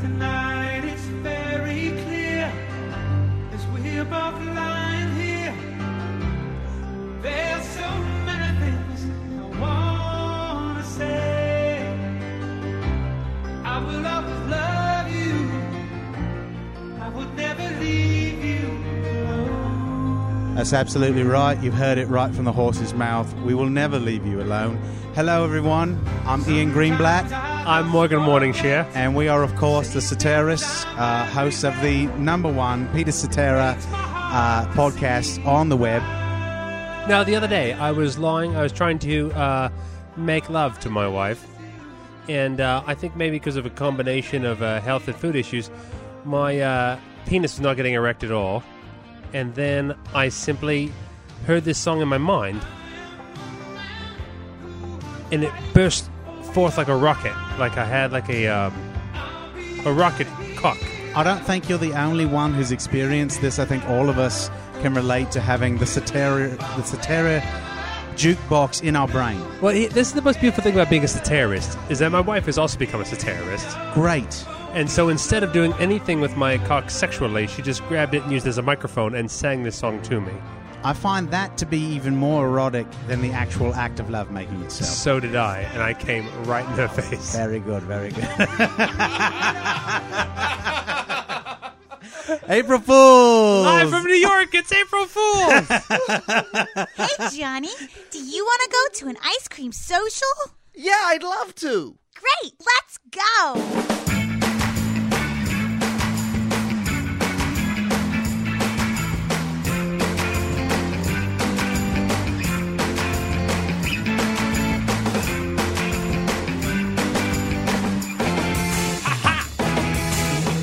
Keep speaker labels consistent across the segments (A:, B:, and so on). A: Tonight it's very clear as we're both lying here. There's so many things I wanna say. I will always love you. I would never leave you alone.
B: That's absolutely right. You've heard it right from the horse's mouth. We will never leave you alone. Hello, everyone. I'm Ian Greenblatt,
C: I'm Morgan Morningshare.
B: and we are, of course, the Soterists, uh, hosts of the number one Peter Sotera uh, podcast on the web.
C: Now, the other day, I was lying. I was trying to uh, make love to my wife, and uh, I think maybe because of a combination of uh, health and food issues, my uh, penis was not getting erect at all. And then I simply heard this song in my mind, and it burst forth like a rocket. Like I had like a um, a rocket cock.
B: I don't think you're the only one who's experienced this. I think all of us can relate to having the Sotera, the Sotera jukebox in our brain.
C: Well, he- this is the most beautiful thing about being a satirist is that my wife has also become a satirist.
B: Great.
C: And so instead of doing anything with my cock sexually, she just grabbed it and used it as a microphone and sang this song to me.
B: I find that to be even more erotic than the actual act of lovemaking itself.
C: So did I, and I came right in her face.
B: Very good, very good. April Fools!
C: I'm from New York. It's April Fool's.
D: Hey, Johnny, do you want to go to an ice cream social?
E: Yeah, I'd love to.
D: Great, let's go.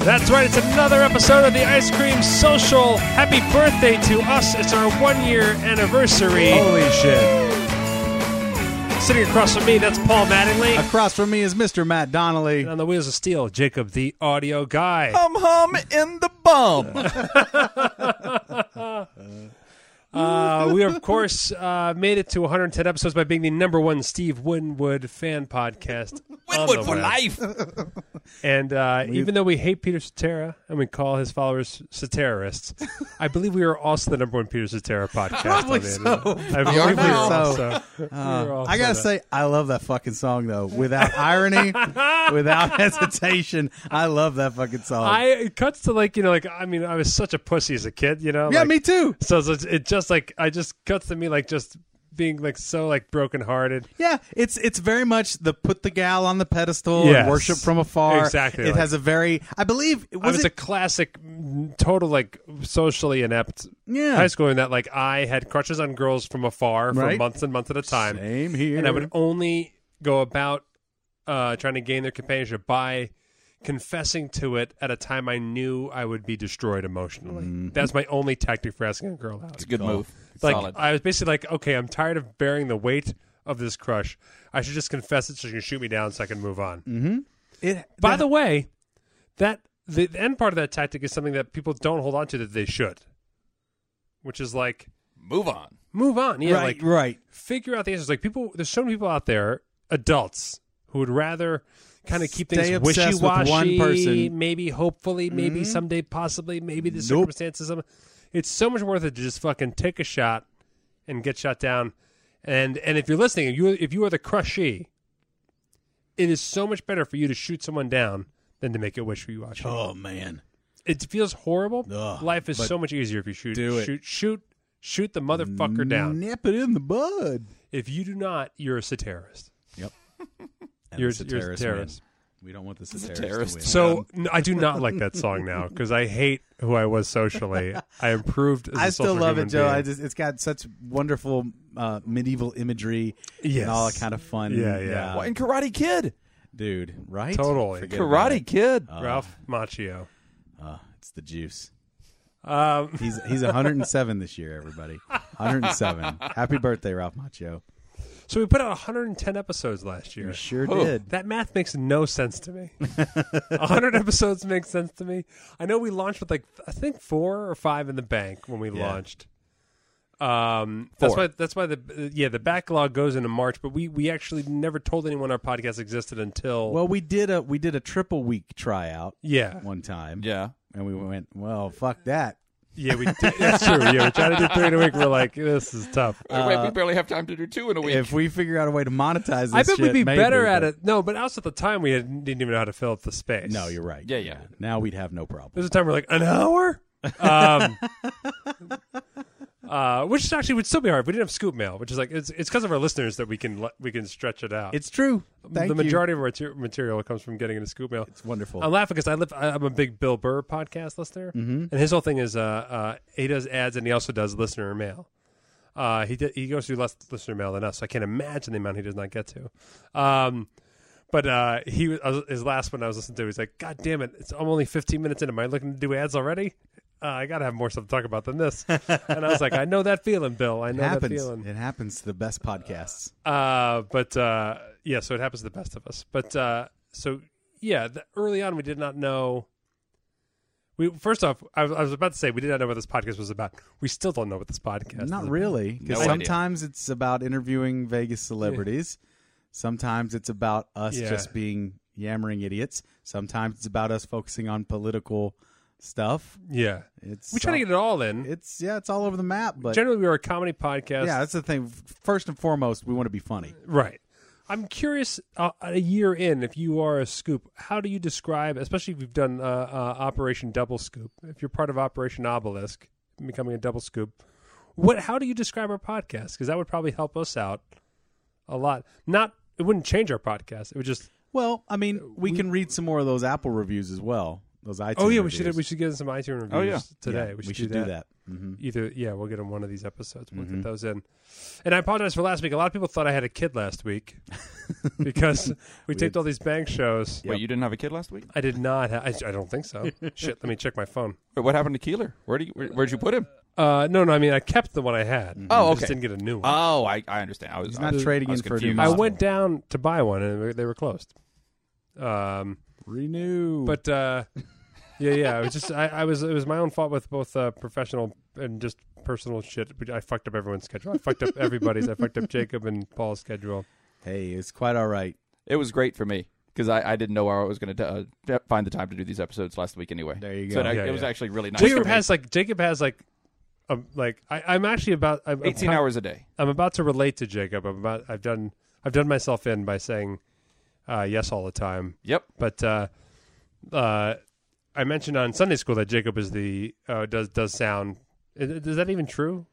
C: That's right. It's another episode of the Ice Cream Social. Happy birthday to us! It's our one-year anniversary.
B: Holy shit.
C: Sitting across from me, that's Paul Mattingly.
B: Across from me is Mr. Matt Donnelly.
C: And on the wheels of steel, Jacob, the audio guy.
E: Hum hum in the bum.
C: Uh, we, of course, uh, made it to 110 episodes by being the number one Steve Winwood fan podcast. Winwood for life. And uh, even though we hate Peter Cetera and we call his followers Ceterists, I believe we are also the number one Peter Cetera podcast. Probably so. I believe we
B: now.
C: are
B: So, uh,
C: also. we are also
B: I gotta
C: that.
B: say, I love that fucking song though. Without irony, without hesitation, I love that fucking song.
C: I it cuts to like you know like I mean I was such a pussy as a kid you know
B: yeah,
C: like-
B: me too.
C: so it's, it just like I just cuts to me like just being like so like brokenhearted
B: Yeah, it's it's very much the put the gal on the pedestal
C: Yes.
B: and worship from afar.
C: Exactly
B: It
C: like-
B: has a very, I believe, was,
C: I was
B: it
C: a classic, mm, total like socially inept
B: Yeah.
C: high schooler in that like I had crushes on girls from afar for
B: Right.
C: months and months at a time,
B: Same here.
C: and I would only go about uh, trying to gain their companionship by confessing to it at a time I knew I would be destroyed emotionally.
B: Mm-hmm.
C: That's my only tactic for asking a girl out.
E: Good move.
C: Like I was basically like, okay, I'm tired of bearing the weight of this crush. I should just confess it so she can shoot me down so I can move on.
B: It,
C: By the way, that the, the end part of that tactic is something that people don't hold on to that they should, which is like
E: Move on.
C: move on. Yeah,
B: right,
C: like
B: right.
C: figure out the answers. Like people, there's so many people out there, adults, who would rather kind of keep
B: Stay
C: things
B: obsessed
C: wishy
B: with
C: washy.
B: one person. Mm-hmm.
C: maybe hopefully, maybe someday, possibly, maybe the
B: Nope.
C: circumstances. some- It's so much worth it to just fucking take a shot and get shot down. And and if you're listening, if you if you are the crushy, it is so much better for you to shoot someone down than to make it wishy washy.
B: Oh man.
C: It feels horrible.
B: Ugh,
C: Life is
B: but
C: so much easier if you shoot
B: do it.
C: shoot shoot shoot the motherfucker down.
B: Nip it in the bud.
C: If you do not, you're a satirist.
B: Yep.
C: You're, you're a satirist.
B: We don't want this
E: a terrorist. win.
C: So n- I do not like that song now because I hate who I was socially. I improved. As a
B: I still
C: social
B: love it,
C: human
B: Joe.
C: being.
B: I just it's got such wonderful uh, medieval imagery
C: Yes.
B: and all that kind of fun.
C: Yeah, yeah.
E: Why in Karate Kid?
B: dude, right?
C: Totally.
B: Forget about
E: Karate
B: it.
E: Kid.
C: Ralph Macchio.
B: Oh, it's the juice.
C: Um,
B: He's he's 107 this year, everybody. 107. Happy birthday, Ralph Macchio.
C: so we put out 110 episodes last year.
B: You sure
E: Oh.
B: did.
C: That math makes no sense to me. 100 episodes makes sense to me. I know we launched with like I think four or five in the bank when we
B: Yeah.
C: launched. Um, that's
E: Four.
C: why that's why the yeah the backlog goes into March, but we we actually never told anyone our podcast existed until
B: Well, we did a we did a triple week tryout
C: yeah
B: one time.
E: Yeah.
B: and we went. Well, fuck that.
C: yeah we did, that's true yeah we tried to do three in a week we're like this is tough.
E: Wait, we barely have time to do two in a week.
B: If we figure out a way to monetize this,
C: I bet we'd
B: shit,
C: be
B: maybe,
C: better at
B: but-
C: it. No, but also at the time we had, didn't even know how to fill up the space.
B: No, you're right.
E: Yeah, yeah.
B: Now we'd have no problem.
C: There's a time we're like an hour, um, uh, which is actually would still be hard. if We didn't have scoop mail, which is like it's it's because of our listeners that we can let- we can stretch it out.
B: It's true. Thank you.
C: the majority of our mater- material comes from getting into scoop mail.
B: It's wonderful. Mm-hmm.
C: I'm laughing because I live. I- I'm a big Bill Burr podcast listener, and his whole thing is uh, uh, he does ads and he also does listener mail. Uh, he did, he goes through less listener mail than us, so I can't imagine the amount he does not get to. Um, but uh, he was- I was- his last one I was listening to, he's like, "God damn it! It's I'm only 15 minutes in. Am I looking to do ads already? Uh, I gotta have more stuff to talk about than this." and I was like, "I know that feeling, Bill. I
B: it
C: know that
B: happens.
C: feeling."
B: It happens to the best podcasts.
C: Uh, but uh, yeah, so it happens to the best of us. But uh, so yeah, the, early on we did not know. We first off, I, was- I was about to say we did not know what this podcast was about. We still don't know what this podcast. is
B: Not
C: about.
B: really,
E: No
B: because
E: idea.
B: sometimes it's about interviewing Vegas celebrities. Sometimes it's about us
C: Yeah.
B: just being yammering idiots. Sometimes it's about us focusing on political stuff.
C: Yeah,
B: It's
C: we try to get it all in.
B: It's yeah, it's all over the map, but
C: Generally, we are a comedy podcast.
B: yeah, that's the thing. First and foremost, we want to be funny.
C: right. I'm curious. Uh, a year in, if you are a scoop, how do you describe, especially if you've done uh, uh, Operation Double Scoop, if you're part of Operation Obelisk, becoming a double scoop, what? How do you describe our podcast? Because that would probably help us out a lot. Not it wouldn't change our podcast. It would just.
B: Well, I mean, we, can read some more of those Apple reviews as well. Those iTunes.
C: Uh, Oh yeah, we should
B: reviews.
C: we should get some iTunes reviews
E: Oh, yeah.
C: today.
B: Yeah,
C: we should,
B: do that. hmm
C: Either yeah, we'll get on one of these episodes. We'll get those in. And I apologize for last week. A lot of people thought I had a kid last week because we taped all these bank shows.
E: Wait, you didn't have a kid last week?
C: I did not. Ha- I, I don't think so. Shit, let me check my phone.
E: Wait, what happened to Keeler? Where do you where, would you put him?
C: Uh, no, no. I mean, I kept the one I had.
E: Oh,
C: I just
E: okay.
C: didn't get a new one.
E: Oh, I, I understand. I was
B: He's
E: I
B: not
E: was-
B: trading
E: I was
B: in for a new
E: confused.
C: I
B: model.
C: went down to buy one, and they were- they were closed. Um,
B: Renew.
C: but uh, yeah, yeah. It was just I, I was it was my own fault with both uh, professional and just personal shit. But I fucked up everyone's schedule. I fucked up everybody's. I fucked up Jacob and Paul's schedule.
B: hey, it's quite all right.
E: It was great for me because I, I didn't know where I was going to uh, find the time to do these episodes last week anyway.
B: There you
E: So
B: go.
E: it,
C: Yeah,
E: it was
C: yeah.
E: actually really nice.
C: Jacob
E: for me.
C: has like Jacob has like. Um, like I, I'm actually about I'm, I'm
E: 18
C: kind-
E: hours a day.
C: I'm about to relate to Jacob. I'm about I've done I've done myself in by saying uh, yes all the time.
E: Yep.
C: But uh, uh, I mentioned on Sunday school that Jacob is the uh, does does sound. Is, is that even true?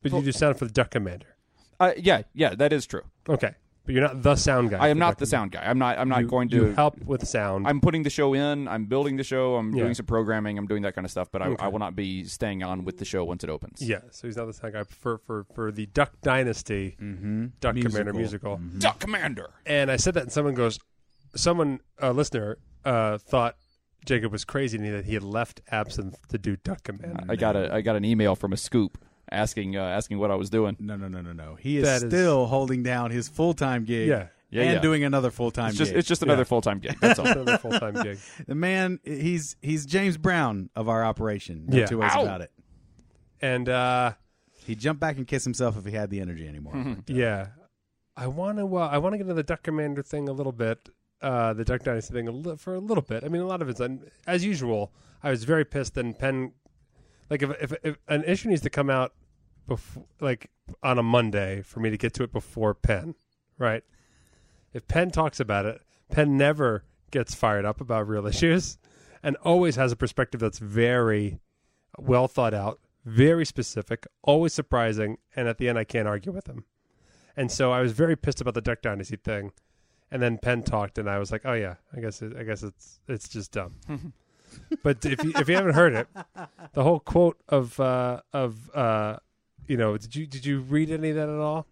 C: But you do sound for the Duck Commander.
E: Uh, yeah, yeah, that is true.
C: Okay, but you're not the sound guy.
E: I am
C: for
E: not
C: Duck
E: the sound guy. I'm not. I'm
C: Commander.
E: not
C: You-
E: going
C: you
E: to.
C: help with sound.
E: I'm putting the show in. I'm building the show. I'm
C: Yeah.
E: doing some programming. I'm doing that kind of stuff. But I,
C: Okay.
E: I will not be staying on with the show once it opens.
C: yeah, so he's not the sound guy for for for the Duck Dynasty
E: Mm-hmm.
C: Duck Commander musical.
E: Duck Commander.
C: And I said that, and someone goes, someone, a listener, uh, thought Jacob was crazy and that he had left Absinthe to do Duck Command.
E: I got a. I got an email from a scoop asking uh, asking what I was doing.
B: No, no, no, no, no. He is
C: That is-
B: still holding down his full time gig.
C: Yeah.
E: Yeah,
B: and
E: yeah.
B: doing another full time
E: It's
B: gig.
E: just it's just another full time gig. That's all.
C: Another full time gig.
B: the man. He's he's James Brown of our operation. No
C: Yeah.
B: two ways
E: Ow.
B: about it.
C: And uh,
B: He'd jump back and kiss himself if he had the energy anymore.
C: yeah, I want to. Uh, I want to get into the Duck Commander thing a little bit, uh, the Duck Dynasty thing a li- for a little bit. I mean, a lot of it's un- as usual. I was very pissed, and Penn, like, if, if if an issue needs to come out before, like, on a Monday for me to get to it before Penn, right? If Penn talks about it, Penn never gets fired up about real issues, and always has a perspective that's very well thought out, very specific, always surprising, and at the end I can't argue with him. And so I was very pissed about the Duck Dynasty thing. And then Penn talked, and I was like, "Oh yeah, I guess it, I guess it's it's just dumb." but if you, if you haven't heard it, the whole quote of uh, of uh, you know, did you did you read any of that at all?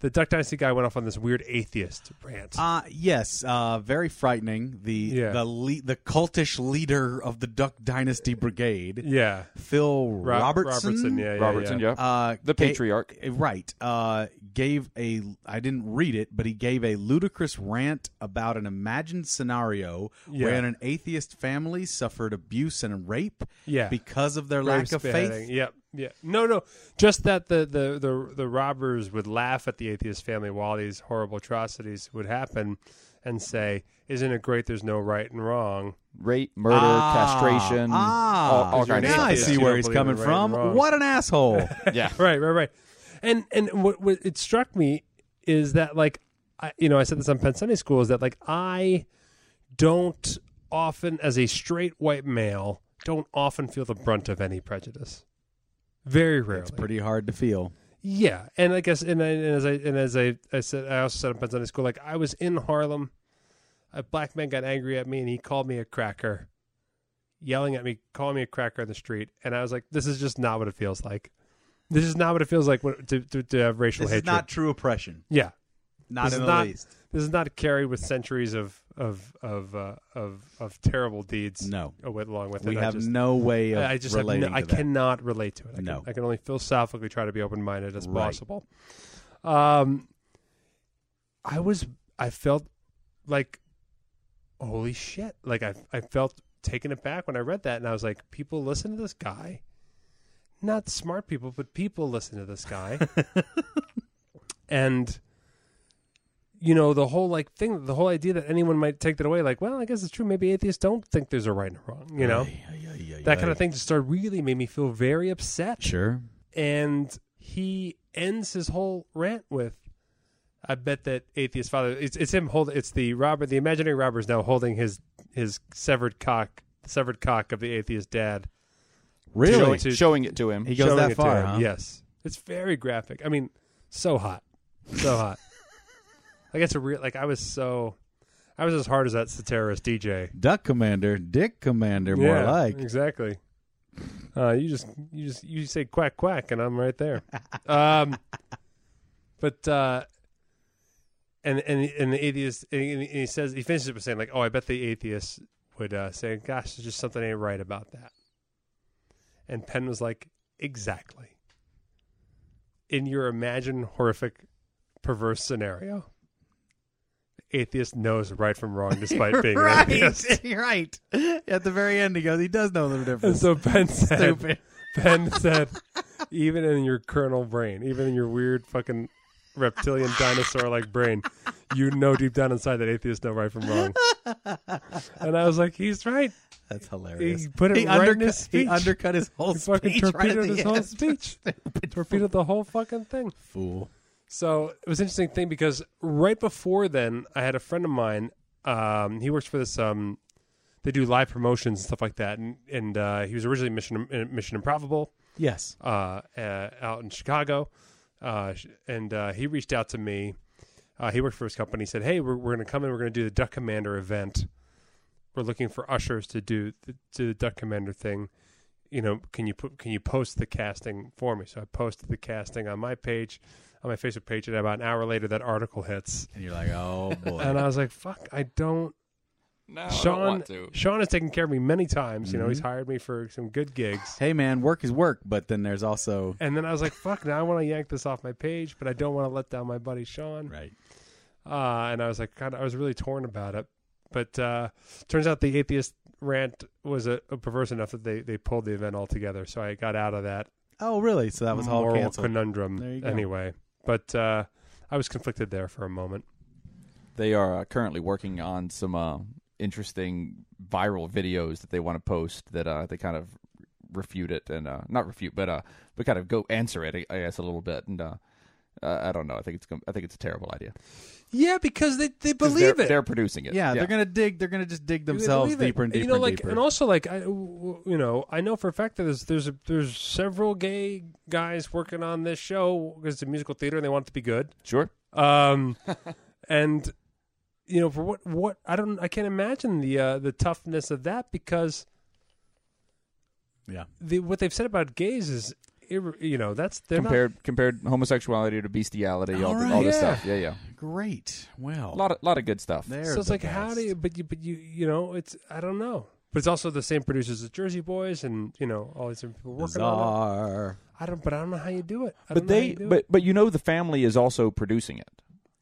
C: The Duck Dynasty guy went off on this weird atheist rant.
B: Uh yes, uh very frightening. The
C: Yeah.
B: the le- the cultish leader of the Duck Dynasty Brigade,
C: yeah,
B: Phil
C: Ro-
B: Robertson.
C: Robertson, yeah, yeah,
E: Robertson. Yeah.
B: Uh,
E: The
B: ga-
E: patriarch.
B: eh, right? Uh, gave a I didn't read it, but he gave a ludicrous rant about an imagined scenario
C: Yeah.
B: where an atheist family suffered abuse and rape
C: Yeah.
B: because of their lack of
C: Grave
B: faith
C: spitting. Yep. Yeah. No, no. Just that the, the, the, the robbers would laugh at the atheist family while these horrible atrocities would happen and say, Isn't it great there's no right and wrong?
E: Rape, murder,
B: Ah,
E: castration,
B: Ah,
E: all, all
C: you're
E: kinds of
C: an
B: now
E: stuff.
B: I
C: atheist.
E: yeah.
B: see
C: You
B: where
C: don't
B: he's
C: believe in
B: coming
C: right
B: from.
C: and wrong.
B: What an asshole!
E: Yeah.
C: Right, right, right. And and what, what it struck me is that like I, you know I said this on Penn Sunday School is that like I don't often as a straight white male don't often feel the brunt of any prejudice. Very rarely.
B: it's pretty hard to feel.
C: Yeah, and I guess and, I, and as I and as I, I said I also said on Penn Sunday School like I was in Harlem, a black man got angry at me and he called me a cracker, yelling at me, calling me a cracker on the street, and I was like, this is just not what it feels like. This is not what it feels like when- to to, to have racial
B: This is
C: hatred.
B: not true oppression.
C: yeah,
B: Not
C: This
B: in
C: is
B: the
C: not-
B: least.
C: this is not carried with centuries of of of uh, of of terrible deeds.
B: No.
C: uh, with- along with
B: We
C: it. I
B: have
C: just,
B: no way of
C: I I just have
B: relating.
C: no, I
B: to that.
C: cannot relate to it. I
B: No.
C: can, I can only philosophically try to be open minded as
B: Right.
C: possible. Um, I was I felt like holy shit! Like I I felt taken aback when I read that, and I was like, people listen to this guy. Not smart people, but people listen to this guy, and you know the whole like thing, the whole idea that anyone might take that away, like, well, I guess it's true. Maybe atheists don't think there's a right and a wrong, you know that kind of thing just started really made me feel very upset.
B: Sure.
C: And he ends his whole rant with, "I bet that atheist father." It's, it's him hold. It's the robber, the imaginary robber, is now holding his his severed cock, severed cock of the atheist dad.
B: Really?
C: to-
E: Showing, showing it to him.
B: He goes
C: showing
B: that
C: it to
B: far,
C: him.
B: huh?
C: Yes, it's very graphic. I mean, so hot, so hot. like it's a real. Like I was so, I was as hard as that Soteris DJ.
B: Duck Commander, Dick Commander, more like.
C: exactly. Uh, you just you just you say quack quack, and I'm right there. Um, but uh, and and and the atheist, and he- and he says he finishes it by saying like, "Oh, I bet the atheist would uh, say, gosh, there's just something ain't right about that." And Penn was like, "Exactly." In your imagined horrific, perverse scenario, the atheist knows right from wrong despite being an atheist.
B: right, right. At the very end, he goes. He does know the
C: And
B: difference.
C: so Ben said,
B: Stupid.
C: Ben said, even in your kernel brain, even in your weird fucking reptilian dinosaur like brain, you know deep down inside that atheists know right from wrong. And I was like, he's right.
B: That's hilarious.
C: He put it right in his
B: he
C: speech.
B: undercut his whole
C: He fucking
B: speech. right at
C: torpedoed
B: the
C: his whole
B: end.
C: speech. Torpedoed the whole fucking thing.
B: Fool.
C: So it was an interesting thing because right before then, I had a friend of mine. Um, he works for this. Um, they do live promotions and stuff like that. And, and uh, he was originally Mission uh, Mission Improbable
B: Yes.
C: uh, uh, out in Chicago, uh, sh- and uh, he reached out to me. Uh, he worked for his company. He said, "Hey, we're, we're going to come in. We're going to do the Duck Commander event. We're looking for ushers to do the, to the Duck Commander thing. You know, can you put can you post the casting for me?" So I posted the casting on my page, on my Facebook page, and about an hour later, that article hits.
B: And you're like, oh boy.
C: And I was like, "Fuck! I don't."
E: no, I
C: Sean,
E: don't want to. Mm-hmm.
C: Sean has taken care of me many times. You know, he's hired me for some good gigs.
B: hey man, work is work, but then there's also
C: And then I was like, fuck, now I want to yank this off my page, but I don't want to let down my buddy Sean.
B: right.
C: Uh, and I was like, kind of, I was really torn about it. But uh, turns out the atheist rant was a, a perverse enough that they, they pulled the event altogether. So I got out of that
B: Oh really? So that was all
C: moral
B: canceled.
C: conundrum
B: There you go.
C: anyway. But uh, I was conflicted there for a moment.
E: They are uh, currently working on some uh, interesting viral videos that they want to post that uh, they kind of refute it and uh, not refute, but uh, but kind of go answer it, I guess, a little bit. And uh, uh, I don't know. I think it's gonna- I think it's a terrible idea.
C: Yeah, because they, they
E: 'Cause
C: believe
E: they're,
C: it.
E: They're producing it.
B: yeah, they're gonna dig. They're gonna just dig
C: You
B: themselves
C: believe it.
B: deeper and
C: And
B: deeper
C: You know,
B: and
C: like,
B: deeper.
C: and also, like, I, w- you know, I know for a fact that there's there's a, there's several gay guys working on this show because it's a musical theater and they want it to be good.
E: sure.
C: Um, and you know, for what what I don't I can't imagine the uh, the toughness of that because
B: yeah.
C: the what they've said about gays is irre- you know that's they're not-
E: compared compared homosexuality to bestiality, all,
B: All
E: th-
B: right.
E: all this
C: Yeah.
E: stuff. Yeah, yeah.
B: Great. Well,
E: A lot of lot of good stuff.
B: there.
C: so it's like how do you but you but you you know it's I don't know but it's also the same producers as Jersey Boys and you know all these different people working on it.
B: Bizarre.
C: I don't but I don't know how you do it. I don't
E: But
C: know how
E: they
C: you do it.
E: but but you know the family is also producing it.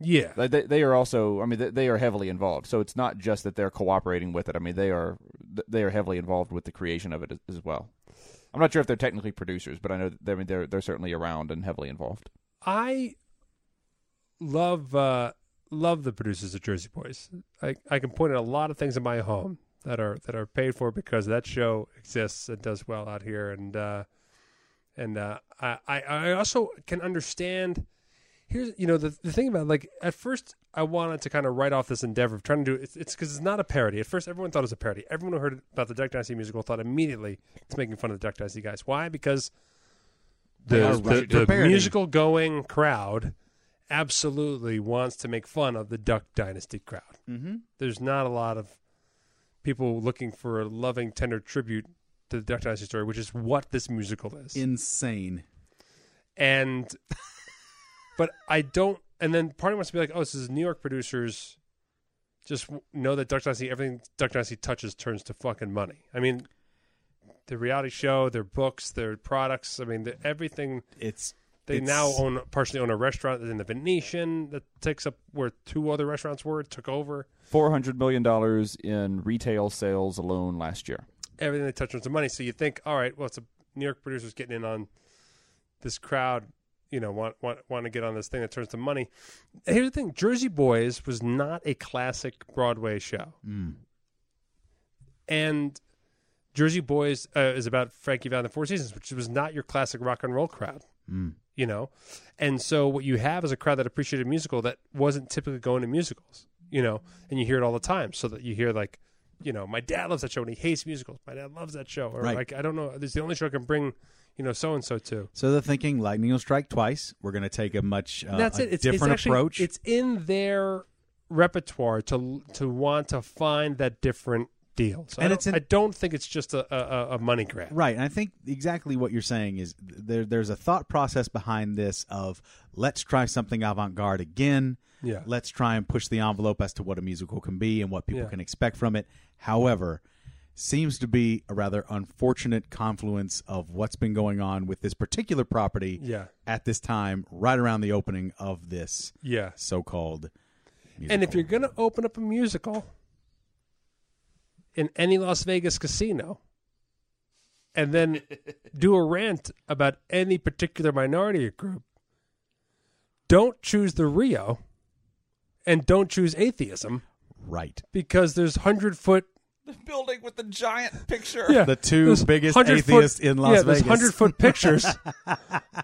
C: yeah
E: Like, They they are also I mean they- they are heavily involved. So it's not just that they're cooperating with it. I mean they are they are heavily involved with the creation of it as- as well. I'm not sure if they're technically producers, but I know that they're, I mean, they're they're certainly around and heavily involved.
C: I love uh, love the producers of Jersey Boys. I, I can point at a lot of things in my home that are that are paid for because that show exists and does well out here, and uh, and uh, I I- I also can understand. Here's you know the the thing about like at first I wanted to kind of write off this endeavor of trying to do it's because it's, not a parody. At first, everyone thought it was a parody. Everyone who heard about the Duck Dynasty musical thought immediately it's making fun of the Duck Dynasty guys. Why? Because
B: They
C: the,
B: are
C: the,
B: right
C: the
B: for parody.
C: musical going crowd absolutely wants to make fun of the Duck Dynasty crowd.
B: Mhm.
C: There's not a lot of people looking for a loving, tender tribute to the Duck Dynasty story, which is what this musical is.
B: Insane.
C: and but I don't. And then part of me wants to be like, oh, this is New York producers. Just w- know that Duck Dynasty, everything Duck Dynasty touches turns to fucking money. I mean, the reality show, their books, their products. I mean, the, everything
B: It's
C: they
B: it's-
C: now own partially own a restaurant in the Venetian that takes up where two other restaurants were took over.
E: Four hundred million dollars in retail sales alone last year.
C: Everything they touch turns to money. So you think, all right, well, it's a New York producers getting in on this crowd. You know, want want want to get on this thing that turns to money. Here's the thing: Jersey Boys was not a classic Broadway show, and Jersey Boys uh, is about Frankie Valli and the Four Seasons, which was not your classic rock and roll crowd. you know and so what you have is a crowd that appreciated musical that wasn't typically going to musicals you know and you hear it all the time so that you hear like you know my dad loves that show and he hates musicals my dad loves that show or
B: Right.
C: like i don't know this is the only show i can bring you know so and so to
B: So they're thinking lightning will strike twice. We're going to take a much uh,
C: And that's
B: a
C: it it's
B: different
C: it's actually-
B: approach.
C: it's in their repertoire to to want to find that different deal so
B: And
C: I,
B: it's in-
C: don't, I don't think it's just a, a, a money grab
B: Right, and I think exactly what you're saying is th- there. There's a thought process behind this of let's try something avant-garde again.
C: Yeah.
B: let's try and push the envelope as to what a musical can be and what people
C: Yeah.
B: can expect from it. However, seems to be a rather unfortunate confluence of what's been going on with this particular property.
C: Yeah.
B: at this time, right around the opening of this
C: yeah
B: so-called. Musical.
C: And if you're going to open up a musical in any Las Vegas casino and then do a rant about any particular minority group, don't choose the Rio and don't choose atheism
B: right,
C: because there's 100 foot.
E: Building with the giant picture.
C: Yeah,
B: The two
C: there's
B: biggest
C: 100 foot-
B: atheists in Las
C: yeah, there's
B: Vegas.
C: 100 foot pictures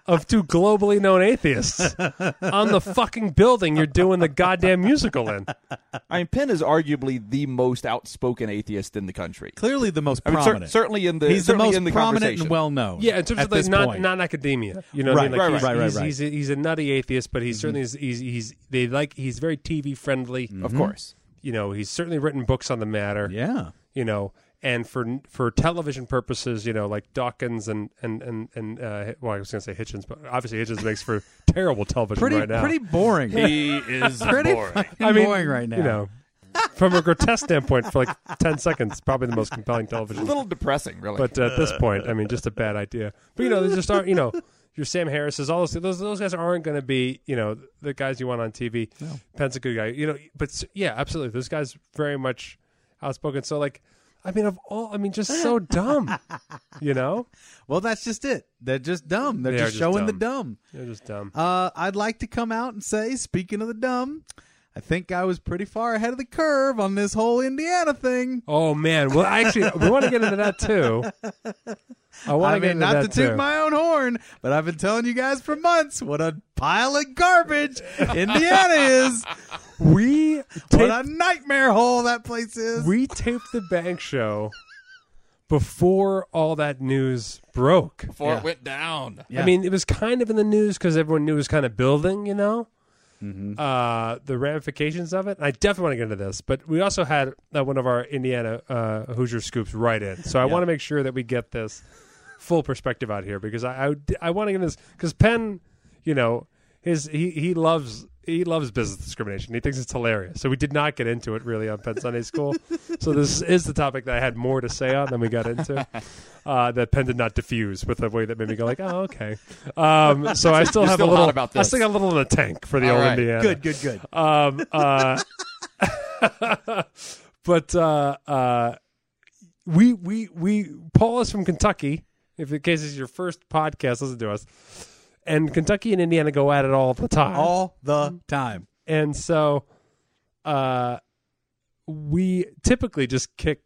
C: of two globally known atheists on the fucking building you're doing the goddamn musical in.
E: I mean, Penn is arguably the most outspoken atheist in the country.
B: clearly the most
E: I mean, cer-
B: prominent.
E: certainly in the
B: he's the
E: certainly
B: most
E: in the
B: prominent
E: conversation.
B: and well known.
C: Yeah, in terms
B: at
C: of like
B: this
C: non
B: point.
C: non academia, you know, what I
B: Right,
C: mean? Like
E: right,
C: he's,
B: right, right,
C: he's,
B: right. Mm-hmm.
C: He's, a, he's a nutty atheist, but he's certainly is, he's he's they like he's very TV friendly.
E: of course.
C: You know, he's certainly written books on the matter.
B: Mm-hmm. yeah.
C: You know, and for for television purposes, you know, like Dawkins and and and and uh, well, I was going to say Hitchens, but obviously Hitchens makes for terrible television
B: pretty
C: right now.
B: pretty boring.
F: He is
B: pretty
F: boring.
B: fucking
C: I mean,
B: boring right now.
C: You know, from a grotesque standpoint, for like ten seconds, probably the most compelling television
E: A little depressing, really.
C: but at
B: uh,
C: this point, I mean, just a bad idea. But you know, they just aren't. You know, your Sam Harris's, all those those those guys aren't going to be you know the guys you want on TV. Penn's a good guy, you know. But s- yeah, absolutely, this guy's very much outspoken. So like, I mean, of all, I mean, just so dumb, you know?
B: Well, that's just it. They're just dumb. They're
C: They are
B: just
C: just
B: showing the dumb.
C: They're just dumb.
B: Uh, I'd like to come out and say, speaking of the dumb, I think I was pretty far ahead of the curve on this whole Indiana thing.
C: Oh man, well, actually, we want to get into that too. I want
B: I
C: get
B: mean,
C: into
B: not to
C: that
B: toot
C: too.
B: my own horn, but I've been telling you guys for months what a pile of garbage Indiana is.
C: we
B: What
C: take
B: a nightmare hole that place is.
C: we taped the bank show before all that news broke.
F: Before it went down.
B: Yeah.
C: I mean, it was kind of in the news because everyone knew it was kind of building, you know, uh, the ramifications of it. I definitely want to get into this, but we also had uh, one of our Indiana uh, Hoosier scoops right in. So I want to make sure that we get this full perspective out here because I I, want to get this because Penn, you know, his he he loves. He loves business discrimination. He thinks it's hilarious. So we did not get into it really on Penn Sunday School. so this is the topic that I had more to say on than we got into. Uh, that Penn did not diffuse with a way that made me go like, oh okay. Um, so I still have
E: still
C: a little.
E: hot about
C: I still got a little in the tank for the
E: All
C: old
E: right.
C: Indiana.
B: good, good, good.
C: Um, uh, but uh, uh, we we we Paul is from Kentucky. If in case it's your first podcast, listen to us. And Kentucky and Indiana go at it all the time.
B: all the time.
C: and so uh we typically just kick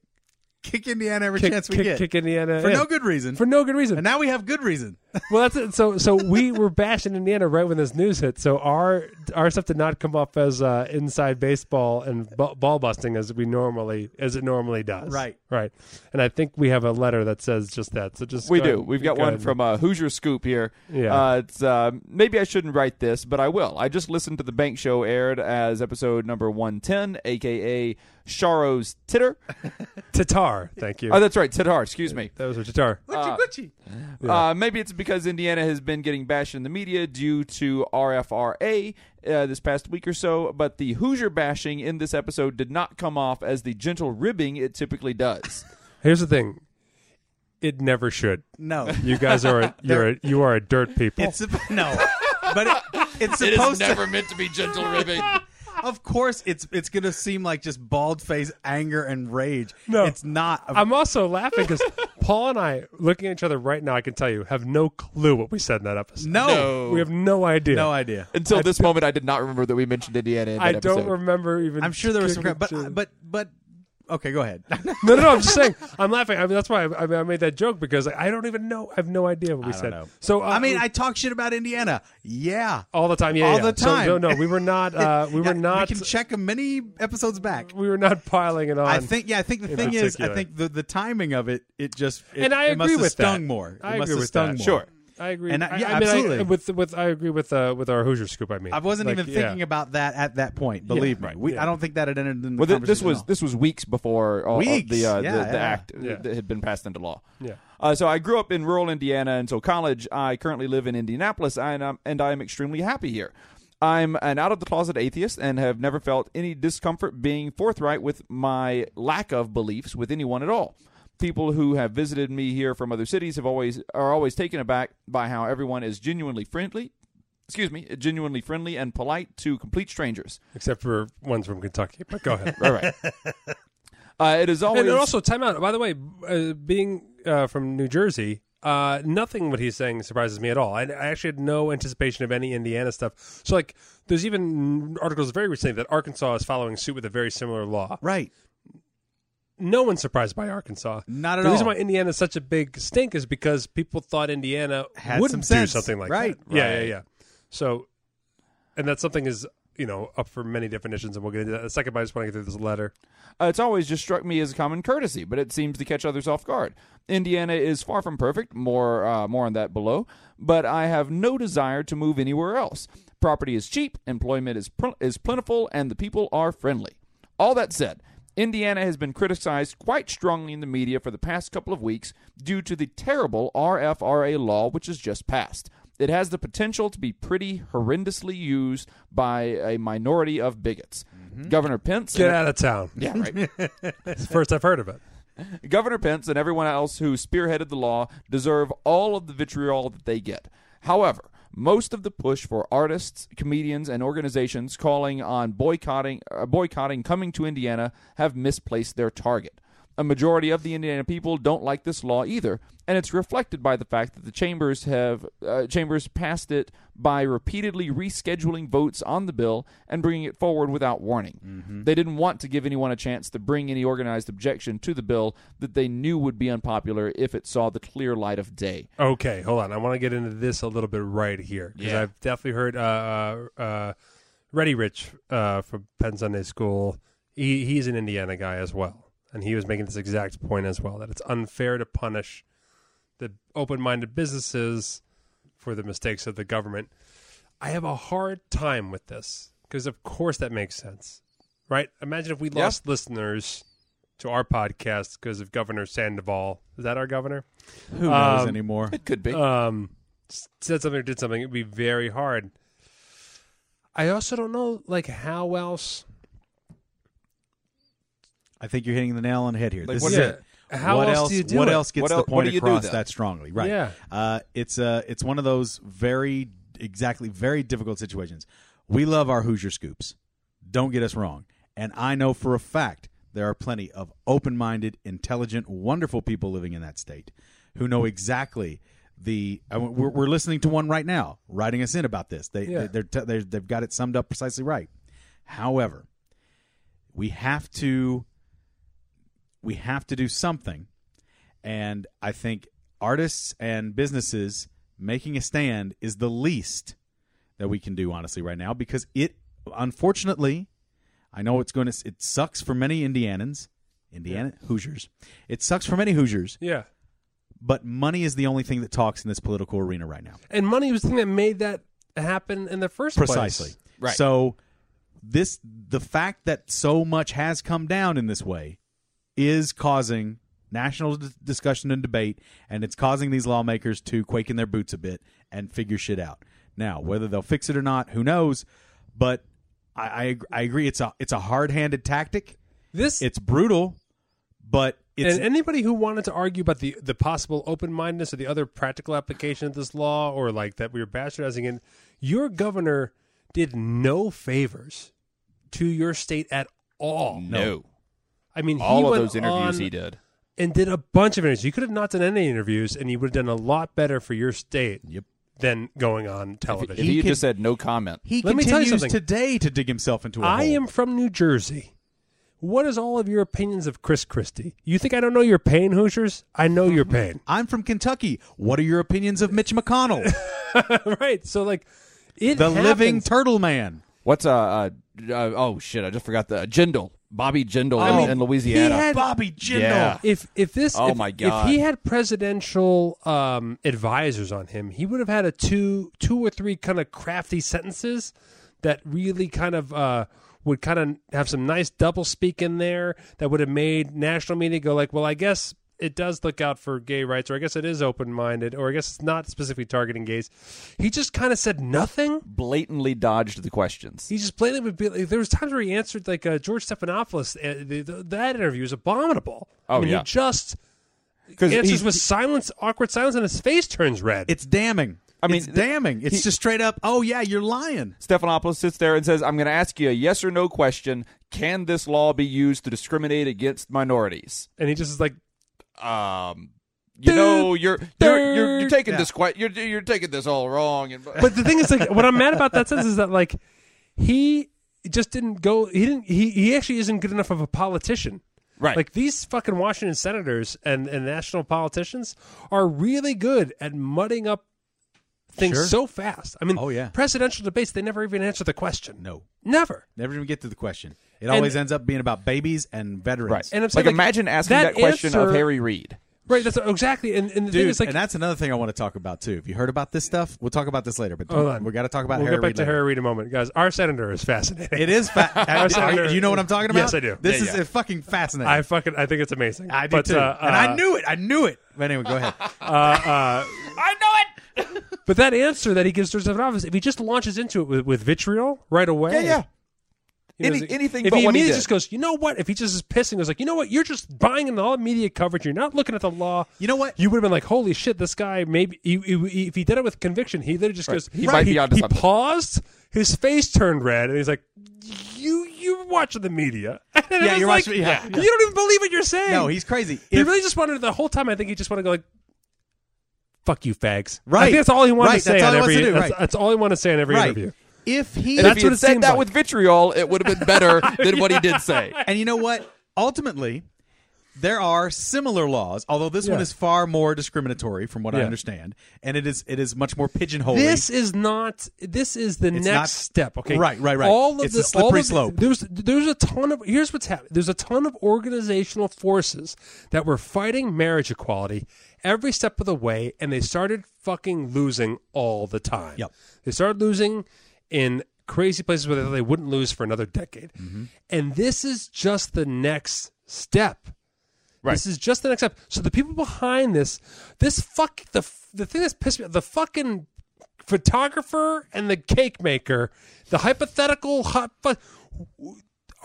B: Kick Indiana every
C: kick,
B: chance we
C: kick,
B: get
C: kick Indiana
B: for
C: in.
B: no good reason.
C: for no good reason.
B: and now we have good reason.
C: well, that's it. so so we were bashing Indiana right when this news hit. So our our stuff did not come up as uh, inside baseball and b- ball busting as we normally as it normally does.
B: Right.
C: right. And I think we have a letter that says just that. So just
E: We
C: go
E: do.
C: ahead-
E: We've got
C: go
E: one
C: ahead.
E: from uh, Hoosier Scoop here.
C: Yeah.
E: Uh, it's uh, maybe I shouldn't write this, but I will. I just listened to the Bank Show aired as episode number one ten, aka Sharo's Titter.
C: Tatar. Thank you.
E: Oh, that's right, Titar. Excuse me.
C: Those are Tatar. Uh,
E: Uh, maybe it's because Indiana has been getting bashed in the media due to RFRA uh, this past week or so, but the Hoosier bashing in this episode did not come off as the gentle ribbing it typically does.
C: Here's the thing. It never should.
B: No,
C: You guys are a, you're a, you are a dirt people.
B: it's no, but it, it's
F: It is
B: supposed to.
F: never meant to be gentle ribbing.
B: Of course, it's it's going to seem like just bald face anger and rage.
C: No.
B: it's not.
C: I'm also laughing because Paul and I, looking at each other right now, I can tell you, have no clue what we said in that episode.
B: no, no,
C: We have no idea.
B: idea.
E: Until this moment, I did not remember that we mentioned Indiana in that
C: I
E: episode.
C: don't remember even.
B: I'm sure there was some,
C: kicking
B: but
C: to-
B: but but okay, go ahead.
C: no, no, no. I'm just saying. I'm laughing. I mean, that's why I, I, mean, I made that joke because I don't even know. I have no idea what we
B: don't
C: said.
B: know.
C: So uh,
B: I mean, I talk shit about Indiana. Yeah,
C: all the time. Yeah,
B: all
C: yeah.
B: the time.
C: So, no, no, we were not. Oh, Uh, we
B: Yeah,
C: were not.
B: We can check many episodes back.
C: we were not piling it on.
B: I think yeah, I think the
C: in
B: thing is, I
C: particular.
B: think the, the timing of it, it just it,
C: And I
B: it must
C: agree
B: have
C: with that.
B: stung more.
C: I
B: it must
C: agree
B: have
C: with
B: stung
C: that.
B: more.
E: Sure.
C: I agree.
B: And I- yeah,
C: mean,
B: absolutely.
C: with with I agree with uh, with our Hoosier scoop. I mean,
B: I wasn't
C: Like,
B: even
C: yeah.
B: thinking about that at that point. Believe me, we, I don't think that had entered in the
E: Well, th- this
B: conversation at
E: was
B: all.
E: this was weeks before all,
B: Weeks,
E: the, uh,
B: yeah,
E: the, the
B: yeah.
E: act
C: Yeah.
E: that had been passed into law.
C: Yeah.
E: Uh, so I grew up in rural Indiana until college. I currently live in Indianapolis, and I'm, and I am extremely happy here. I'm an out of the closet atheist and have never felt any discomfort being forthright with my lack of beliefs with anyone at all. People who have visited me here from other cities have always are always taken aback by how everyone is genuinely friendly, excuse me, genuinely friendly and polite to complete strangers.
C: except for ones from Kentucky. But go ahead.
E: All right. Uh, it is always
C: And also, time out. By the way, uh, being uh, from New Jersey, uh, nothing what he's saying surprises me at all. I, I actually had no anticipation of any Indiana stuff. So, like, there's even articles very recently that Arkansas is following suit with a very similar law.
B: right.
C: No one's surprised by Arkansas.
B: Not at
C: the reason
B: all.
C: why Indiana is such a big stink is because people thought Indiana
B: Had
C: wouldn't
B: some
C: do
B: sense.
C: something like
B: Right.
C: that. Yeah, yeah, yeah. So, and that something is you know up for many definitions, and we'll get into that in a second. But I just want to get through this letter.
E: Uh, it's always just struck me as a common courtesy, but it seems to catch others off guard. Indiana is far from perfect. More, uh, more on that below. But I have no desire to move anywhere else. Property is cheap, employment is pl- is plentiful, and the people are friendly. All that said, Indiana has been criticized quite strongly in the media for the past couple of weeks due to the terrible RFRA law which has just passed. It has the potential to be pretty horrendously used by a minority of bigots. Governor Pence
C: Get out of town.
E: yeah, right.
C: It's the first I've heard of it.
E: Governor Pence and everyone else who spearheaded the law deserve all of the vitriol that they get. However, most of the push for artists, comedians, and organizations calling on boycotting uh, boycotting coming to Indiana have misplaced their target. A majority of the Indiana people don't like this law either, and it's reflected by the fact that the chambers have uh, chambers passed it by repeatedly rescheduling votes on the bill and bringing it forward without warning. They didn't want to give anyone a chance to bring any organized objection to the bill that they knew would be unpopular if it saw the clear light of day.
C: Okay, hold on. I want to get into this a little bit right here because
F: Yeah.
C: I've definitely heard uh, uh, uh, Reddy Rich uh, from Penn Sunday School. He he's an Indiana guy as well, and he was making this exact point as well that it's unfair to punish the open-minded businesses for the mistakes of the government. I have a hard time with this because, of course, that makes sense, right? Imagine if we lost listeners to our podcast because of Governor Sandoval. Is that our governor?
B: Who knows anymore?
E: It could be.
C: um, s- said something or did something, it'd be very hard. I also don't know, like, how else.
B: I think you're hitting the nail on the head here. this
E: what
B: is
E: is
B: it.
C: it? How
B: what
C: else
B: else?
C: do you do
B: what
C: it?
B: else gets
E: What
B: the
E: el- what
B: point
E: do you do
B: across
E: then?
B: that strongly? Right.
C: Yeah.
B: Uh, it's uh, it's one of those very exactly very difficult situations. We love our Hoosier scoops. Don't get us wrong. And I know for a fact there are plenty of open-minded, intelligent, wonderful people living in that state who know exactly the. I mean, we're, we're listening to one right now, writing us in about this. They,
C: Yeah.
B: they they're, t- they're they've got it summed up precisely right. However, we have to we have to do something and i think artists and businesses making a stand is the least that we can do honestly right now because it unfortunately i know it's going to it sucks for many indianans indiana hoosiers it sucks for many hoosiers
C: Yeah.
B: but money is the only thing that talks in this political arena right now
C: And money was the thing that made that happen in the first place.
B: precisely
E: Right.
B: so this the fact that so much has come down in this way is causing national d- discussion and debate and it's causing these lawmakers to quake in their boots a bit and figure shit out now whether they'll fix it or not who knows but i i, ag- I agree it's a it's a hard-handed tactic
C: This
B: it's brutal but it's
C: and anybody who wanted to argue about the, the possible open mindedness or the other practical application of this law or like that we were bastardizing it, your governor did no favors to your state at all.
E: No,
C: I mean, he
E: all of
C: went
E: those interviews
C: on
E: he did.
C: and did a bunch of interviews. You could have not done any interviews, and you would have done a lot better for your state
B: Yep.
C: than going on
E: If
C: television.
E: he, had
B: can-
E: just said no comment,
B: he
C: Let me tell you
B: continues
C: something.
B: today to dig himself into a
C: I
B: hole.
C: am from New Jersey. What is all of your opinions of Chris Christie? You think I don't know your pain, Hoosiers? I know your pain.
B: I'm from Kentucky. What are your opinions of Mitch McConnell,
C: right. So like it
B: the living
C: happens.
B: turtle man?
E: what's uh, uh, uh oh shit, I just forgot the Jindal, Bobby Jindal
C: I
E: in,
C: mean,
E: in Louisiana.
C: he had-
B: Bobby Jindal.
E: Yeah.
C: if if this
E: Oh,
C: if,
E: my God.
C: if he had presidential um, advisors on him, he would have had a two two or three kind of crafty sentences that really kind of uh, would kind of have some nice double speak in there that would have made national media go like, well, I guess it does look out for gay rights, or I guess it is open minded, or I guess it's not specifically targeting gays. He just kind of said nothing.
E: blatantly dodged the questions.
C: He just blatantly would be like, there was times where he answered like uh, George Stephanopoulos. Uh, the, the, that interview was abominable.
E: Oh,
C: I mean,
E: yeah.
C: he just
E: Because
C: answers with silence, awkward silence, and his face turns red.
B: It's damning.
E: I mean,
B: it's damning. It's
E: he-
B: just straight up. Oh yeah, you're lying.
E: Stephanopoulos sits there and says, "I'm going to ask you a yes or no question. Can this law be used to discriminate against minorities?"
C: and he just is like,
E: Um, you know, you're you're you're, you're taking this quite you're you're taking this all wrong. And
C: but the thing is, like, what I'm mad about that sentence is that like he just didn't go. He didn't. He he actually isn't good enough of a politician.
E: right,
C: Like these fucking Washington senators and, and national politicians are really good at mudding up things
B: Sure.
C: so fast. I mean,
B: Oh, yeah.
C: presidential debates they never even answer the question.
B: No,
C: Never.
B: never even get to the question. It always ends up being about babies and veterans.
E: right.
C: And I'm
E: like,
C: saying, like,
E: imagine asking that,
C: that
E: question of
C: answer-
E: Harry Reid.
C: Right. That's exactly. And, and the
B: Dude,
C: thing is, like,
B: and that's another thing I want to talk about too. If you heard about this stuff, we'll talk about this later. But
C: hold on,
B: we got to talk about
C: We'll
B: Harry
C: get back
B: Reid
C: to
B: later.
C: Harry Reid in a moment, guys. Our senator is fascinating.
B: It is. Fa- Are
C: senator-
B: you- you know what I'm talking about?
C: Yes, I do.
B: This
E: Yeah,
B: is
E: yeah.
B: uh, fucking fascinating.
C: I fucking I think it's amazing.
B: I do
C: but,
B: too,
C: uh,
B: and
C: uh,
B: I knew it. I knew it. But anyway, go ahead.
C: But that answer that he gives to Stephen Office, if he just launches into it with, with vitriol right away,
E: Yeah, yeah.
C: you know,
E: Any-
C: is-
E: anything
C: If
E: but
C: he
E: what he
C: immediately
E: did.
C: just goes, you know what? If he just is pissing, goes like, you know what? You're just buying into all media coverage. You're not looking at the law.
B: You know what?
C: You would have been like, holy shit, this guy. Maybe he, he- he- if he did it with conviction, he literally just goes.
E: He might be onto
C: he
E: something.
C: paused. His face turned red, and he's like, "You, you're watching the media." And it
B: Yeah,
C: was
B: you're
C: like,
B: watching- yeah, yeah.
C: You don't even believe what you're saying.
B: No, he's crazy.
C: He
B: If-
C: really just wanted the whole time. I think he just wanted to go like, "Fuck you, fags."
B: Right.
C: I think that's all he wanted
B: Right,
C: to say
B: that's all
C: on
B: he wants
C: every.
B: to do,
C: that's,
B: right.
C: that's all he wanted to say on every
B: right.
C: interview.
B: If he
C: That's
E: if he had
C: what it
E: said
C: seemed
E: that
C: like.
E: with vitriol, it would have been better than what he did say.
B: and you know what? Ultimately, there are similar laws, although this one
C: Yeah.
B: is far more discriminatory, from what I
C: Yeah.
B: understand, and it is it is much more pigeonholed.
C: This is not. This is the next
B: not-
C: step. Okay,
B: Right, right, right.
C: All of
B: It's
C: the
B: a slippery
C: all of the-
B: slope.
C: There's there's a ton of here's what's happening. There's a ton of organizational forces that were fighting marriage equality every step of the way, and they started fucking losing all the time.
B: Yep.
C: They started losing in crazy places where they thought they wouldn't lose for another decade, and this is just the next step. This is just the next step. So the people behind this, this fuck the f- the thing that's pissed me off, the fucking photographer and the cake maker, the hypothetical hot fu-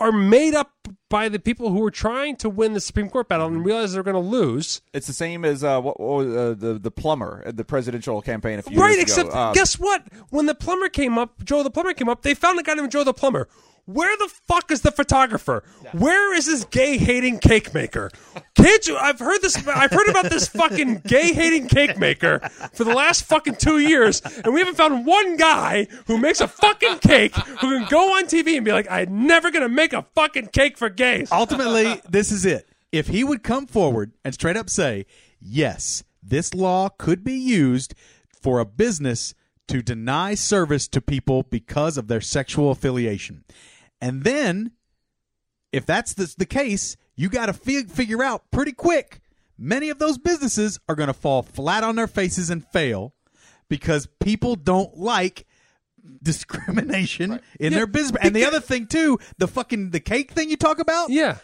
C: are made up by the people who are trying to win the Supreme Court battle and realize they're going to lose.
E: It's the same as uh, what, what was, uh, the the plumber at the presidential campaign a few
C: right,
E: years ago.
C: except
E: Uh,
C: guess what? When the plumber came up, Joe the plumber came up, they found a guy named Joe the plumber. Where the fuck is the photographer? Where is this gay hating cake maker? Can't you? I've heard this. I've heard about this fucking gay hating cake maker for the last fucking two years, and we haven't found one guy who makes a fucking cake who can go on TV and be like, "I'm never gonna make a fucking cake for gays."
B: Ultimately, this is it. If he would come forward and straight up say, yes, this law could be used for a business to deny service to people because of their sexual affiliation. And then, if that's the, the case, you got to fi- figure out pretty quick many of those businesses are going to fall flat on their faces and fail because people don't like discrimination in their business. And the other thing too, the fucking the cake thing you talk about,
C: Yeah.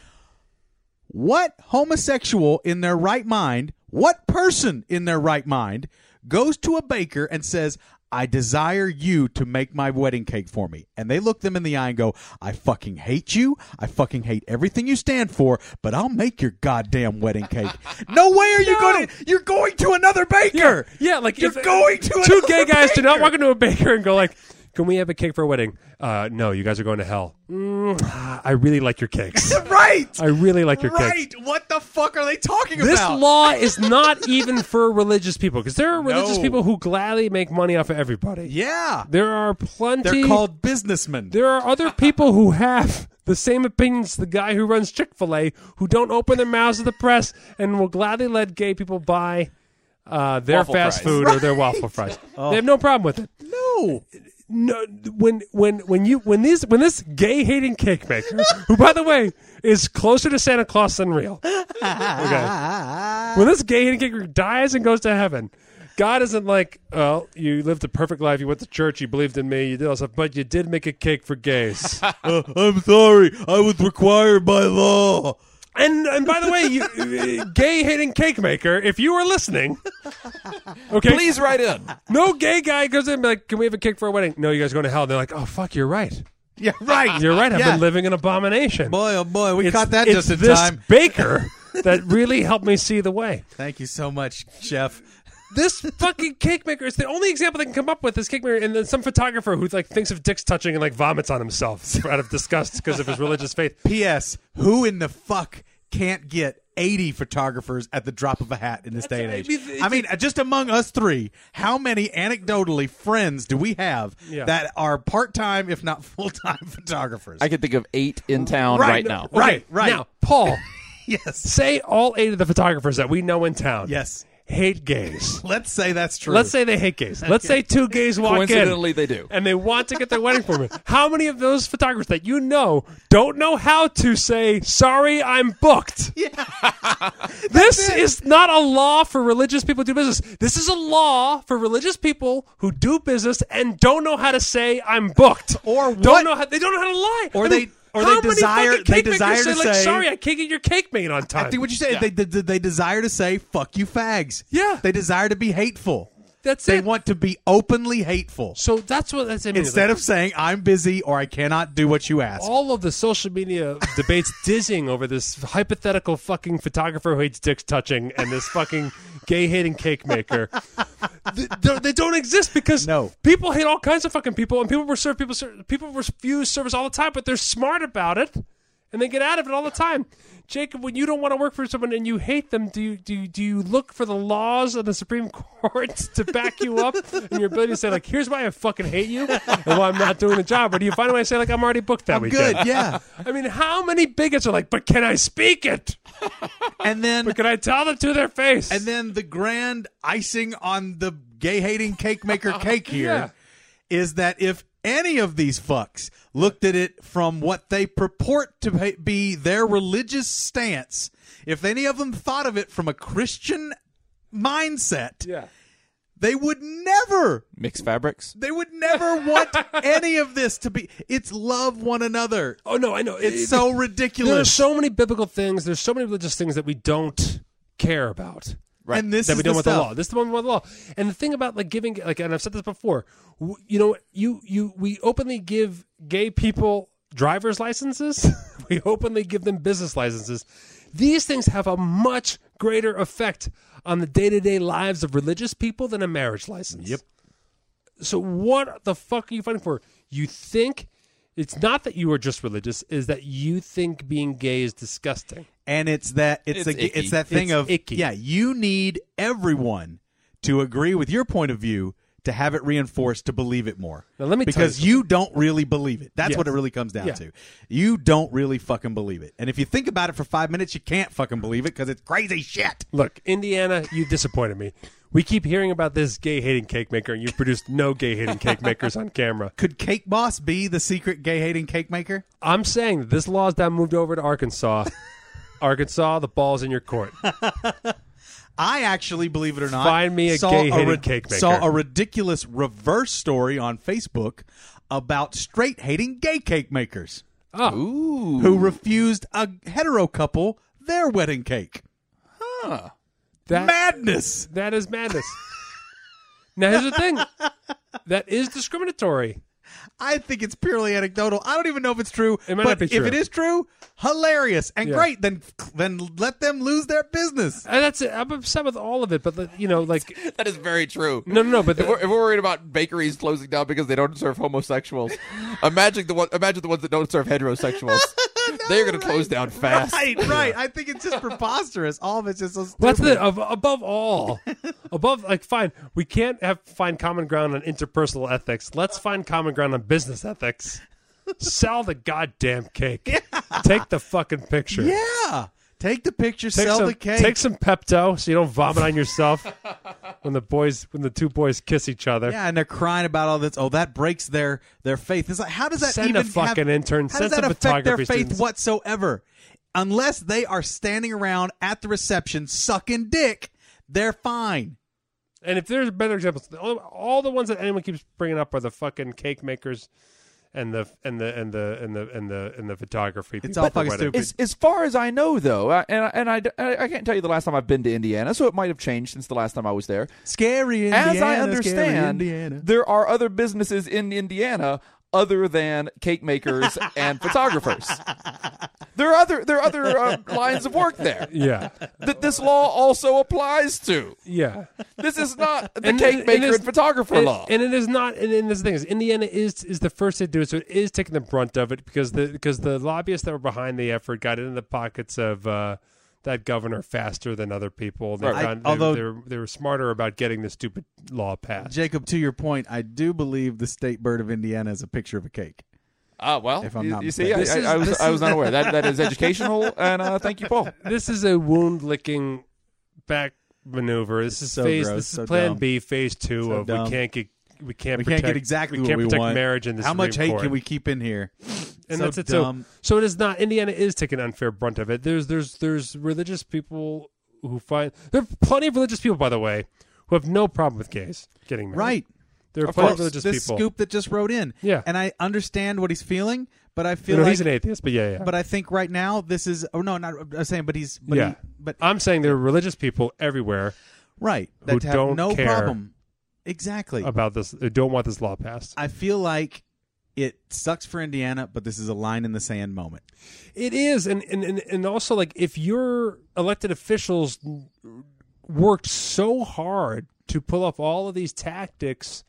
B: what homosexual in their right mind, what person in their right mind goes to a baker and says, I desire you to make my wedding cake for me? And they look them in the eye and go, I fucking hate you. I fucking hate everything you stand for, but I'll make your goddamn wedding cake. no way are you going to, you're going to another baker.
C: Yeah, like
B: you're
C: if, uh,
B: going to
C: two
B: another
C: gay guys do not
B: baker.
C: walk into a baker and go like, "Can we have a cake for a wedding?" Uh, no, you guys are going to hell. Mm, ah, I really like your cakes.
B: Right.
C: I really like your
B: right.
C: cakes.
B: What the fuck are they talking
C: This
B: about?
C: law is not even for religious people because there are religious
B: No.
C: people who gladly make money off of everybody.
B: yeah.
C: There are plenty.
B: They're called businessmen.
C: there are other people who have the same opinions the guy who runs Chick-fil-A who don't open their mouths to the press and will gladly let gay people buy uh, their
E: Waffle
C: fast
E: fries.
C: food or their waffle fries. They have no problem with it.
B: no.
C: no, when when when you when these when this gay hating cake maker, who by the way is closer to Santa Claus than real, okay, when this gay hating cake maker dies and goes to heaven, God isn't like, well, you lived a perfect life, you went to church, you believed in me, you did all stuff, but you did make a cake for gays.
B: I'm sorry. I was required by law.
C: and and by the way, you, uh, gay hating cake maker, if you are listening, okay,
F: Please write in.
C: no gay guy goes in and be like, can we have a cake for a wedding? No, you guys are going to hell. And they're like, oh fuck, you're right.
B: Yeah, right.
C: You're right. I've
B: Yeah.
C: been living an abomination.
B: Boy, oh boy, we caught that
C: it's
B: just in
C: this
B: time.
C: baker that really helped me see the way.
B: Thank you so much, Chef.
C: This fucking cake maker is the only example they can come up with. This cake maker, and then some photographer who like thinks of dicks touching and like vomits on himself out of disgust because of his religious faith.
B: P.S. Who in the fuck can't get 80 photographers at the drop of a hat in this day and age?
C: I mean, it's-
B: I mean, just among us three, how many anecdotally friends do we have
C: Yeah.
B: that are part time, if not full time, photographers?
E: I can think of eight in town
B: Right.
E: right, now.
B: Right,
C: Okay,
B: right.
C: now, Paul,
B: yes.
C: say all eight of the photographers that we know in town.
B: Yes.
C: hate gays.
B: Let's say that's true.
C: Let's say they hate gays. Let's say two gays walk
E: Coincidentally,
C: in.
E: they do.
C: And they want to get their wedding permit. How many of those photographers that you know don't know how to say, sorry, I'm booked? this is not a law for religious people to do business. This is a law for religious people who do business and don't know how to say, I'm booked.
B: Or what-
C: Don't know how, they don't know how to lie.
B: Or
C: I mean,
B: they- or
C: how
B: they
C: many
B: desire- they
C: fucking cake makers
B: desire to
C: like,
B: say-
C: sorry, I can't get your cake made on time.
B: I think what you say they, they they desire to say fuck you fags.
C: Yeah.
B: They desire to be hateful.
C: That's
B: they
C: it.
B: want to be openly hateful.
C: so that's what that's I mean,
B: Instead
C: like-
B: of saying I'm busy or I cannot do what you ask.
C: all of the social media debates dizzying over this hypothetical fucking photographer who hates dicks touching and this fucking gay hating cake maker. they, they- they don't exist because
B: No.
C: people hate all kinds of fucking people and people reserve people ser- people refuse service all the time, but they're smart about it and they get out of it all the time. Jacob, when you don't want to work for someone and you hate them, do you do you, do you look for the laws of the Supreme Court to back you up and your ability to say like, here's why I fucking hate you and why I'm not doing the job, or do you find a way to say like, I'm already booked that weekend?
B: Good, yeah.
C: I mean, how many bigots are like, but can I speak it?
B: And then
C: But can I tell them to their face?
B: and then the grand icing on the gay hating cake maker cake here is that if any of these fucks looked at it from what they purport to be- be their religious stance, if any of them thought of it from a Christian mindset,
C: yeah.
B: they would never
E: Mixed fabrics.
B: They would never want any of this to be. It's love one another.
C: Oh, no, I know.
B: It's so ridiculous.
C: There are so many biblical things, there's so many religious things that we don't care about.
B: and this
C: that
B: is
C: we don't
B: the
C: want the
B: stuff.
C: law. This is the one with the law. And the thing about like giving, like, and I've said this before, w- you know, you you we openly give gay people driver's licenses. we openly give them business licenses. These things have a much greater effect on the day to day lives of religious people than a marriage license. Yep. So what the fuck are you fighting for? You think It's not that you are just religious; is that you think being gay is disgusting.
B: and it's that it's
E: It's
B: a,
E: icky.
B: it's that thing
C: It's
B: of
C: icky.
B: yeah you need everyone to agree with your point of view to have it reinforced to believe it more
C: Now, let me tell you
B: because you, don't really believe it that's
C: Yes.
B: what it really comes down
C: Yeah.
B: to you don't really fucking believe it and if you think about it for five minutes you can't fucking believe it because it's crazy shit
C: Look, Indiana, you disappointed me. We keep hearing about this gay hating cake maker, and you've produced no gay hating cake makers on camera.
B: could cake boss be the secret gay hating cake maker
C: I'm saying that this law is now moved over to Arkansas. Arkansas, the ball's in your court.
B: I actually, believe it or not,
C: Find me a
B: saw
C: gay-hated
B: rid-
C: cake maker.
B: Saw a ridiculous reverse story on Facebook about straight hating gay cake makers. Oh. Who refused a hetero couple their wedding cake.
C: That,
B: Madness.
C: that is madness. now, here's the thing that is discriminatory.
B: I think it's purely anecdotal. I don't even know if it's true.
C: It might
B: but
C: not be
B: if
C: true.
B: it is true, hilarious and
C: Yeah.
B: great. Then then let them lose their business.
C: And that's it. I'm upset with all of it, but, like, you know, like,
E: That is very true.
C: no, no, no, but
E: If
C: the-
E: we're, if we're worried about bakeries closing down because they don't serve homosexuals, imagine the one, imagine the ones that don't serve heterosexuals. They're going to close down fast.
B: Right, right. I think it's just preposterous. All of it's just so stupid.
C: What's the ab- above all? above like fine, we can't have find common ground on interpersonal ethics. Let's find common ground on business ethics. Sell the goddamn cake. Take the fucking picture.
B: Yeah. Take the picture,
C: Take
B: sell
C: some,
B: the cake.
C: Take some Pepto so you don't vomit on yourself when the boys when the two boys kiss each other.
B: Yeah, and they're crying about all this. Oh, that breaks their their faith. It's like how does that
C: Send
B: even
C: a fucking
B: have,
C: intern,
B: How does
C: send
B: that
C: some
B: affect their
C: photography
B: faith
C: students.
B: whatsoever? Unless they are standing around at the reception sucking dick, they're fine.
C: And if there's better examples, the only- all the ones that anyone keeps bringing up are the fucking cake makers and the and the and the and the and the and the photography.
B: It's
C: people
B: all
C: at the
B: fucking
C: wedding.
B: stupid.
E: As, as far as I know, though, I- and I- and I, I, can't tell you the last time I've been to Indiana, so it might have changed since the last time I was there.
B: Scary Indiana.
E: As I
B: scary
E: understand,
B: Indiana.
E: there are other businesses in Indiana other than cake makers and photographers. There are other there are other uh, lines of work there
C: Yeah.
E: that this law also applies to.
C: Yeah.
E: This is not the
C: And it-
E: cake
C: it
E: maker
C: is-
E: and photographer
C: and-
E: law.
C: And it is not. And, and this thing is, Indiana is is the first to do it, so it is taking the brunt of it because the because the lobbyists that were behind the effort got into the pockets of. Uh, that governor faster than other people. They,
E: Right.
C: found,
B: I- although-
C: they, were, they were smarter about getting the stupid law passed.
B: Jacob, to your point, I do believe the state bird of Indiana is a picture of a cake.
E: Ah, well,
B: If I'm
E: you,
B: not
E: you see, I,
B: mistaken.
E: I, I was I was not aware that that is educational, and uh, thank you, Paul.
C: this is a wound licking back maneuver. This is
B: so
C: phase.
B: gross,
C: this is
B: so
C: Plan
B: dumb.
C: B, Phase Two
B: So
C: of
B: dumb.
C: we can't get we can't
B: We
C: protect,
B: can't get exactly
C: we
B: what
C: can't
B: we
C: protect
B: want.
C: marriage in this.
B: How much hate can we keep in here?
C: and
B: so
C: that's it.
B: dumb.
C: So, so it is not. Indiana is taking an unfair brunt of it. There's there's there's religious people who find there are plenty of religious people, by the way, who have no problem with gays getting married.
B: Right.
C: There are
E: Of
C: plenty
B: Well,
C: of religious
B: this
C: people.
B: scoop that just wrote in.
C: Yeah.
B: And I understand what he's feeling, but I feel
C: you know,
B: like
C: he's an atheist, but yeah, yeah.
B: but I think right now this is oh no, not I'm saying, but he's but
C: yeah.
B: he, but
C: I'm saying there are religious people everywhere
B: right
C: who
B: that have
C: don't
B: no
C: care.
B: problem. Exactly.
C: about this. Who don't want this law passed.
B: I feel like it sucks for Indiana, but this is a line in the sand moment.
C: It is, and and and, and also like if your elected officials worked so hard to pull off all of these tactics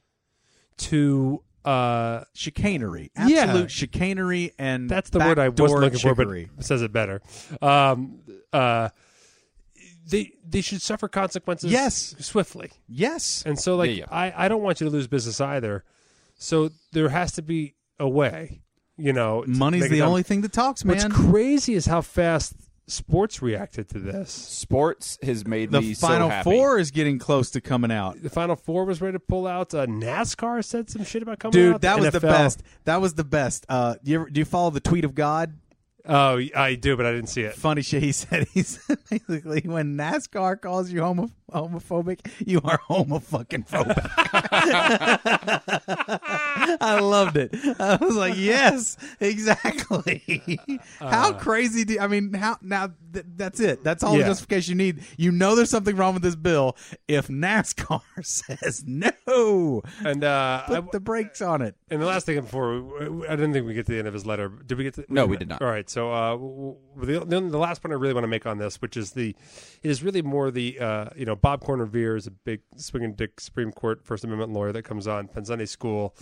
C: to uh
B: Chicanery,
C: Yeah.
B: absolute chicanery, and
C: that's the word I was
B: backdoor
C: looking
B: chicory.
C: for, but it says it better. Um, uh, they they should suffer consequences.
B: Yes.
C: swiftly.
B: yes,
C: And so, like,
E: Yeah, yeah.
C: I I don't want you to lose business either. So there has to be a way. You know, to
B: money's
C: make it
B: the
C: done.
B: only thing that talks,
C: What's
B: man.
C: crazy is how fast sports reacted to this.
E: Sports has made
B: the
E: me
B: Final
E: so happy.
B: Four is getting close to coming out.
C: The Final Four was ready to pull out. Uh, NASCAR said some shit about coming
B: Dude,
C: out.
B: that was the
C: NFL.
B: best. That was the best. Uh, do you, ever, do you follow the tweet of God?
C: Oh, I do, but I didn't see it.
B: funny shit he said. He said basically when NASCAR calls you homo- homophobic, you are homofucking phobic. I loved it. I was like, yes, exactly. how crazy do I mean? How now? Th- that's it. That's all the
C: Uh. Yeah.
B: justification you need. You know, there's something wrong with this bill if NASCAR says no.
C: And uh, I-
B: Put the brakes on it.
C: And the last thing before, we- I didn't think we get to the end of his letter. Did we get to?
E: No, we did not.
C: All right. So uh, w- w- the, the the last point I really want to make on this, which is the, it is really more the uh, you know Bob Corner
E: Mm-hmm.
C: Veer is a big swinging dick Supreme Court First Amendment lawyer that comes on Penn Sunday School,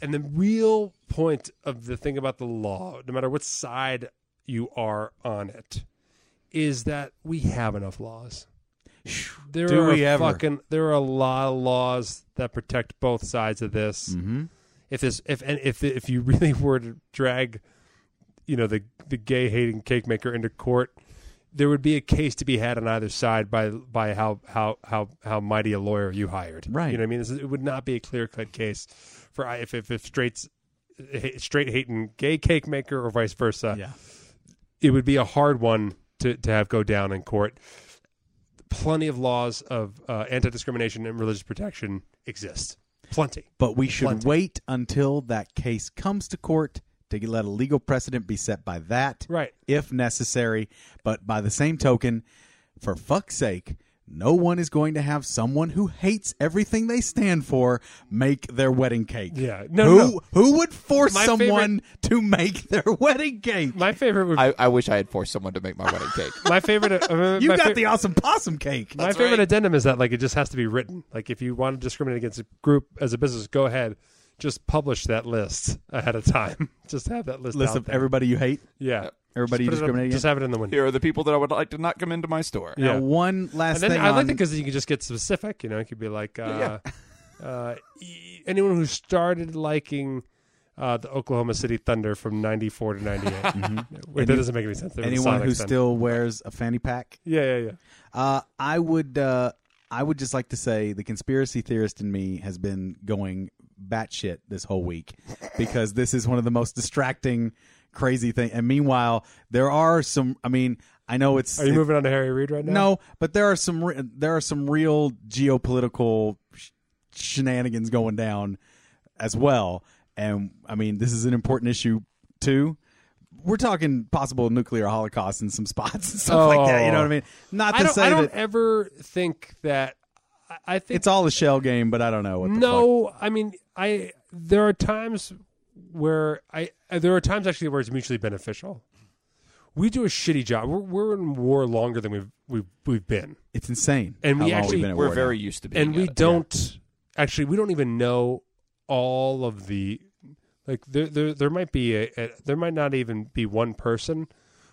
C: and the real point of the thing about the law, no matter what side you are on it, is that we have enough laws. There
B: Do
C: are
B: we ever.
C: fucking there are a lot of laws that protect both sides of this. Mm-hmm. If this if and if if you really were to drag, you know the the gay hating cake maker into court, there would be a case to be had on either side by by how how how how mighty a lawyer you hired.
B: Right.
C: You know what I mean? This is, it would not be a clear cut case for I- if if if straights eh, ha- straight hating gay cake maker or vice versa.
B: Yeah.
C: It would be a hard one to to have go down in court. Plenty of laws of uh, anti discrimination and religious protection exist. Plenty.
B: But we should
C: Plenty.
B: wait until that case comes to court to let a legal precedent be set by that,
C: Right.
B: if necessary. But by the same token, for fuck's sake, no one is going to have someone who hates everything they stand for make their wedding cake.
C: Yeah. No,
B: who,
C: no, no.
B: who would force
C: My
B: someone to make their wedding cake?
C: My favorite would
E: I, I wish I had forced someone to make my wedding cake.
C: my favorite uh,
B: You
C: my
B: got
C: fa-
B: the awesome possum cake.
C: My favorite addendum is that like it just has to be written. Like if you want to discriminate against a group as a business, go ahead, just publish that list ahead of time. just have that list.
B: List
C: out
B: of
C: there.
B: everybody you hate.
C: yeah,
B: everybody you
C: Just put it up-
B: discriminate against.
C: Just have it in the window.
E: Here are the people that I would like to not come into my store.
C: Yeah.
B: Now, one last
C: And then
B: thing.
C: I
B: on,
C: like it because you can just get specific. You know, it could be like uh, uh, e- anyone who started liking. Uh, the Oklahoma City Thunder from '94 to '98. Wait, that doesn't make any sense. They were the
B: Mm-hmm. anyone who
C: Sonics then.
B: still wears a fanny pack.
C: yeah, yeah, yeah.
B: Uh, I would uh, I would just like to say the conspiracy theorist in me has been going batshit this whole week because this is one of the most distracting crazy thing. And meanwhile, there are some. I mean, I know it's
C: Are you
B: it-
C: moving on to Harry Reid right now?
B: no, but there are some re- there are some real geopolitical sh- shenanigans going down as well. And I mean, this is an important issue too. We're talking possible nuclear holocaust in some spots and stuff like that. You know what I mean? Not to
C: Oh. I don't.
B: say
C: I don't
B: that
C: ever think that. I- I think
B: it's all a shell game, but I don't know what the fuck.
C: no i mean i there are times where i there are times actually where it's mutually beneficial we do a shitty job we're, we're in war longer than we've we've, we've been
B: It's insane.
C: And
B: how
C: we
B: long we've
C: actually-
B: been at
E: We're
B: war
E: very used to being.
C: and we
E: at it.
C: don't actually we don't even know all of the like there there, there might be a, a there might not even be one person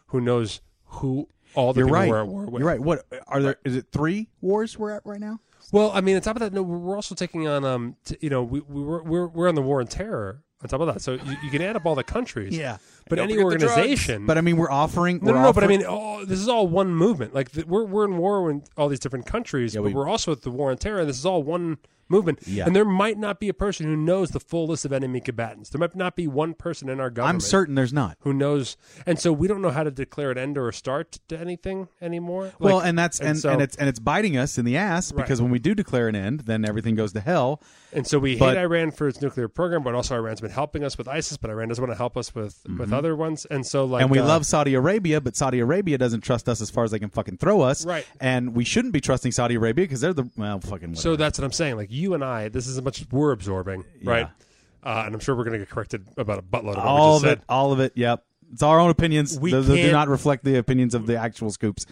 C: who knows who all the
B: now. You're
C: people
B: right.
C: were at war Mm-hmm. with
B: You're right. What are there? Is it three wars we're at right now?
C: Well, I mean, on top of that, no, we're also taking on, um, t- you know, we, we we're, we're we're on the war on terror. On top of that, so you, you can add up all the countries.
B: Yeah.
C: but
E: And don't
C: any
E: forget the drugs.
C: organization.
B: But I mean, we're offering.
C: no,
B: we're
C: no, no. But I
B: offering-
C: mean, all, this is all one movement. Like th- we're we're in war in all these different countries, but
B: we-
C: we, are also at the war on terror. This is all one movement.
B: Yeah.
C: And there might not be a person who knows the full list of enemy combatants. There might not be one person in our government.
B: I'm certain there's not.
C: Who knows? And so we don't know how to declare an end or a start to anything anymore.
B: well,
C: Like,
B: and that's and, and,
C: so-
B: it's and it's biting us in the ass because when we do declare an end, then everything goes to hell.
C: And so we
B: But-
C: hate Iran for its nuclear program, but also Iran's been helping us with ISIS, but Iran doesn't want to help us with with other ones. And so like
B: Mm-hmm. and we
C: uh,
B: love Saudi Arabia, but Saudi Arabia doesn't trust us as far as they can fucking throw us.
C: Right.
B: And we shouldn't be trusting Saudi Arabia because they're the well fucking. Whatever.
C: So that's what I'm saying. Like you and I, this is as much as we're absorbing, right? Uh, and I'm sure we're going to get corrected about a buttload of what
B: all
C: we
B: of
C: just
B: it,
C: said.
B: all of it. Yep. It's our own opinions.
C: We
B: Those- those do
C: can't-
B: not reflect the opinions of the actual scoops.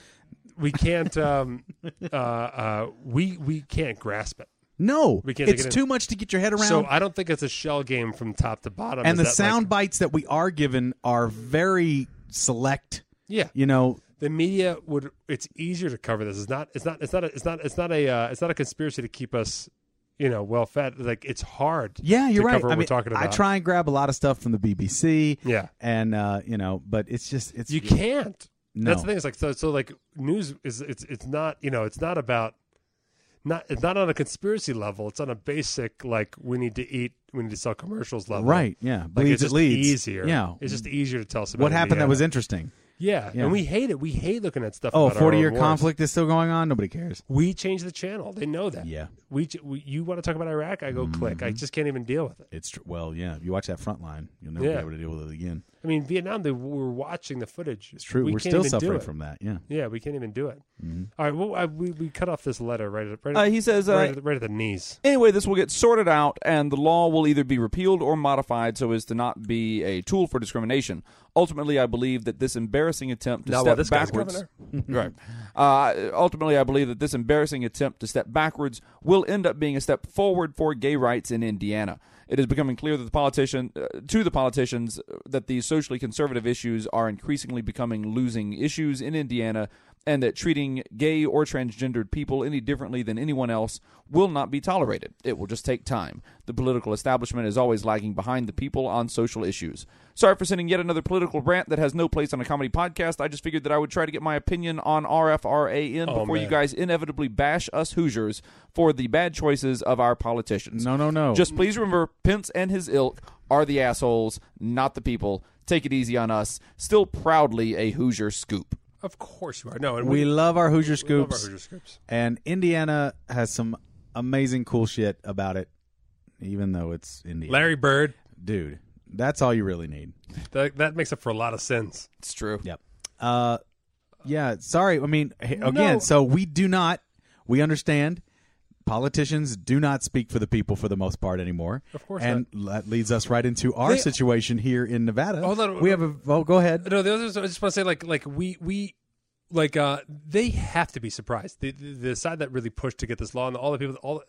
C: We can't. Um, uh, uh, we we can't grasp it.
B: No,
C: We can't
B: it's
C: take it in.
B: too much to get your head around.
C: So I don't think it's a shell game from top to bottom.
B: and the
C: Is that, like-
B: sound bites that we are given are very select.
C: yeah,
B: You know,
C: the media would. It's easier to cover this. It's not. It's not. It's not. A, it's not. It's not a. Uh, it's not a conspiracy to keep us. You know, well fed. Like it's hard.
B: yeah, you're
C: to
B: right.
C: Cover what
B: I mean,
C: we're talking about.
B: I try and grab a lot of stuff from the BBC.
C: Yeah.
B: and uh, you know, but it's just it's
C: You can't.
B: No.
C: That's the thing. It's like so. So like news is it's it's not you know it's not about not it's not on a conspiracy level. It's on a basic like we need to eat, we need to sell commercials level.
B: right. Yeah,
C: Like
B: bleeds
C: it's just
B: it leads.
C: easier.
B: Yeah,
C: It's just easier to tell us about
B: what happened that
C: Indiana.
B: was interesting.
C: yeah.
B: Yeah.
C: And we hate it. We hate looking at stuff.
B: Oh,
C: about our
B: 40
C: own
B: year
C: wars.
B: conflict is still going on. Nobody cares.
C: We change the channel. They know that.
B: Yeah. Mm-hmm.
C: We, ch- we you want to talk about Iraq? I go click. I just can't even deal with it.
B: It's tr- well, yeah. If you watch that front line, you'll never
C: Yeah.
B: be able to deal with it again.
C: I mean, Vietnam. They were watching the footage.
B: It's true.
C: We
B: are
C: can't
B: still
C: even do
B: suffering
C: it.
B: from that. Yeah.
C: Yeah, we can't even do it.
B: Mm-hmm.
C: All right, well, I, we we cut off this letter right at right.
E: Uh,
C: At,
E: he says, uh,
C: right, at, right at the knees.
E: Anyway, this will get sorted out, and the law will either be repealed or modified so as to not be a tool for discrimination. Ultimately, I believe that this embarrassing attempt to
C: Not
E: step
C: while this guy's
E: backwards, right? Uh, ultimately, I believe that this embarrassing attempt to step backwards will end up being a step forward for gay rights in Indiana. It is becoming clear that the politician uh, to the politicians uh, that these socially conservative issues are increasingly becoming losing issues in Indiana, and that treating gay or transgendered people any differently than anyone else will not be tolerated. It will just take time. The political establishment is always lagging behind the people on social issues. Sorry for sending yet another political rant that has no place on a comedy podcast. I just figured that I would try to get my opinion on RFRA in before you
C: man.
E: guys inevitably bash us Hoosiers for the bad choices of our politicians.
B: No, no, no.
E: Just please remember Pence and his ilk are the assholes, not the people. Take it easy on us. Still proudly a Hoosier scoop.
C: Of course you are. No, and
B: we
C: we,
B: love our Hoosier
C: we love our
B: scoops,
C: Hoosier Scoops.
B: and Indiana has some amazing cool shit about it. Even though it's Indiana,
C: Larry Bird.
B: dude, that's all you really need.
C: That, that makes up for a lot of sins.
E: It's true.
B: Yep. Uh, yeah. Sorry. I mean, h- again,
C: No.
B: so we do not. We understand. Politicians do not speak for the people for the most part anymore. Of
C: course
B: and that leads us right into our
C: They-
B: situation here in Nevada.
C: Hold on.
B: we have a. Oh, go ahead.
C: No, the other. I just want to say, like, like we we like uh they have to be surprised. The the, the side that really pushed to get this law and all the people, all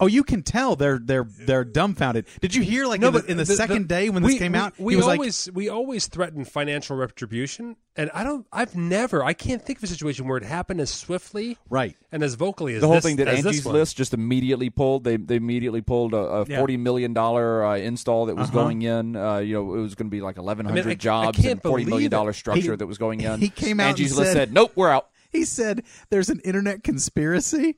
B: Oh, you can tell they're they're they're dumbfounded. Did you hear like in the, in the, second day when this
C: we-
B: came
C: we-
B: out?
C: We
B: he was like,
C: always we always threaten financial retribution, and I don't. I've never. I can't think of a situation where it happened as swiftly,
B: Right.
C: and as vocally as
E: the whole
C: this-
E: thing that
C: as this
E: Angie's
C: one.
E: List just immediately pulled. They they immediately pulled a, a
B: Yeah.
E: forty million dollar uh, install that was going in. Uh, you know, it was going to be like eleven hundred
C: I mean, I-
E: jobs
C: I can't
E: and forty million
C: believe it.
E: dollar structure
B: He-
E: that was going in.
B: he came out and
E: Angie's List
B: said-
E: said, "Nope, we're out."
B: he said, "There's an internet conspiracy."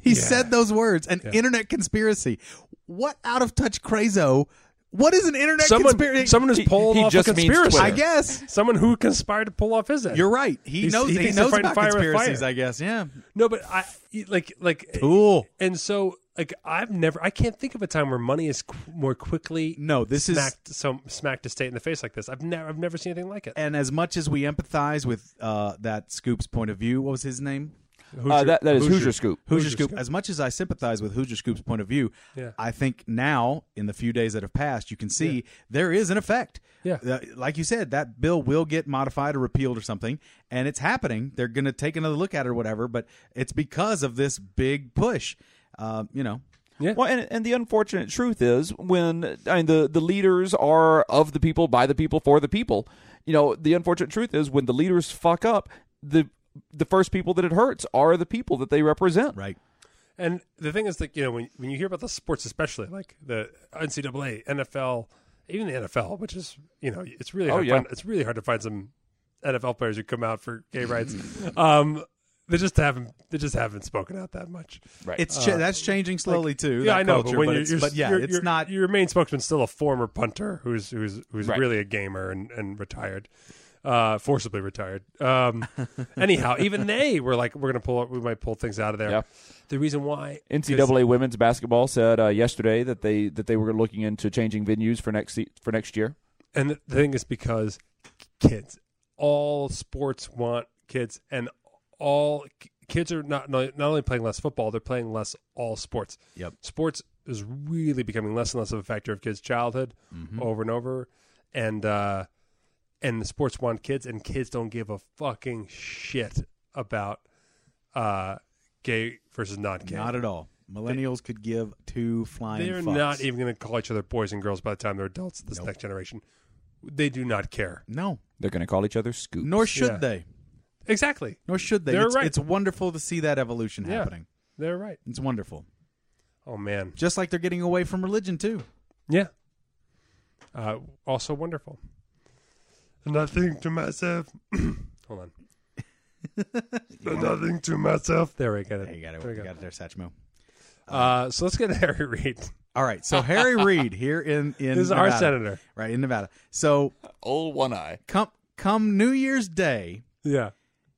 B: He said those words, an internet conspiracy. What out of touch crazo? What is an internet
C: Someone,
B: conspiracy?
C: someone who's
E: He-
C: pulled
E: he
C: off
E: just
C: a
E: means
C: conspiracy.
E: Twitter.
B: I guess.
C: someone who conspired to pull off his end.
B: You're right. He
C: He's-
B: knows.
C: he
B: He,
C: thinks they're
B: knows
C: fighting
B: about
C: fire with
B: conspiracies.
C: fire.
B: I guess. Yeah.
C: No, but I like like
B: Cool.
C: And so like I've never I can't think of a time where money is qu- more quickly
B: No, this is.
C: smacked so smacked a state in the face like this. I've never I've never seen anything like it.
B: And as much as we empathize with uh, that Scoop's point of view, what was his name?
E: Uh, that that is Hoosier, Scoop.
B: Hoosier, Scoop. As much as I sympathize with Hoosier Scoop's point of view,
C: Yeah.
B: I think now in the few days that have passed, you can see there is an effect.
C: Yeah.
B: Uh, like you said, that bill will get modified or repealed or something, and it's happening. They're going to take another look at it or whatever, but it's because of this big push. Uh, you know,
E: Well, and, and the unfortunate truth is when I mean the, the leaders are of the people, by the people, for the people. You know, the unfortunate truth is when the leaders fuck up, the the first people that it hurts are the people that they represent.
B: right?
C: And the thing is like you know when when you hear about the sports especially like the NCAA, NFL, even the NFL, which is you know it's really hard
E: Oh,
C: to
E: yeah.
C: find, it's really hard to find some NFL players who come out for gay rights. um they just haven't they just haven't spoken out that much.
E: Right.
B: It's cha- that's changing slowly too.
C: Uh, Yeah,
B: that
C: I know,
B: culture,
C: but when you're,
B: it's-
C: you're,
B: but yeah,
C: you're-
B: it's
C: you're-
B: not.
C: your main spokesman's still a former punter who's who's who's
E: Right.
C: really a gamer and, and retired, uh, forcibly retired. Um, anyhow, even they were like, we're gonna pull, we might pull things out of there.
E: Yeah.
C: The reason why
E: NCAA women's basketball said uh, yesterday that they that they were looking into changing venues for next se- for next year.
C: And the thing is because kids, all sports want kids, and all k- kids are not not only playing less football, they're playing less all sports.
B: Yep.
C: sports is really becoming less and less of a factor of kids' childhood
B: Mm-hmm.
C: over and over, and uh, and the sports want kids, and kids don't give a fucking shit about uh, gay versus not gay.
B: Not at all. Millennials could give two flying.
C: They're
B: fucks.
C: not even going to call each other boys and girls by the time they're adults. This next generation, they do not care.
B: No,
E: They're going to call each other scoop.
B: nor should
C: Yeah.
B: they.
C: Exactly.
B: Nor should they.
C: They're
B: It's,
C: right.
B: it's wonderful to see that evolution
C: Yeah.
B: happening.
C: They're right.
B: It's wonderful.
C: Oh man.
B: Just like they're getting away from religion too.
C: Yeah. Uh, also wonderful. Nothing to myself. Hold on. Nothing to myself. There we go.
B: Hey, you got it.
C: There we
B: You
C: go.
B: got it there, Satchmo.
C: Uh, so let's get to Harry Reid.
B: All right. So Harry Reid here in in
C: This is our
B: Nevada.
C: senator.
B: right in Nevada. So
F: Old one eye.
B: come come New Year's Day,
C: Yeah.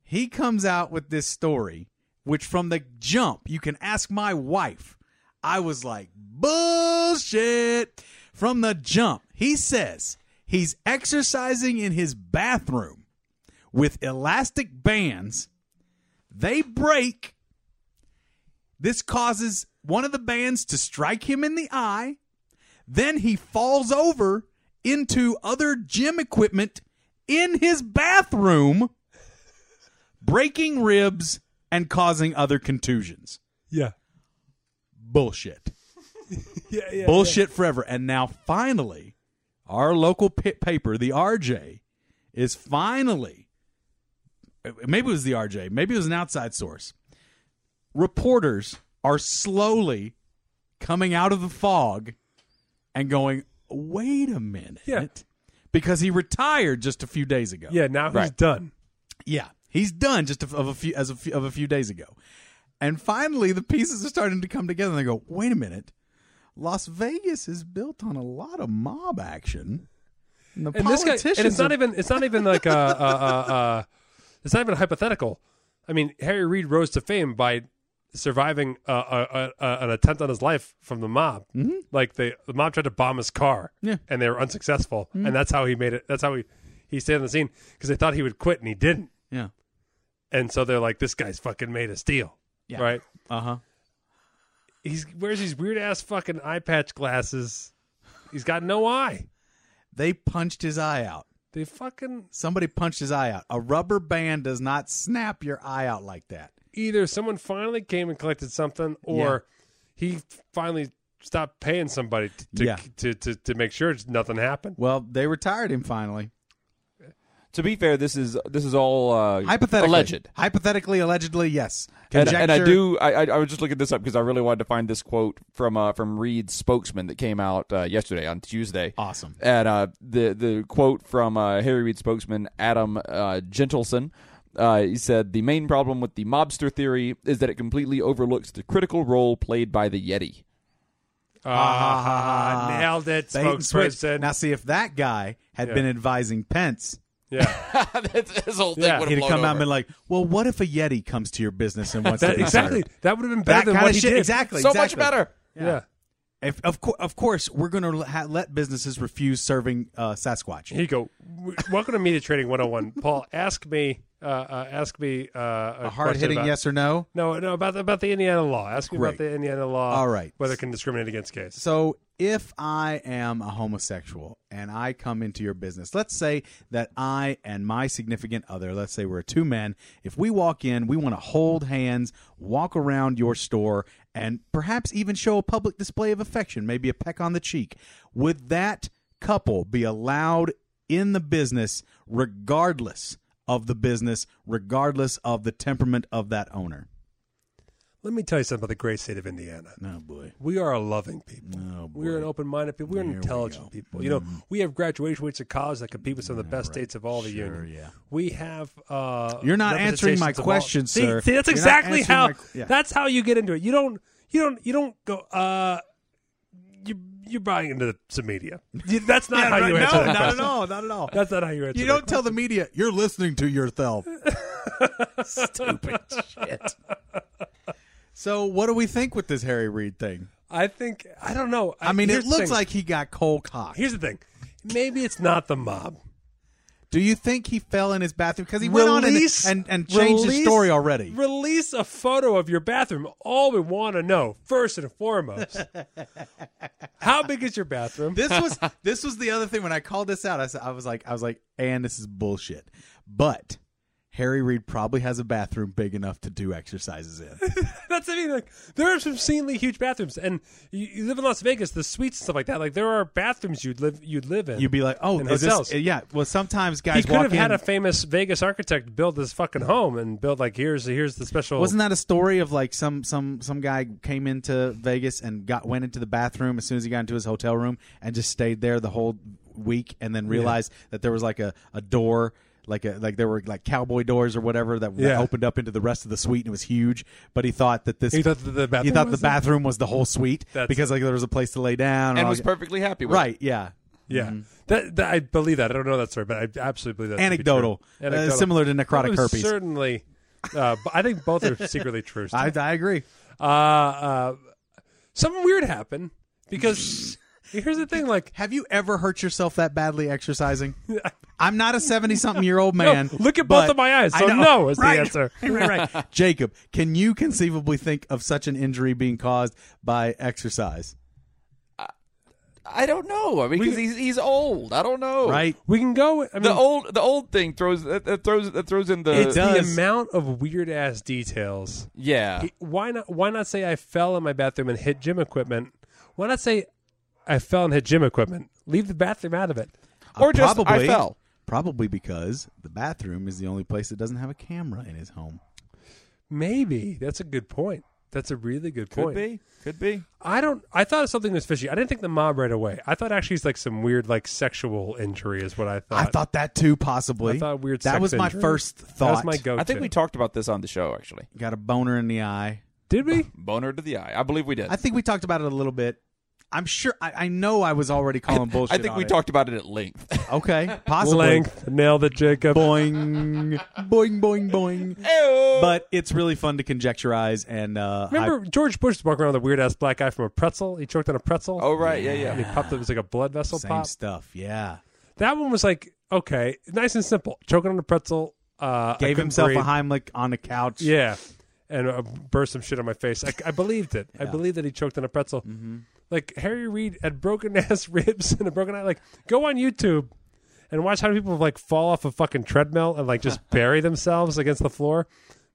B: he comes out with this story, which from the jump, you can ask my wife. I was like, bullshit. From the jump, he says he's exercising in his bathroom with elastic bands. They break. This causes one of the bands to strike him in the eye. Then he falls over into other gym equipment in his bathroom breaking ribs and causing other contusions.
C: Yeah.
B: Bullshit.
C: yeah, yeah.
B: bullshit forever. And now finally, our local pi paper, the RJ, is finally maybe it was the RJ, maybe it was an outside source. Reporters are slowly coming out of the fog and going, "Wait a minute."
C: Yeah.
B: Because he retired just a few days ago.
C: Yeah, now he's
E: Right.
C: done.
B: Yeah, he's done just of, of a few as a few, of a few days ago, and finally the pieces are starting to come together. And they go, wait a minute, Las Vegas is built on a lot of mob action, and the
C: And this guy,
B: politicians.
C: and it's not
B: are-
C: even it's not even like a, a, a, a it's not even hypothetical. I mean, Harry Reid rose to fame by surviving a, a, a, an attempt on his life from the mob. Like the the mob tried to bomb his car,
B: Mm-hmm. Yeah. Mm-hmm.
C: and they were unsuccessful, and that's how he made it. That's how he he stayed on the scene because they thought he would quit, and he didn't.
B: yeah,
C: And so they're like, "This guy's fucking made a steal,
B: Yeah.
C: right?"
B: uh
E: Uh-huh.
B: huh.
C: He's wears these weird ass fucking eye patch glasses. He's got no eye.
B: They punched his eye out.
C: They fucking
B: Somebody punched his eye out. A rubber band does not snap your eye out like that.
C: either someone finally came and collected something or he finally stopped paying somebody t- to,
B: Yeah.
C: to, to, to make sure it's- nothing happened.
B: Well, they retired him finally.
E: To be fair, this is this is all uh,
B: Hypothetically,
E: alleged.
B: Hypothetically, allegedly, yes.
E: And, and I
B: Conjecture-
E: do. I, I, I was just looking this up because I really wanted to find this quote from uh, from Reed's spokesman that came out uh, yesterday on Tuesday.
B: Awesome.
E: And uh, the the quote from uh, Harry Reid spokesman Adam uh, Gentleson. Uh, he said the main problem with the mobster theory is that it completely overlooks the critical role played by the Yeti.
C: Ah, nailed it,
B: Bait and switch.
C: spokesperson.
B: Now, see if that guy had been advising Pence,
C: yeah,
F: That's- this whole thing
C: Yeah,
F: would
B: he'd
F: have blown
B: have come
F: over.
B: out and been like, "Well, what if a Yeti comes to your business and wants to
C: that,
B: be
C: exactly.
B: served?"
C: That would have been
B: That
C: better than
B: kind
C: what
B: of
C: he
B: shit.
C: did.
B: Exactly.
E: So much
B: exactly.
E: better.
C: Yeah.
B: If, of, cour of course, we're going to ha- let businesses refuse serving uh, Sasquatch.
C: Here you go. W- Welcome to Media Trading 101. Paul, ask me, uh, uh, ask me uh, a,
B: A hard hitting
C: question about-
B: yes or no.
C: No, no, about the, about the Indiana law. Ask me
B: Great.
C: about the Indiana law.
B: All right.
C: Whether it can discriminate against gays.
B: So, if I am a homosexual and I come into your business, let's say that I and my significant other, let's say we're two men, if we walk in, we want to hold hands, walk around your store, and perhaps even show a public display of affection, maybe a peck on the cheek. Would that couple be allowed in the business regardless of the business, regardless of the temperament of that owner?
C: Let me tell you something about the great state of Indiana.
B: Oh, boy.
C: We are a loving people.
B: Oh,
C: we are an open-minded people. We're an intelligent people. You know,
B: Mm-hmm.
C: we have graduation rates at college that compete with some of the best states of all the union.
B: yeah.
C: We have. Uh,
B: You're not answering my
C: representations of all-
B: question,
C: see,
B: sir.
C: See, that's
B: You're not
C: exactly
B: answering
C: how.
B: my- yeah.
C: That's how you get into it. You don't. You don't. You don't go. Uh, you you're buying into the, some media. You- That's not how you
B: no,
C: answer that
B: not
C: question.
B: at all. Not at all.
C: That's not how you answer.
B: You
C: that
B: don't tell the media you're listening to yourself. Stupid shit. So what do we think with this Harry Reid thing?
C: I think I don't know.
B: I mean,
C: here's
B: it
C: the
B: looks
C: thing.
B: like he got cold cock.
C: here's the thing. Maybe it's not the mob.
B: Do you think he fell in his bathroom because he went on and
C: Release-
B: and, and changed his
C: release-
B: story already?
C: Release a photo of your bathroom. All we want to know, first and foremost, how big is your bathroom?
B: this was this was the other thing when I called this out. I said I was like I was like, and this is bullshit. But Harry Reid probably has a bathroom big enough to do exercises in.
C: That's I mean, like there are some obscenely huge bathrooms, and you, you live in Las Vegas, the suites and stuff like that. Like there are bathrooms you'd live you'd live in.
B: You'd be like, oh,
C: In
B: is
C: hotels.
B: this? Yeah. Well, sometimes
C: he
B: guys
C: could
B: walk
C: have had
B: in-
C: a famous Vegas architect build this fucking home and build like here's here's the special.
B: Wasn't that a story of like some some some guy came into Vegas and got went into the bathroom as soon as he got into his hotel room and just stayed there the whole week and then realized that there was like a, a door like a like there were like cowboy doors or whatever that, that
C: Yeah.
B: opened up into the rest of the suite and it was huge but he thought that this
C: He thought that the bathroom
B: he thought the
C: was-
B: bathroom was the whole suite
C: That's-
B: because like there was a place to lay down
E: And
B: all
E: was
B: that-
E: perfectly happy with it.
B: Oh, right yeah
C: Yeah,
B: mm-hmm.
C: that, that- I believe that. I don't know that story, but I absolutely believe that. to be true.
B: Anecdotal. Uh, similar to necrotic
C: It was
B: herpes.
C: Certainly, uh, but I think both are secretly true. Steve.
B: I, I agree
C: uh, uh, something weird happened because here's the thing: like,
B: have you ever hurt yourself that badly exercising I'm not a 70 something year old
C: no,
B: man.
C: look at
B: but
C: both of my eyes.
B: I
C: So
B: know-
C: no is
B: Right.
C: the answer.
B: right, right. Jacob, can you conceivably think of such an injury being caused by exercise?
E: I don't know. I mean, because he's he's old. I don't know.
B: Right?
C: We can go. I mean,
E: The old the old thing throws that, that throws that throws in the
C: it's the
B: does. Uh.
C: amount of weird ass details.
E: yeah.
C: Why not? Why not say I fell in my bathroom and hit gym equipment? Why not say, I fell and hit gym equipment? Leave the bathroom out of it.
E: Or just, I fell.
B: Uh, Probably because the bathroom is the only place that doesn't have a camera in his home.
C: Maybe that's a good point. That's a really good
E: Could
C: point.
E: be. Could be.
C: I don't. I thought something was fishy. I didn't think the mob right away. I thought actually it's like some weird like sexual injury is what I thought.
B: I thought that too, possibly.
C: I thought weird
B: That
C: sex
B: was my
C: injury.
B: first
C: that
B: thought.
C: was my go-to.
E: I think we talked about this on the show, actually.
B: Got a boner in the eye.
C: did we.
E: Boner to the eye. I believe we did.
B: I think we talked about it a little bit. I'm sure. I, I know I was already calling bullshit.
E: I think
B: on
E: we
B: it.
E: talked about it at length.
B: Okay, possibly.
C: Length nail that Jacob.
B: Boing, boing, boing, boing. But it's really fun to conjecturize and uh,
C: Remember George Bush was walking around with a weird ass black guy from a pretzel. He choked on a pretzel.
E: oh, right. Yeah,
C: and he
E: yeah.
C: popped up. It was like a blood
B: I,
C: vessel
B: same
C: pop.
B: stuff. Yeah,
C: that one was like okay, nice and simple. Choking on a pretzel. Uh, I
B: gave
C: couldn't
B: himself
C: breathe.
B: a Heimlich on the couch.
C: Yeah, and uh, burst some shit on my face. I, I believed it. I believed that he choked on a pretzel. Like Harry Reid had broken ass ribs and a broken eye. Like go on YouTube and watch how many people like fall off a fucking treadmill and like just bury themselves against the floor.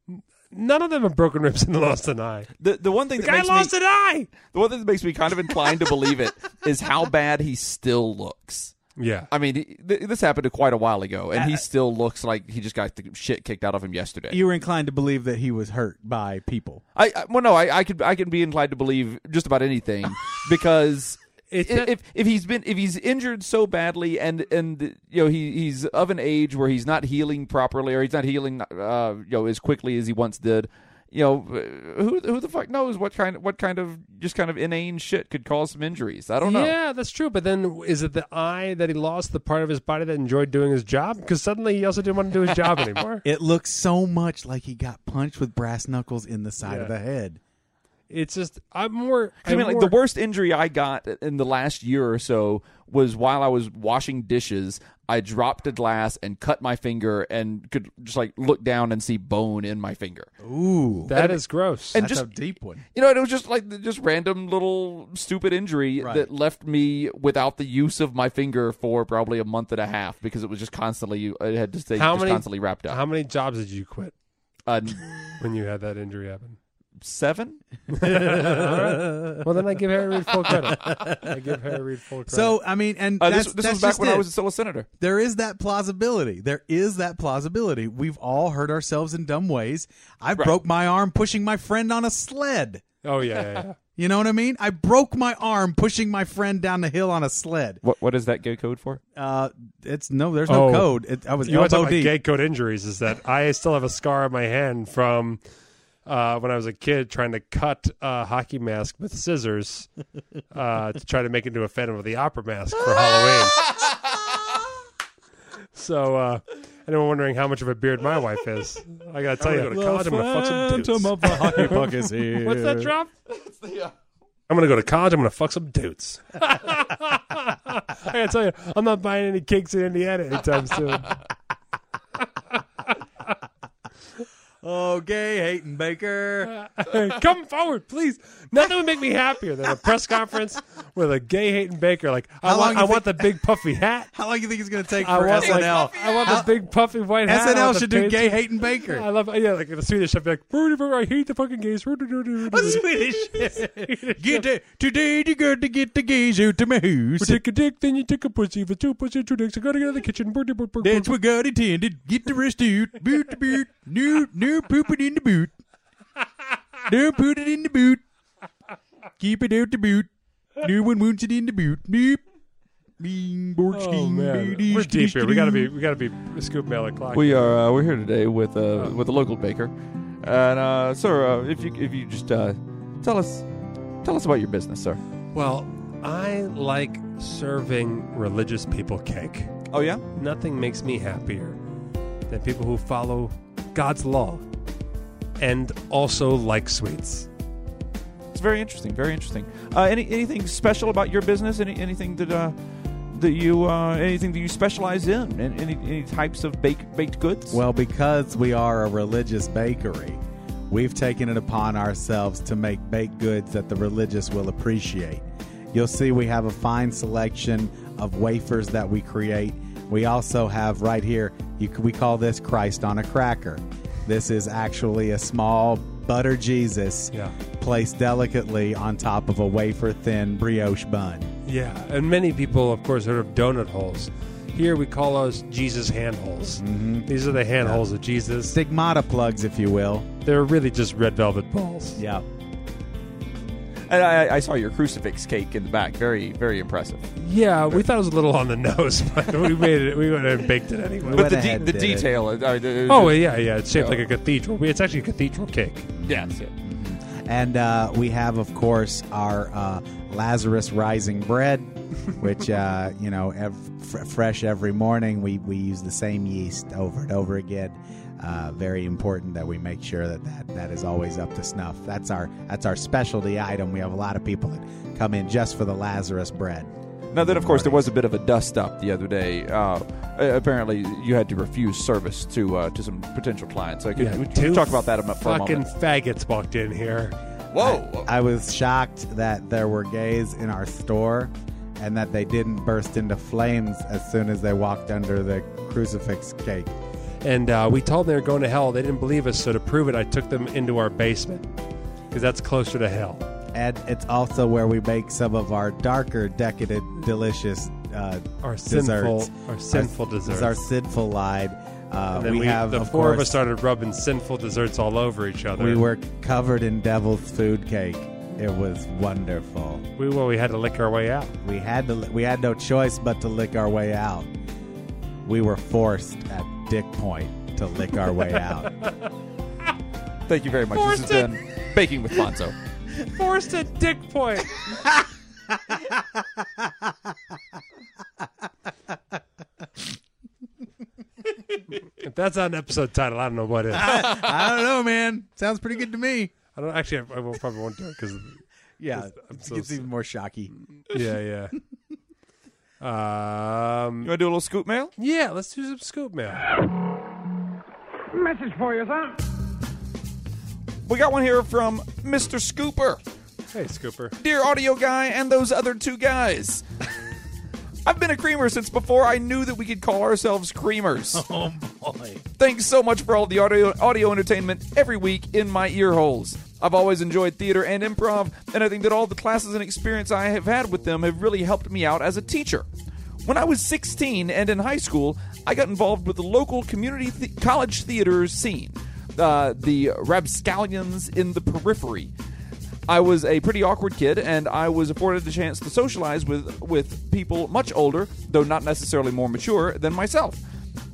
C: N- None of them have broken ribs and lost an eye.
E: The, the one thing
C: The
E: that
C: guy
E: makes
C: lost
E: me,
C: an eye.
E: the one thing that makes me kind of inclined to believe it is how bad he still looks.
C: Yeah.
E: I mean, he- th- this happened quite a while ago, and he still looks like he just got the shit kicked out of him yesterday.
B: you were inclined to believe that he was hurt by people.
E: I, I well, no, I, I could I can be inclined to believe just about anything because
C: It's
E: i-
C: not-
E: if if he's been if he's injured so badly and and you know he he's of an age where he's not healing properly or he's not healing uh you know as quickly as he once did. You know, who who the fuck knows what kind what kind of just kind of inane shit could cause some injuries? I don't know.
C: Yeah, that's true. But then, is it the eye that he lost, the part of his body that enjoyed doing his job? Because suddenly he also didn't want to do his job anymore.
B: It looks so much like he got punched with brass knuckles in the side of the
C: Yeah.
B: head.
C: It's just I'm more.
E: 'Cause I mean,
C: I'm
E: like
C: more-
E: the worst injury I got in the last year or so was while I was washing dishes. I dropped a glass and cut my finger, and could just like look down and see bone in my finger.
B: Ooh,
C: That is gross.
E: And
B: that's
E: just
B: a deep one.
E: you know, and it was just like the- just random little stupid injury
B: Right.
E: that left me without the use of my finger for probably a month and a half because it was just constantly it had to stay
C: How
E: just
C: many-
E: constantly wrapped up.
C: How many jobs did you quit
E: uh,
C: when you had that injury happen?
E: seven.
C: Well, then I give Harry Reid full credit. I give Harry Reid full credit.
B: So I mean, and
E: Uh,
B: that's,
E: this this
B: that's
E: was back
B: just
E: when
B: it.
E: I was still a senator.
B: there is that plausibility. There is that plausibility. We've all hurt ourselves in dumb ways. I broke my arm pushing my friend on a sled.
C: oh yeah, yeah, yeah.
B: You know what I mean? I broke my arm pushing my friend down the hill on a sled.
E: What what is that go code for?
B: Uh, it's no, there's no
C: Oh.
B: code. It, I was
C: you want to
B: elbow
C: talk about
B: deep.
C: gay code injuries? Is that I still have a scar on my hand from uh, when I was a kid trying to cut a hockey mask with scissors uh, to try to make it into a Phantom of the Opera mask for Halloween. So, uh, anyone wondering how much of a beard my wife is? I gotta tell you, I'm gonna go to college. I'm gonna fuck some dudes.
B: Phantom of the hockey puck is here.
C: What's that drop?
B: uh,
C: I'm gonna go to college. I'm gonna fuck some dudes. I gotta tell you, I'm not buying any cakes in Indiana anytime soon.
B: Oh, gay Hayden Baker.
C: Come forward, please. Nothing would make me happier than a press conference with a gay hating baker. Like I
B: How long
C: want,
B: you
C: I want the
B: think-
C: big puffy hat.
B: How long do you think it's going to take
C: I
B: for
C: want like,
B: SNL?
C: I want the big puffy white hat. I want
B: SNL
C: the
B: should do
C: pants-
B: gay Hayden Baker.
C: I love yeah, like the Swedish chef be like, "Rudy, Rudy, I hate the fucking gays. Rudy, Rudy, Rudy, Rudy."
B: Get the, today you got to get the gays out of my
C: You
B: house.
C: take a dick, then you take a pussy. If it's two pussy, two dicks, I gotta get out of the kitchen. Rudy, Rudy, Rudy,
B: That's
C: Rudy.
B: what God intended. Get the rest out. Boot to boot. No, no pooping in the boot. No put it in the boot. Keep it out the boot. No one wants it in the boot. Nope. Bing, bork,
C: Oh
B: sting,
C: man,
B: booty,
C: we're deep here. We gotta be,
B: skidoo.
C: we gotta be scoop mail o'clock.
E: We are uh, we're here today with uh, with a local baker, and uh, sir, uh, if you if you just uh, tell us tell us about your business, sir.
C: Well, I like serving religious people cake.
E: Oh yeah,
C: nothing makes me happier than people who follow God's law and also like sweets.
E: it's very interesting, very interesting. Uh, any anything special about your business? Any anything that uh, that you uh, anything that you specialize in? An- Any any types of baked baked goods?
B: Well, because we are a religious bakery, we've taken it upon ourselves to make baked goods that the religious will appreciate. You'll see we have a fine selection of wafers that we create. We also have right here, you, c- we call this Christ on a Cracker. This is actually a small butter Jesus
C: Yeah.
B: placed delicately on top of a wafer thin brioche bun.
C: Yeah, and many people, of course, heard of donut holes. Here we call those Jesus hand holes. These are the hand holes of Jesus.
B: Stigmata plugs, if you will.
C: They're really just red velvet balls.
B: Yeah.
E: And I, I saw your crucifix cake in the back. Very, very impressive.
C: Yeah, we thought it was a little on the nose, but we made it. We went and baked it anyway.
B: Went
E: But the,
B: ahead and
E: the
B: did it.
E: detail. uh, uh, the-
C: Oh yeah, yeah. It's shaped
E: Yeah.
C: like a cathedral. It's actually a cathedral cake.
E: yeah. that's it.
B: And uh, we have, of course, our uh, Lazarus Rising Bread, which, uh, you know, ev- fr- fresh every morning. We, we use the same yeast over and over again. Uh, very important that we make sure that, that that is always up to snuff. That's our that's our specialty item. We have a lot of people that come in just for the Lazarus bread.
E: Now, then, of course, there was a bit of a dust up the other day. Uh, a- apparently, you had to refuse service to uh, to some potential clients. So could,
C: Yeah,
E: would
C: two
E: you talk about that a- for a
C: Fucking
E: moment?
C: faggots walked in here.
E: Whoa!
B: I was shocked that there were gays in our store and that they didn't burst into flames as soon as they walked under the crucifix cake.
C: And uh, we told them they were going to hell. They didn't believe us, so to prove it, I took them into our basement because that's closer to hell.
B: And it's also where we make some of our darker, decadent, delicious uh,
C: Our
B: desserts.
C: sinful- our sinful
B: It's our
C: desserts.
B: sinful line. Uh,
C: And then
B: we,
C: we,
B: have
C: the
B: of
C: four of
B: course,
C: us started rubbing sinful desserts all over each other.
B: We were covered in devil's food cake. It was wonderful.
C: we well, we had to lick our way out.
B: We had to. We had no choice but to lick our way out. We were forced at Dick Point to lick our way out.
E: Thank you very much. This has
C: Forced it.
E: been baking with Fonzo.
C: Forced a dick point. if that's not an episode title, I don't know what is. I
B: I don't know, man. Sounds pretty good to me.
C: don't actually. I, I will- probably won't do it because.
B: Yeah,
C: I'm
B: it's,
C: so
B: it's even more shocky.
C: Yeah, yeah. Um.
E: You want to do a little scoop mail?
C: Yeah, let's do some scoop mail.
E: We got one here from Mr. Scooper.
C: Hey, Scooper.
E: Dear Audio Guy and those other two guys. I've been a creamer since before I knew that we could call ourselves creamers. Oh boy. Thanks so much for all the audio audio entertainment every week in my ear holes. I've always enjoyed theater and improv, and I think that all the classes and experience I have had with them have really helped me out as a teacher. When I was 16 and in high school, I got involved with the local community th- college theater scene, uh, the Rapscallions in the periphery. I was a pretty awkward kid, and I was afforded the chance to socialize with with people much older, though not necessarily more mature than myself.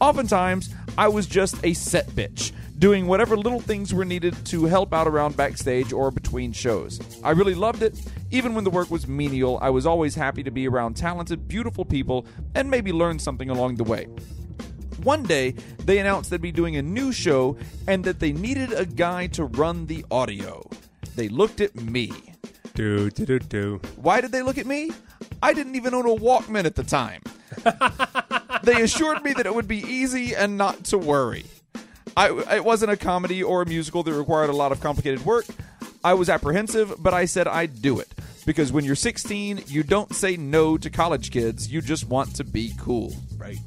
E: Oftentimes, I was just a set bitch, doing whatever little things were needed to help out around backstage or between shows. I really loved it. Even when the work was menial, I was always happy to be around talented, beautiful people and maybe learn something along the way one day they announced they'd be doing a new show and that they needed a guy to run the audio. They looked at me.
C: Do do do do.
E: Why did they look at me? I didn't even own a Walkman at the time. they assured me that it would be easy and not to worry. I, it wasn't a comedy or a musical that required a lot of complicated work. I was apprehensive, but I said I'd do it. Because when you're 16, you don't say no to college kids, you just want to be cool. Right.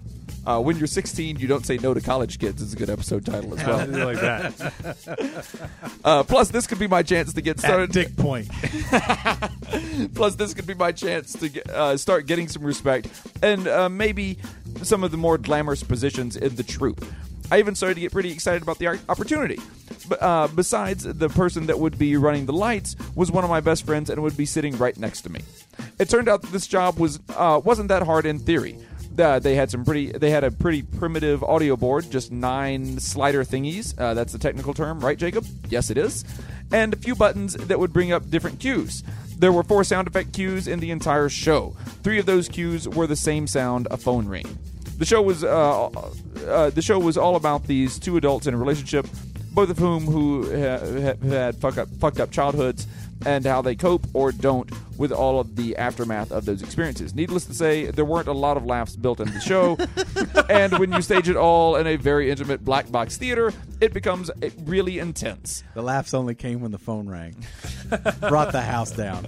E: Uh, when you're 16, you don't say no to college kids is a good episode title as well.
C: Something like that.
E: Uh, plus, this could be my chance to get started.
B: Dick Point.
E: Plus, this could be my chance to get, uh, start getting some respect and uh, maybe some of the more glamorous positions in the troupe. I even started to get pretty excited about the ar- opportunity. But, uh, besides, the person that would be running the lights was one of my best friends and would be sitting right next to me. It turned out that this job was uh, wasn't that hard in theory. Uh, they had some pretty. They had a pretty primitive audio board, just nine slider thingies. Uh, that's the technical term, right, Jacob? Yes, it is. And a few buttons that would bring up different cues. There were four sound effect cues in the entire show. Three of those cues were the same sound: a phone ring. The show was uh, uh, the show was all about these two adults in a relationship, both of whom who ha- ha- had fuck up fucked up childhoods and how they cope or don't with all of the aftermath of those experiences. Needless to say, there weren't a lot of laughs built into the show, and when you stage it all in a very intimate black box theater, it becomes eh, really intense.
B: The laughs only came when the phone rang. Brought the house down.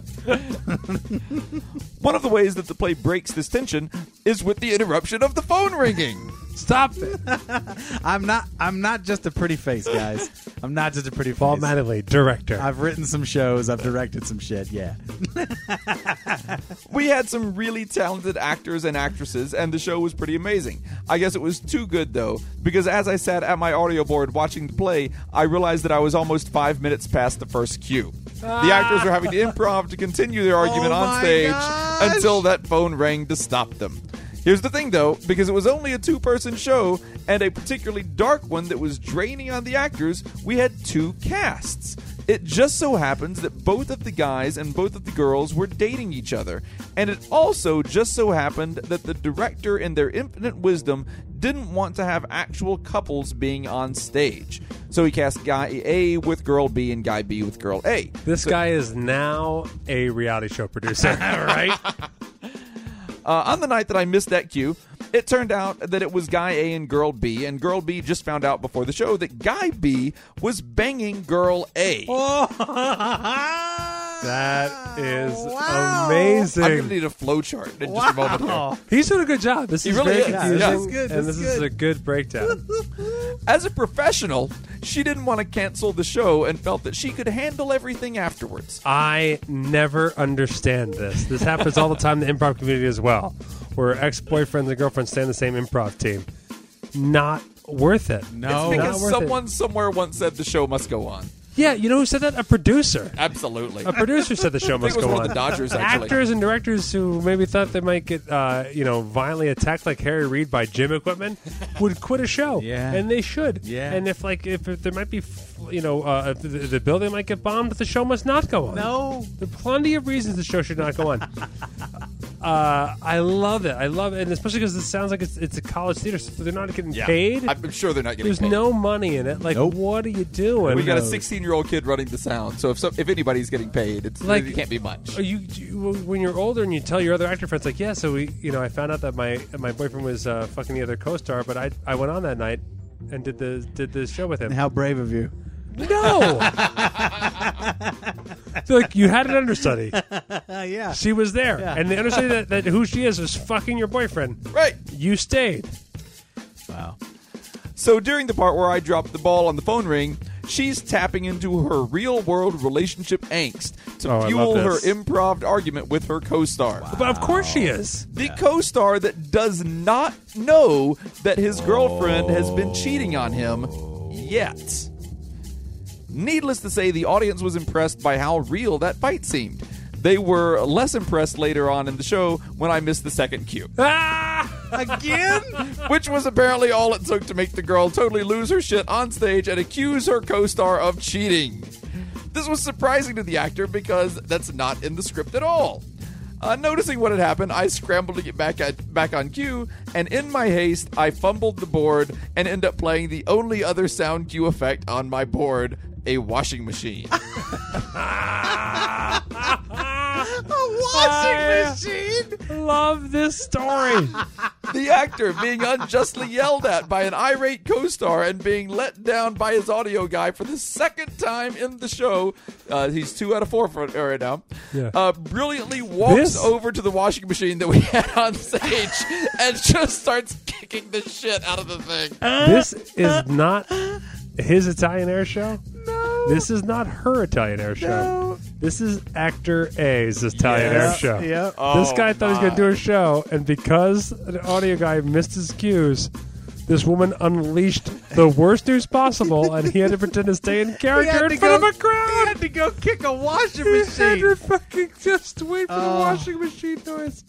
E: One of the ways that the play breaks this tension is with the interruption of the phone ringing.
C: Stop it.
B: I'm not. I'm not just a pretty face, guys. I'm not just a pretty face.
C: Paul Mattingly, director.
B: I've written some shows. I've directed some shit. Yeah.
E: We had some really talented actors and actresses, and the show was pretty amazing. I guess it was too good, though, because as I sat at my audio board watching the play, I realized that I was almost five minutes past the first cue. The actors were having to improv to continue their argument
B: Oh
E: on
B: my
E: stage
B: gosh.
E: until that phone rang to stop them. Here's the thing, though, because it was only a two person show and a particularly dark one that was draining on the actors, we had two casts. It just so happens that both of the guys and both of the girls were dating each other, and it also just so happened that the director, in their infinite wisdom, didn't want to have actual couples being on stage. So he cast guy A with girl B and guy B with girl A.
C: This guy is now a reality show producer, right?
E: Uh, on the night that I missed that cue, it turned out that it was guy A and girl B, and girl B just found out before the show that guy B was banging girl A.
C: That is
D: Wow.
C: amazing.
E: I'm gonna need a flowchart in just a moment. here.
C: He's doing a good job. This is
E: really
C: very
E: is. Yeah,
C: confusing,
E: this is
B: good,
C: and
B: this
C: this
B: is
C: is
B: good.
C: a good breakdown.
E: As a professional, she didn't want to cancel the show and felt that she could handle everything afterwards.
C: I never understand this. This happens all the time in the improv community as well, where ex-boyfriends and girlfriends stay on the same improv team. Not worth it.
B: No.
C: It's Oh, not
E: Because
C: worth it.
E: someone somewhere once said the show must go on.
C: Yeah, you know who said that? A producer.
E: Absolutely.
C: A producer said the show
E: I think
C: must
E: it was
C: go
E: one
C: on.
E: of the Dodgers, actually.
C: Actors and directors who maybe thought they might get, uh, you know, violently attacked like Harry Reid by gym equipment would quit a show.
B: Yeah.
C: and they should.
B: Yeah.
C: and if like if, if there might be, f- you know, uh, if the, the building might get bombed, the show must not go on.
B: No.
C: There are plenty of reasons the show should not go on. uh, I love it. I love it, and especially because it sounds like it's, it's a college theater, so they're not getting
E: Yeah.
C: paid.
E: I'm sure they're not getting
C: There's
E: paid.
C: no money in it. Like,
B: Nope.
C: what are you doing?
E: We got a
B: knows?
E: 16 year old kid running the sound, so if so, if anybody's getting paid, it's,
C: Like-
E: it can't be much.
C: Are you, you when you're older and you tell your other actor friends like, yeah, so we, you know, I found out that my my boyfriend was uh, fucking the other co-star, but I I went on that night and did the did the show with him.
B: How brave of you.
C: No, so, like you had an understudy.
B: Uh, yeah.
C: She was there, and the understudy that, that who she is was fucking your boyfriend.
E: Right.
C: You stayed.
B: Wow.
E: So during the part where I dropped the ball on the phone ring, she's tapping into her real world relationship angst to
C: Oh, I
E: fuel her
C: love this.
E: improv argument with her co star.
C: But of course she is.
E: The co star that does not know that his girlfriend has been cheating on him yet. Needless to say, the audience was impressed by how real that fight seemed. They were less impressed later on in the show when I missed the second cue.
C: Ah!
B: Again?
E: which was apparently all it took to make the girl totally lose her shit on stage and accuse her co-star of cheating. This was surprising to the actor because that's not in the script at all. Uh, noticing what had happened, I scrambled to get back at, back on cue, and in my haste, I fumbled the board and end up playing the only other sound cue effect on my board, a washing machine.
C: I
B: machine.
C: love this story.
E: the actor being unjustly yelled at by an irate co-star and being let down by his audio guy for the second time in the show. Uh, he's two out of four for right now.
C: Yeah.
E: Uh, brilliantly walks
C: This-
E: over to the washing machine that we had on stage and just starts kicking the shit out of the thing.
C: this is not his Italian air show. No. This is not her Italian air show. This is actor A's Italian air
B: Yep.
C: show. Oh.
B: Yep.
C: this guy thought he was going to do a show, and because the audio guy missed his cues, this woman unleashed the worst news possible, and he had to pretend to stay in
B: had
C: character
B: to
C: in front
B: go-
C: of a crowd.
B: to go kick a washing
C: He had to fucking just wait for the Oh. washing machine noise.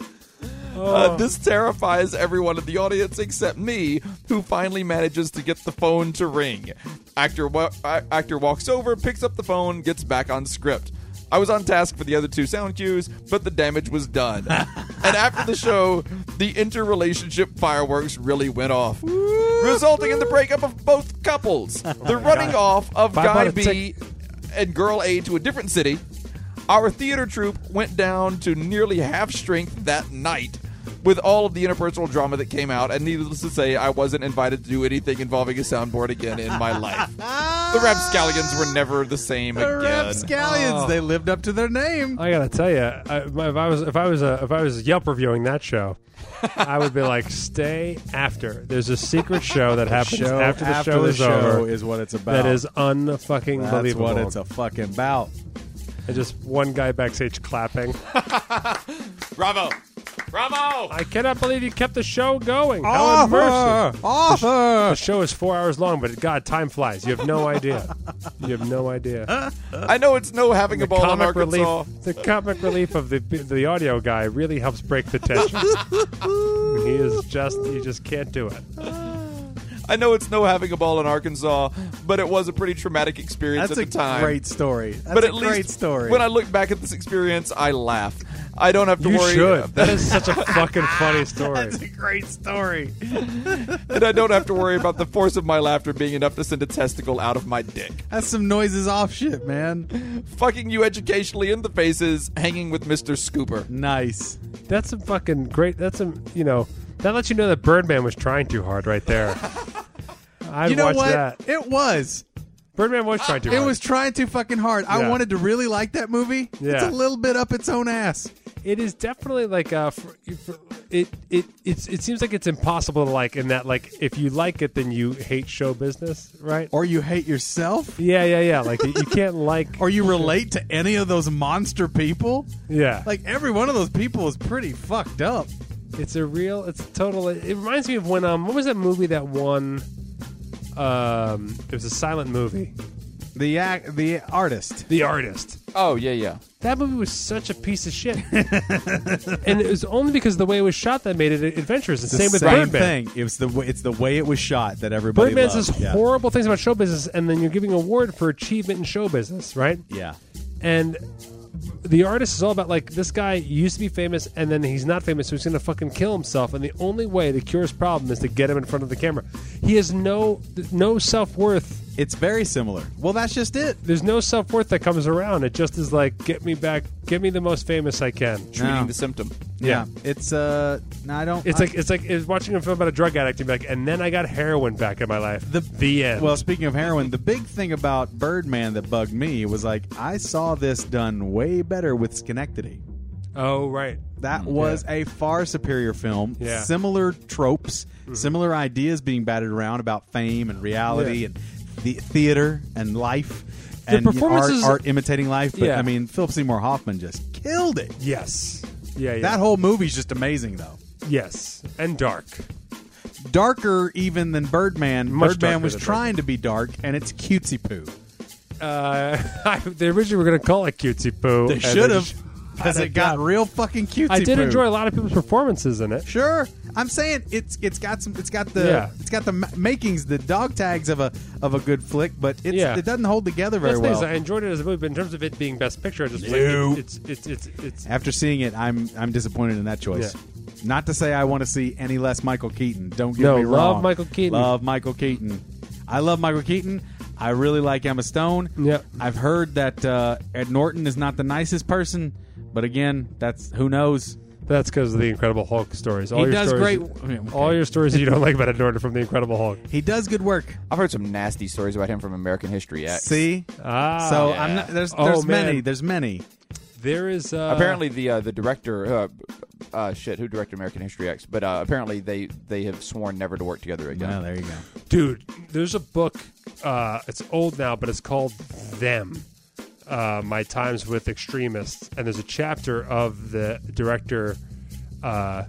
E: Uh, this terrifies everyone in the audience except me, who finally manages to get the phone to ring. Actor wa- uh, actor walks over, picks up the phone, gets back on script. I was on task for the other two sound cues, but the damage was done. and after the show, the interrelationship fireworks really went off, resulting in the breakup of both couples. the running off of
C: Five out
E: Guy
C: of
E: B and Girl A to a different city, our theater troupe went down to nearly half strength that night. with all of the interpersonal drama that came out, and needless to say, I wasn't invited to do anything involving a soundboard again in my life. the Rapscallions were never the same
B: The
E: again.
B: Rapscallions,
C: Oh.
B: they lived up to their name.
C: I gotta tell you, I, if I was if I was uh, if I was Yelp reviewing that show, I would be like, stay after. There's a secret show that happens
B: Show
C: after the show is over.
B: is what it's about.
C: that is unfucking
B: That's
C: believable.
B: what it's a fucking about.
C: And just one guy backstage clapping.
E: Bravo! Bravo!
C: I cannot believe you kept the show going.
B: Uh-huh.
C: Helen Mercer.
B: Offer, offer.
C: The show is four hours long, but God, time flies. You have no idea. You have no idea.
E: I know it's no having a ball in
C: comic
E: Arkansas.
C: relief, the comic relief of the the audio guy really helps break the tension. he is just, you just can't do it.
E: I know it's no having a ball in Arkansas, but it was a pretty traumatic experience
B: That's a
E: at the time.
B: great story. That's
E: but
B: a
E: at least
B: great story.
E: when I look back at this experience, I laugh. I don't have to
C: You
E: worry.
C: should. That is such a fucking funny story.
B: That's a great story.
E: and I don't have to worry about the force of my laughter being enough to send a testicle out of my dick.
B: That's some noises off shit, man.
E: Fucking you educationally in the faces, hanging with Mr. Scooper.
B: Nice.
C: That's a fucking great. That's a you know that lets you know that Birdman was trying too hard right there. I
B: you know
C: watched
B: what?
C: that.
B: It was.
C: Birdman was trying too
B: It
C: hard.
B: was trying too fucking hard. I
C: Yeah.
B: wanted to really like that movie. It's
C: Yeah.
B: a little bit up its own ass.
C: It is definitely like uh, for, for, it it it's, it seems like it's impossible to like in that like if you like it then you hate show business, right?
B: Or you hate yourself?
C: yeah, yeah, yeah. Like you you can't like.
B: Or you relate to any of those monster people?
C: yeah,
B: Like every one of those people is pretty fucked up.
C: It's a real. It's total. It reminds me of when um. What was that movie that won? Um, it was a silent movie.
B: The act, the artist.
C: The Artist.
E: Oh yeah, yeah.
C: That movie was such a piece of shit, and it was only because of the way it was shot that made it adventurous. The,
B: The
C: same with
B: same
C: Birdman.
B: thing. It was the w- it's the way it was shot that everybody.
C: Birdman
B: loved.
C: says
B: yeah.
C: horrible things about show business, and then you're giving an award for achievement in show business, right?
B: Yeah.
C: And the artist is all about like this guy used to be famous, and then he's not famous, so he's gonna fucking kill himself. And the only way to cure his problem is to get him in front of the camera. He has no no self worth.
B: It's very similar. Well, that's just it.
C: There's no self worth that comes around. It just is like get me back, get me the most famous I can.
E: Treating
B: No.
E: the symptom.
B: Yeah. It's uh. No, I don't.
C: It's
B: I-
C: like it's like it's watching a film about a drug addict and be like, and then I got heroin back in my life. The, end.
B: Well, speaking of heroin, the big thing about Birdman that bugged me was like I saw this done way better with Schenectady.
C: oh right,
B: That was a far superior film.
C: Yeah. Mm-hmm.
B: Similar tropes, similar ideas being batted around about fame and reality
C: Yeah.
B: and the theater and life
C: The
B: and you know,
C: performances-
B: art, art imitating life. But
C: Yeah.
B: I mean, Philip Seymour Hoffman just killed it.
C: yes, yeah, yeah,
B: That whole movie's just amazing, though.
C: yes, and dark.
B: Darker even than Birdman.
C: Much
B: Birdman
C: darker
B: was
C: than
B: trying to be dark, and it's cutesy poo.
C: Uh, they originally were going to call it cutesy poo.
B: They
C: and
B: should have,
C: just-
B: because it got real fucking cutesy.
C: I did
B: poo.
C: enjoy a lot of people's performances in it.
B: Sure, I'm saying it's it's got some it's got the
C: Yeah.
B: it's got the ma- makings the dog tags of a of a good flick, but it's,
C: Yeah.
B: it doesn't hold together
C: That's
B: very
C: the thing
B: well.
C: is, I enjoyed it as a movie, but in terms of it being best picture, I just was
B: No.
C: like, it- it's it's it's it's
B: After seeing it, I'm I'm disappointed in that choice.
C: Yeah.
B: Not to say I want to see any less Michael Keaton. Don't get
C: No,
B: me wrong.
C: love Michael Keaton.
B: Love Michael Keaton. I love Michael Keaton. I really like Emma Stone.
C: Yep.
B: I've heard that uh, Ed Norton is not the nicest person, but again, that's who knows.
C: that's because of the Incredible Hulk stories. All
B: He
C: your
B: does
C: stories,
B: great- I mean, okay.
C: All your stories that you don't like about Ed Norton from the Incredible Hulk.
B: He does good work.
E: I've heard some nasty stories about him from American History X.
B: See,
C: Ah,
B: so
E: yeah.
B: I'm not, there's
C: Oh,
B: there's
C: man.
B: many there's many.
C: there is uh,
E: apparently the uh, the director uh, uh, shit who directed American History X, but uh, apparently they they have sworn never to work together again.
B: Yeah, Ah, there you go.
C: dude there's a book uh, it's old now but it's called them uh, my times with extremists and there's a chapter of the director uh,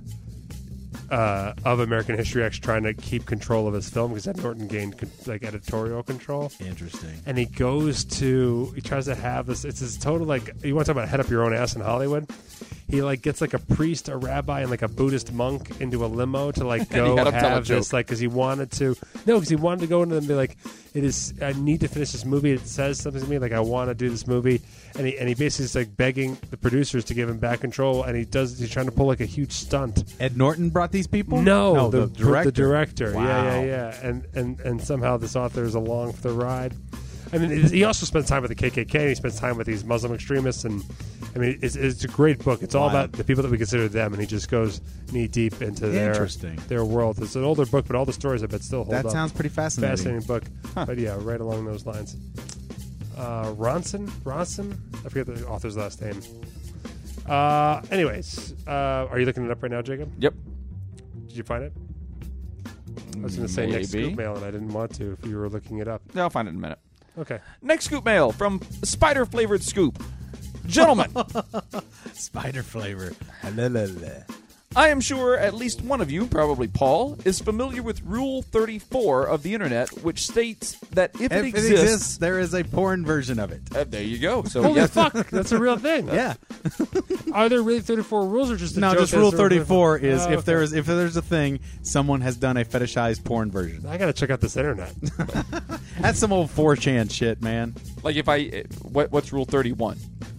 C: uh, of american history x trying to keep control of his film because ed norton gained con- like editorial control
B: Interesting.
C: and he goes to he tries to have this it's his total like you want to talk about head up your own ass in hollywood he like gets like a priest a rabbi and like a buddhist monk into a limo to like go
E: had him tell a
C: have this
E: joke.
C: like because he wanted to no because he wanted to go into them and be like it is i need to finish this movie it says something to me like i want to do this movie and he, and he basically is like begging the producers to give him back control and he does he's trying to pull like a huge stunt
B: Ed Norton brought these people?
C: no,
B: the,
C: pr-
B: director.
C: The director.
B: Wow.
C: Yeah, yeah, yeah. And and and somehow this author is along for the ride. I mean, it- he also spends time with the KKK. And he spends time with these Muslim extremists, and I mean, it's, it's a great book. It's all about the people that we consider them, and he just goes knee deep into their
B: Interesting.
C: their world. It's an older book, but all the stories I bet still hold up.
B: That sounds pretty fascinating.
C: fascinating book. But yeah, right along those lines. Uh, Ronson, Ronson, I forget the author's last name. Uh, anyways, uh, are you looking it up right now, Jacob?
E: Yep.
C: Did you find it? I was going to say next
E: Maybe.
C: scoop mail, and I didn't want to if you were looking it up.
E: Yeah, I'll find it in a minute.
C: Okay.
E: Next scoop mail from Spider Flavored Scoop. Gentlemen,
B: Spider flavor.
E: I am sure at least one of you, probably Paul, is familiar with Rule 34 of the internet, which states that
B: If
E: if,
B: it exists, there is a porn version of it.
E: Uh, there you go. So
C: Holy
E: yes,
C: fuck, that's a real thing.
B: Yeah.
C: Are there really 34 rules or just a
B: No,
C: joke
B: just
C: that's
B: rule
C: sort of-
B: 34 is
C: Oh,
B: if there
C: okay.
B: is if there's a thing, someone has done a fetishized porn version.
C: I gotta check out this internet.
B: That's some old 4chan shit, man.
E: like if I uh, what, what's Rule 31?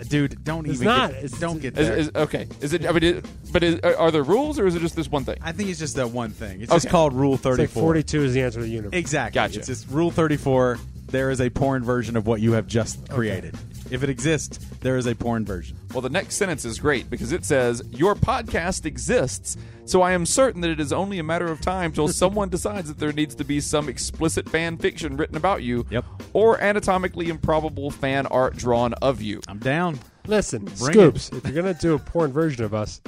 B: Dude, don't
C: It's
B: even
C: not.
B: get,
C: It's-
B: don't get
E: Is,
B: there.
E: is- okay, is it? I mean, it, but is, are are there rules or is it just this one thing?
B: I think it's just that one thing. It's just
E: Okay.
B: called Rule
C: It's like
B: 34.
C: 42 is the answer to the universe.
B: Exactly.
E: Gotcha.
B: It's just Rule 34. There is a porn version of what you have just created. If it exists, there is a porn version.
E: Well, the next sentence is great because it says, Your podcast exists, so I am certain that it is only a matter of time till someone decides that there needs to be some explicit fan fiction written about you
B: Yep.
E: or anatomically improbable fan art drawn of you.
B: I'm down.
C: Listen,
B: it.
C: Scoops, if you're gonna do a porn version of us,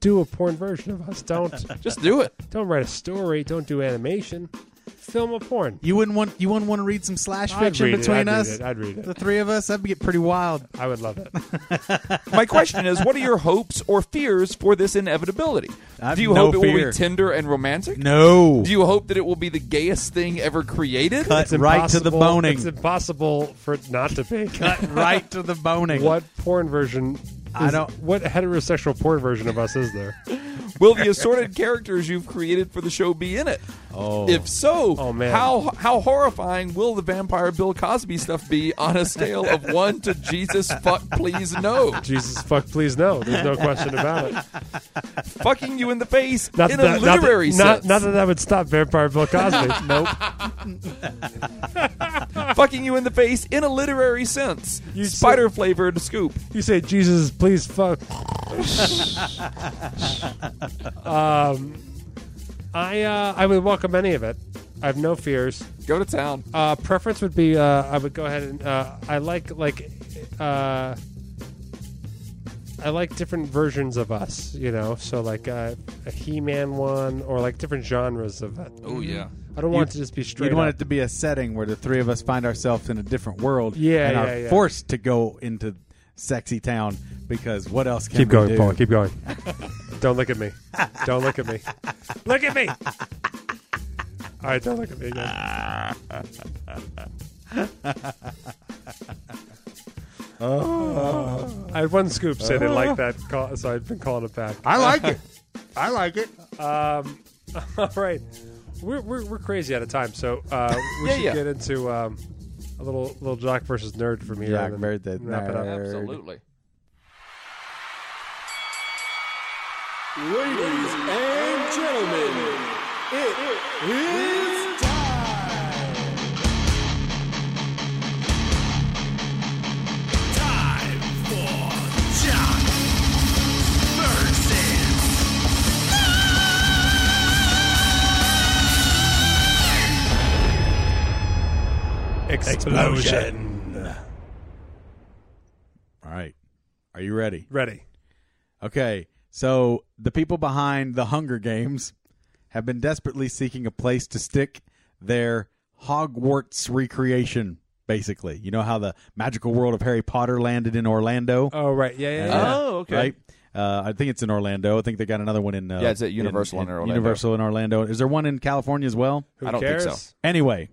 C: do a porn version of us. Don't
E: Just do it.
C: don't write a story. Don't do animation. Film a porn.
B: You wouldn't want you wouldn't want to read some slash
C: I'd
B: fiction
C: read it,
B: between
C: I'd read
B: us.
C: it, I'd read it.
B: The three of us, that'd get pretty wild.
C: I would love it.
E: My question is, what are your hopes or fears for this inevitability?
B: I have
E: do you
B: no
E: hope it will
B: fear.
E: be tender and romantic?
B: No,
E: Do you hope that it will be the gayest thing ever created?
B: cut right to the
C: impossible-
B: boning.
C: It's impossible for it not to be.
B: cut right to the boning.
C: what porn version?
B: I
C: is-
B: don't-
C: What heterosexual porn version of us is there?
E: Will the assorted characters you've created for the show be in it?
B: Oh.
E: If so,
C: Oh, man.
E: how how horrifying will the vampire Bill Cosby stuff be on a scale of one to Jesus fuck please no,
C: Jesus fuck, please no. There's no question about it.
E: fucking you in the face
C: Not
E: in
C: that,
E: a literary
C: not that, not-
E: sense,
C: Not, that that would stop Vampire Bill Cosby. nope.
E: fucking you in the face in a literary sense.
C: You said-
E: Spider flavored scoop.
C: You say Jesus, please fuck. um, I uh, I would welcome any of it. I have no fears.
E: Go to town.
C: Uh, preference would be uh, I would go ahead and uh, I like like uh, I like different versions of us, you know. So like uh, a He-Man one or like different genres of it.
E: Oh yeah.
C: I don't want it to just be straight.
B: You'd want
C: up.
B: it to be a setting where the three of us find ourselves in a different world
C: Yeah,
B: and
C: yeah,
B: are
C: yeah.
B: forced to go into sexy town because what else can
C: Keep
B: we
C: going,
B: do?
C: Paul. Keep going. don't look at me. Don't look at me. Look at me. All right, don't look at me. Again. I had one scoop say they like that, call, so I've been calling it back.
B: I like it. I like it.
C: All right, we're we're, we're crazy out of time, so uh, we
E: Yeah,
C: should
E: yeah.
C: get into um, a little little jock versus nerd from here.
B: Jock
C: and then
B: versus the
C: wrap it up.
B: nerd.
E: Absolutely.
F: Time for Jock versus.
C: Explosion.
B: All right. Are you ready?
C: Ready.
B: Okay. So the people behind the Hunger Games have been desperately seeking a place to stick their Hogwarts recreation, basically. You know how the magical world of Harry Potter landed in Orlando?
C: Oh right, yeah, yeah. yeah.
E: Oh, okay.
B: Right? Uh, I think it's in Orlando. I think they got another one in. Uh,
E: Yeah, it's at Universal in Orlando.
B: Universal in Orlando. Is there one in California as well?
C: Who
E: I don't think
C: cares?
E: so.
B: Anyway,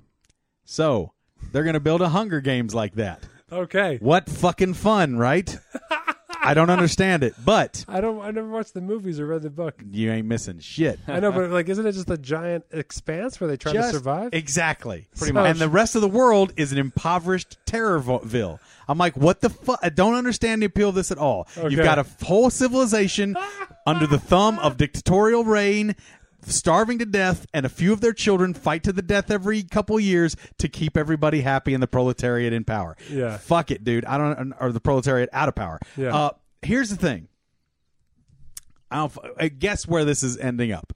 B: so they're going to build a Hunger Games like that.
C: Okay.
B: What fucking fun, right? I don't understand it, but
C: I don't. I never watched the movies or read the book.
B: you ain't missing shit.
C: I know, but like, isn't it just a giant expanse where they try to
B: Just-
C: survive?
B: Exactly.
C: Pretty much.
B: And the rest of the world is an impoverished terrorville. I'm like, what the fuck? I don't understand the appeal of this at all.
C: Okay.
B: You've got a whole civilization under the thumb of dictatorial reign starving to death, and a few of their children fight to the death every couple years to keep everybody happy and the proletariat in power.
C: Yeah.
B: Fuck it, dude. I don't, or the proletariat out of power.
C: Yeah.
B: Uh, here's the thing. I don't, f- I guess where this is ending up.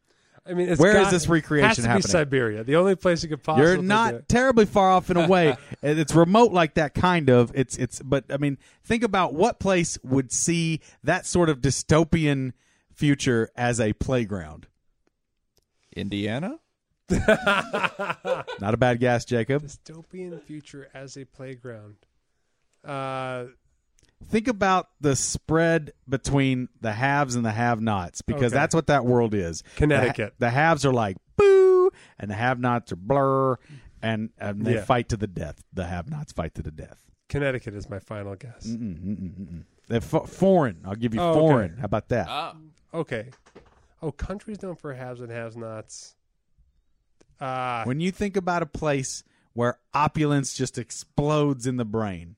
C: I mean, it's
B: Where is
C: got-
B: this recreation
C: has to
B: happening?
C: Be Siberia, the only place it could possibly.
B: You're
C: do
B: not
C: it.
B: terribly far off in a way. And it's remote like that, kind of. It's it's. But I mean, think about what place would see that sort of dystopian future as a playground.
E: Indiana?
B: Not a bad guess, Jacob.
C: dystopian future as a playground. Uh,
B: Think about the spread between the haves and the have-nots, because
C: Okay.
B: that's what that world is.
C: Connecticut.
B: The, ha- the haves are like boo, and the have-nots are blur, and, and they
C: Yeah.
B: fight to the death. The have-nots fight to the death.
C: Connecticut is my final guess.
B: They're fo- foreign. I'll give you
C: Oh, okay.
B: foreign. How about that?
C: Okay. Oh, countries known for haves and have-nots. Uh,
B: when you think about a place where opulence just explodes in the brain.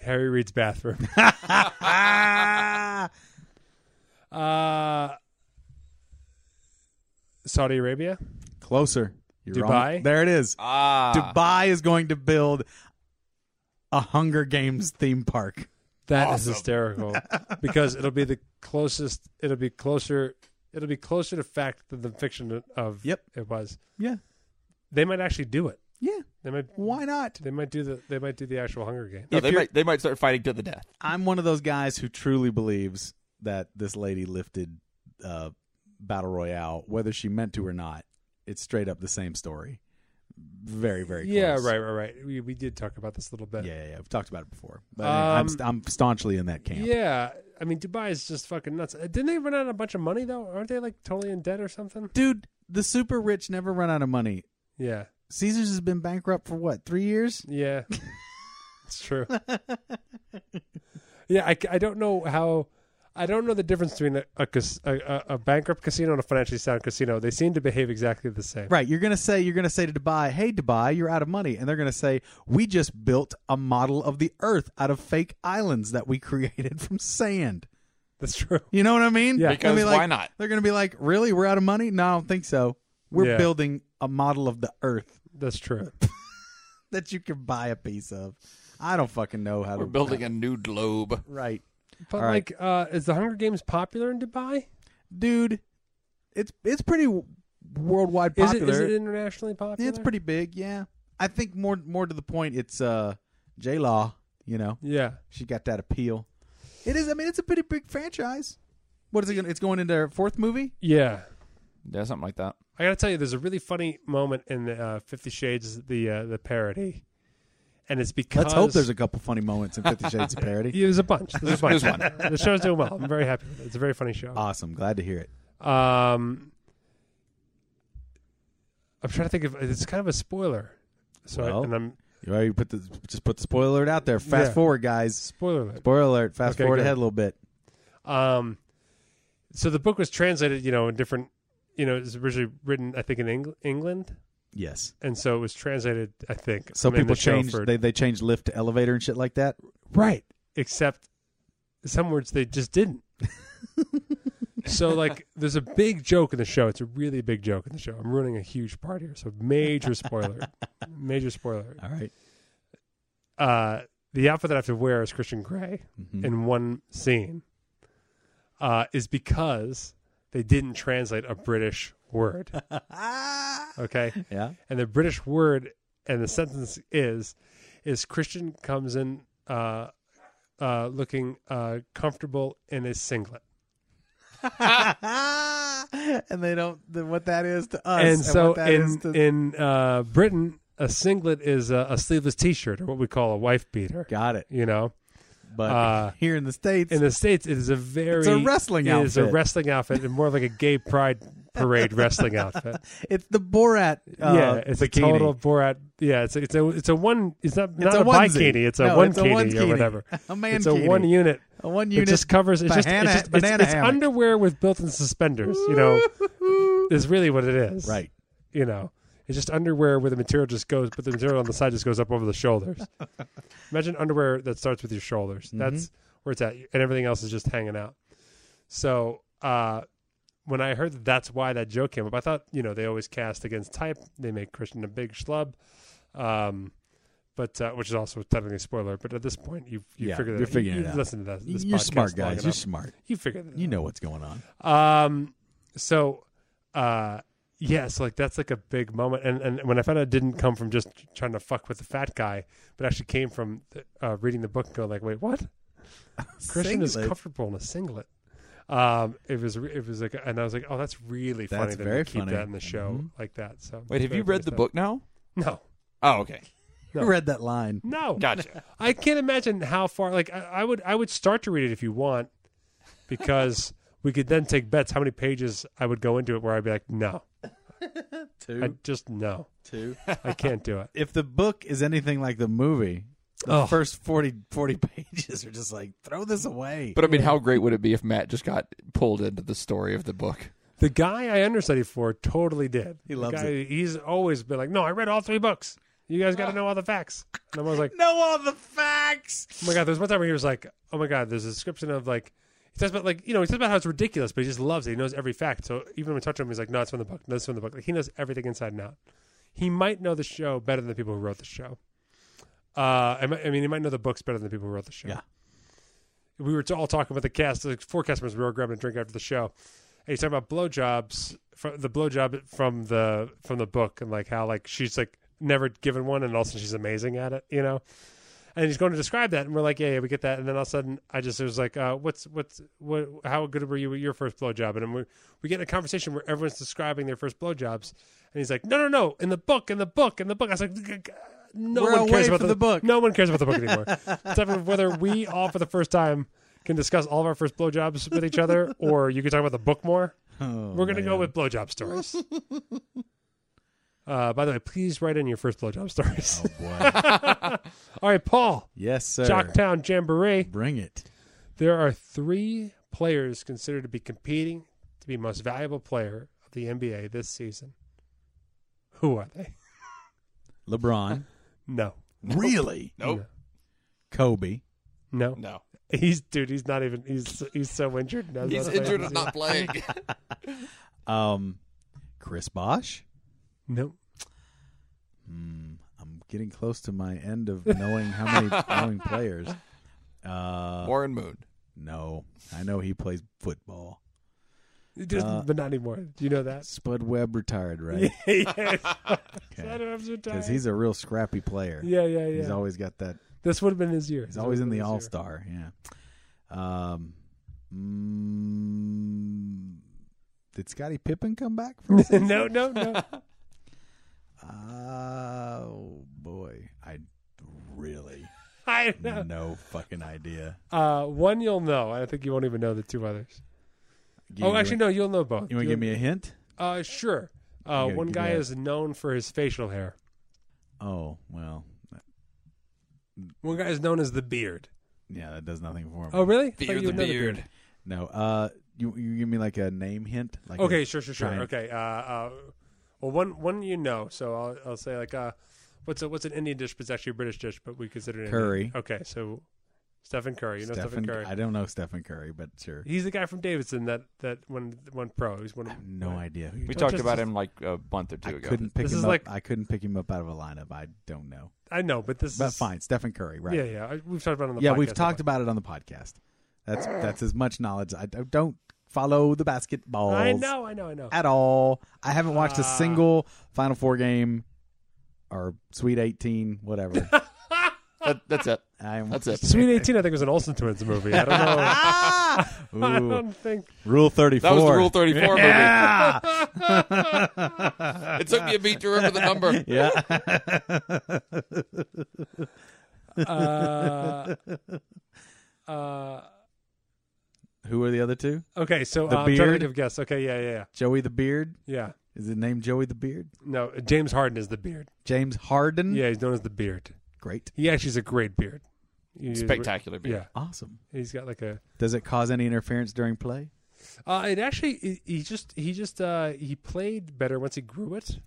C: Harry Reid's bathroom.
B: Ah!
C: Uh, Saudi Arabia.
B: Closer. You're
C: Dubai?
B: wrong. There it is.
E: Ah.
B: Dubai is going to build a Hunger Games theme park.
C: That is hysterical because it'll be the closest. It'll be closer. It'll be closer to fact than the fiction of
B: Yep.
C: it was.
B: Yeah.
C: They might actually do it.
B: Yeah.
C: They might.
B: Why not?
C: They might do the. They might do the actual Hunger Game.
E: No,
B: If
E: Oh, they
B: you're-
E: might they might start fighting to the death.
B: I'm one of those guys who truly believes that this lady lifted uh, Battle Royale, whether she meant to or not. It's straight up the same story. Very, very close.
C: Oh, Yeah. Right. Right. Right. We we did talk about this a little bit.
B: Yeah, yeah, yeah. We've talked about it before. But anyway, I'm,
C: Um,
B: st- I'm staunchly in that camp.
C: Yeah. I mean, Dubai is just fucking nuts. Uh, Didn't they run out of a bunch of money though? Aren't they like totally in debt or something?
B: Dude, the super rich never run out of money.
C: Yeah.
B: Caesars has been bankrupt for what, three years?
C: Yeah. it's true. yeah, I, I don't know how. I don't know the difference between a, a, cas- a, a- a bankrupt casino and a financially sound casino. They seem to behave exactly the same.
B: Right. You're gonna say you're gonna say to Dubai, hey Dubai, you're out of money. And they're gonna say, We just built a model of the earth out of fake islands that we created from sand.
C: That's true.
B: You know what I mean?
C: Yeah.
B: They're gonna be
E: Because why
B: like-
E: not?
B: They're gonna be like, Really? We're out of money? No, I don't think so. We're
C: Yeah.
B: building a model of the earth
C: That's true.
B: that you can buy a piece of. I don't fucking know how
E: We're
B: to
E: building a new globe.
B: right.
C: But
B: All right.
C: like, uh, is the Hunger Games popular in Dubai?
B: dude. It's it's pretty w- worldwide
C: Is
B: popular.
C: it, is it internationally popular?
B: Yeah, it's pretty big. Yeah, I think more more to the point, it's uh J Law. You know,
C: Yeah.
B: she got that appeal. It is. I mean, it's a pretty big franchise. What is it? Gonna, it's going into their fourth movie.
C: Yeah.
E: Yeah, something like that.
C: I gotta tell you, there's a really funny moment in the uh, Fifty Shades the uh, the parody, and it's because
B: Let's hope there's a couple funny moments in Fifty Shades of Parody.
C: Yeah, there's a bunch. There's a bunch. the show's doing well. I'm very happy. With it. It's a very funny show.
B: Awesome. Glad to hear it.
C: Um, I'm trying to think of it's kind of a spoiler. So I,
B: Well.
C: and I'm
B: You already put the just put the spoiler alert out there. Fast
C: Yeah.
B: forward, guys.
C: spoiler alert.
B: Spoiler alert. Fast
C: Okay,
B: forward
C: good.
B: ahead a little bit.
C: Um, so the book was translated, you know, in different, you know, it was originally written, I think, in Eng- England,
B: Yes.
C: and so it was translated, I think.
B: So
C: and then
B: people
C: the show
B: change.
C: for-
B: They they change lift to elevator and shit like that.
C: right, except some words they just didn't. so like, there's a big joke in the show. It's a really big joke in the show. I'm ruining a huge part here. So major spoiler, major spoiler.
B: All right.
C: uh, the outfit that I have to wear as Christian gray
B: Mm-hmm.
C: in one scene uh, is because they didn't translate a British word. okay.
B: Yeah.
C: And the British word and the sentence is is Christian comes in uh, uh, looking uh, comfortable in his singlet.
B: and they don't the, what that is to us.
C: and so
B: what that is
C: in, in uh, Britain, a singlet is a, a sleeveless t shirt or what we call a wife beater.
B: got it.
C: You know?
B: But
C: uh,
B: here in the states,
C: in the states it is a very
B: wrestling
C: it is a
B: outfit.
C: wrestling outfit and more like a gay pride parade wrestling outfit
B: it's the Borat. Uh,
C: yeah it's
B: bikini.
C: a total borat yeah it's a, it's a it's a one it's not
B: It's
C: not a,
B: a onesie.
C: bikini it's a
B: No,
C: one
B: it's a
C: kini or
B: onesie.
C: whatever
B: A man
C: it's a one unit
B: a one
C: it
B: unit.
C: just covers it's just
B: banana-
C: it's, just, it's,
B: banana
C: it's
B: hammock.
C: underwear with built-in suspenders you know is really what it is
B: right.
C: you know it's just underwear where the material just goes but the material on the side just goes up over the shoulders imagine underwear that starts with your
B: Mm-hmm.
C: shoulders that's where it's at and everything else is just hanging out so uh when I heard that that's why that joke came up, I thought you know they always cast against type. They make Christian a big schlub, um, but uh, which is also technically a spoiler. But at this point, you you
B: Yeah,
C: figure that
B: you're
C: out.
B: figuring
C: you,
B: it
C: you
B: out.
C: Listen to that. This
B: You're
C: podcast
B: smart
C: long
B: guys. You're
C: enough.
B: smart.
C: You figure that.
B: You know what's going on.
C: Um, so, uh, yeah, so like that's like a big moment, and and when I found out it didn't come from just trying to fuck with the fat guy, but actually came from uh, reading the book and going like, wait, what? Christian is
B: Singlet.
C: comfortable in a singlet. Um, it was re- it was like, and I was like, oh, that's really funny.
B: That's
C: that they
B: very
C: keep
B: funny. Mm-hmm.
C: that in the show like that. So
E: Wait, have
C: very
E: you
C: funny
E: read the
C: stuff.
E: book now?
C: No,
E: Oh, okay.
B: I read that line.
C: no,
E: Gotcha.
C: I can't imagine how far. Like I, I would, I would start to read it if you want, because we could then take bets how many pages I would go into it where I'd be like, no,
B: Two,
C: I just no,
B: two.
C: I can't do it.
B: if the book is anything like the movie, the
C: Oh.
B: first 40, 40 pages are just like throw this away.
E: But I mean, how great would it be if Matt just got pulled into the story of the book?
C: The guy I understudied for totally did.
B: He
C: The
B: loves
C: guy-
B: it. Ah.
C: He's always been like, no, I read all three books. You guys got to know all the facts. And I was like,
B: know all the facts.
C: oh my god, there's one time where he was like, oh my god, there's a description of like. He talks about like you know he talks about how it's ridiculous, but he just loves it. He knows every fact. So even when we talk to him, he's like, "No, it's from the book. No, it's from the book." Like he knows everything inside and out. He might know the show better than the people who wrote the show. Uh, I, mi- I mean, he might know the books better than the people who wrote the show.
B: Yeah.
C: We were t- all talking about the cast. The four cast members we were grabbing a drink after the show, and he's talking about blowjobs, fr- the blowjob from the from the book, and like how like she's like never given one, and all of a sudden she's amazing at it. You know. And he's going to describe that, and we're like, "Yeah, yeah, we get that." And then all of a sudden, I just it was like, uh, "What's what's what? How good were you at your first blowjob?" And then we we get in a conversation where everyone's describing their first blowjobs, and he's like, "No, no, no! In the book, in the book, in the book." I was like, "G- g- "No
B: We're
C: one cares
B: away
C: about
B: from the book.
C: No one cares about the book anymore. it's like whether we all for the first time can discuss all of our first blowjobs with each other, or you can talk about the book more.
B: Oh,
C: We're gonna go with blowjob stories." Uh, by the way, please write in your first blowjob stories. All right, Paul.
B: Oh, yes, sir.
C: Jocktown Jamboree.
B: Bring it.
C: There are three players considered to be competing to be most valuable player of the NBA this season. Who are they?
B: LeBron.
C: No,
B: really?
E: Nope.
B: Kobe.
C: no,
E: No.
C: He's dude. He's not even. He's he's so injured. That's
E: He's
C: not a
E: injured
C: player.
E: and not playing.
B: Um, Chris Bosch.
C: No,
B: I'm getting close to my end of knowing how many knowing players. Uh,
E: Warren Moon.
B: no, I know he plays football.
C: He doesn't-
B: Uh,
C: but not anymore. Do you know that?
B: Spud Webb retired, right?
C: yes.
B: Okay.
C: Because
B: Because he's a real scrappy player.
C: yeah, yeah, yeah.
B: He's always got that.
C: this would have been his year.
B: He's always in the All Star. Yeah. Um. mm, did Scottie Pippen come back from?
C: no, no, no.
B: oh boy, I really
C: I know.
B: no fucking idea.
C: Uh, one you'll know. I think you won't even know the two others.
B: You-
C: oh, actually,
B: you,
C: no, you'll know both.
B: You want to
C: You'll-
B: give me a hint?
C: Uh, sure. Uh,
B: gotta
C: one
B: give
C: guy
B: me a-
C: is known for his facial hair.
B: Oh well,
C: One guy is known as the beard.
B: yeah, that does nothing for me.
C: Oh, really? I thought
E: Beard
C: you
E: the
C: would know
E: beard.
B: No. Uh, you you give me like a name hint? Like
C: Okay,
B: a-
C: sure, sure, sure.
B: Try it.
C: Okay. Uh, uh, well, one one you know, so I'll I'll say like uh, what's a, what's an Indian dish, but it's actually a British dish, but we consider it Indian.
B: Curry.
C: Okay, so Stephen Curry. You know Stephen,
B: Stephen.
C: Curry.
B: I don't know Stephen Curry, but sure.
C: He's the guy from Davidson that that one one pro. He's one. Of,
B: No idea. Who you're
E: We
B: talking-
E: talked
C: just-
E: about him like a month or two
B: I
E: ago.
B: couldn't pick
C: This
B: him
C: is
B: up.
C: like-
B: I couldn't pick him up out of a lineup. I don't know.
C: I know, but this
B: But
C: is
B: fine, Stephen Curry, right?
C: Yeah, yeah. I- We've talked about it on the
B: Yeah,
C: podcast
B: we've talked
C: before.
B: about it on the podcast. That's that's as much knowledge. I I don't follow the basketball
C: I know, Ah. I know, I know.
B: at all. I haven't watched a single Final Four game or Sweet Eighteen, whatever.
E: That, that's it.
B: I'm,
E: That's it.
C: Sweet 18, I think, was an Olsen Twins movie. I don't know. I
B: Ooh,
C: don't think.
B: rule thirty four.
E: That was the Rule 34
B: Yeah.
E: movie. It took me a beat to remember the number.
B: yeah.
C: Uh, uh,
B: Who are the other two?
C: okay, so
B: The
C: uh, I'm trying to
B: beard?
C: think of guess. Okay, yeah, yeah, yeah.
B: Joey the Beard.
C: Yeah.
B: Is it named Joey the Beard?
C: No, James Harden is the beard.
B: James Harden.
C: Yeah, he's known as the beard.
B: Great.
C: He actually is a great beard. He is-
E: Spectacular beat.
C: Yeah,
B: Awesome.
C: he's got like a.
B: Does it cause any interference during play?
C: Uh, it actually, he- he just, he just, uh, he played better once he grew it.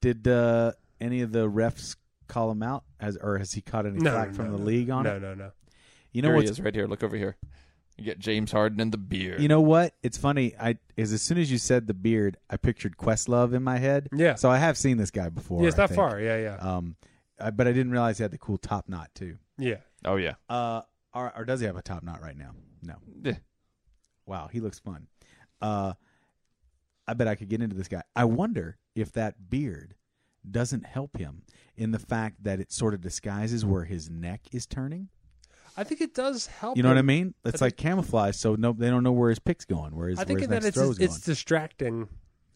B: Did uh, any of the refs call him out? Has or has he caught any
C: No,
B: flack
C: no,
B: from
C: no,
B: the
C: no.
B: league on
C: no,
B: it?
C: no, no.
B: You know
E: Here he
B: what's
E: is right here. Look over here. You get James Harden and the beard.
B: You know what? It's funny. I is as soon as you said the beard, I pictured Questlove in my head.
C: Yeah.
B: So I have seen this guy before.
C: yeah, it's
B: I
C: not
B: think.
C: far. Yeah, yeah,
B: Um, I, but I didn't realize he had the cool top knot too.
C: yeah.
E: oh yeah,
B: Uh, or, or does he have a top knot right now? No.
E: Eh.
B: Wow, he looks fun. Uh, I bet I could get into this guy. I wonder if that beard doesn't help him in the fact that it sort of disguises where his neck is turning.
C: I think it does help.
B: You know what I
C: him.
B: mean? It's like camouflage, so no, they don't know where his pick's going, where his,
C: I
B: where
C: think
B: his
C: in that
B: next
C: it's
B: throw's
C: it's
B: going.
C: distracting.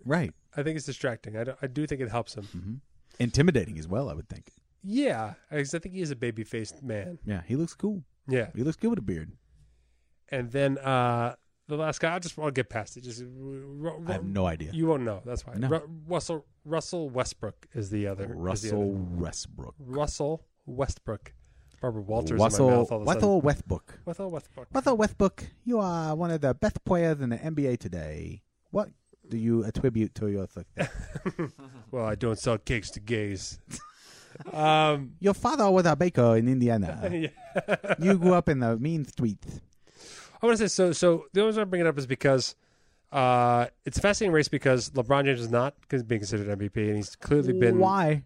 B: right,
C: I think it's distracting. I do, I do think it helps him.
B: Mm-hmm. intimidating as well. I would think.
C: Yeah, 'cause I think he is a baby faced man.
B: Yeah, he looks cool.
C: Yeah,
B: He looks good with a beard.
C: and then uh the last guy. I just want to get past it. Just r-
B: I have no idea.
C: You won't know. That's why.
B: No.
C: Ru- Russell Russell Westbrook is the other. is the other.
B: Russell Westbrook.
C: Russell Westbrook. Barbara Walters
B: Russell,
C: in my mouth all of a sudden.
B: Russell Westbrook.
C: Russell Westbrook.
B: Russell Westbrook, you are one of the best players in the NBA today. What do you attribute to your success?
C: Well, I don't sell cakes to gays. um,
B: Your father was a baker in Indiana.
C: yeah.
B: you grew up in the mean streets.
C: I want to say so. So the only reason I bring it up is because uh, it's a fascinating race because LeBron James is not cons- being considered MVP, and he's clearly been.
B: Why?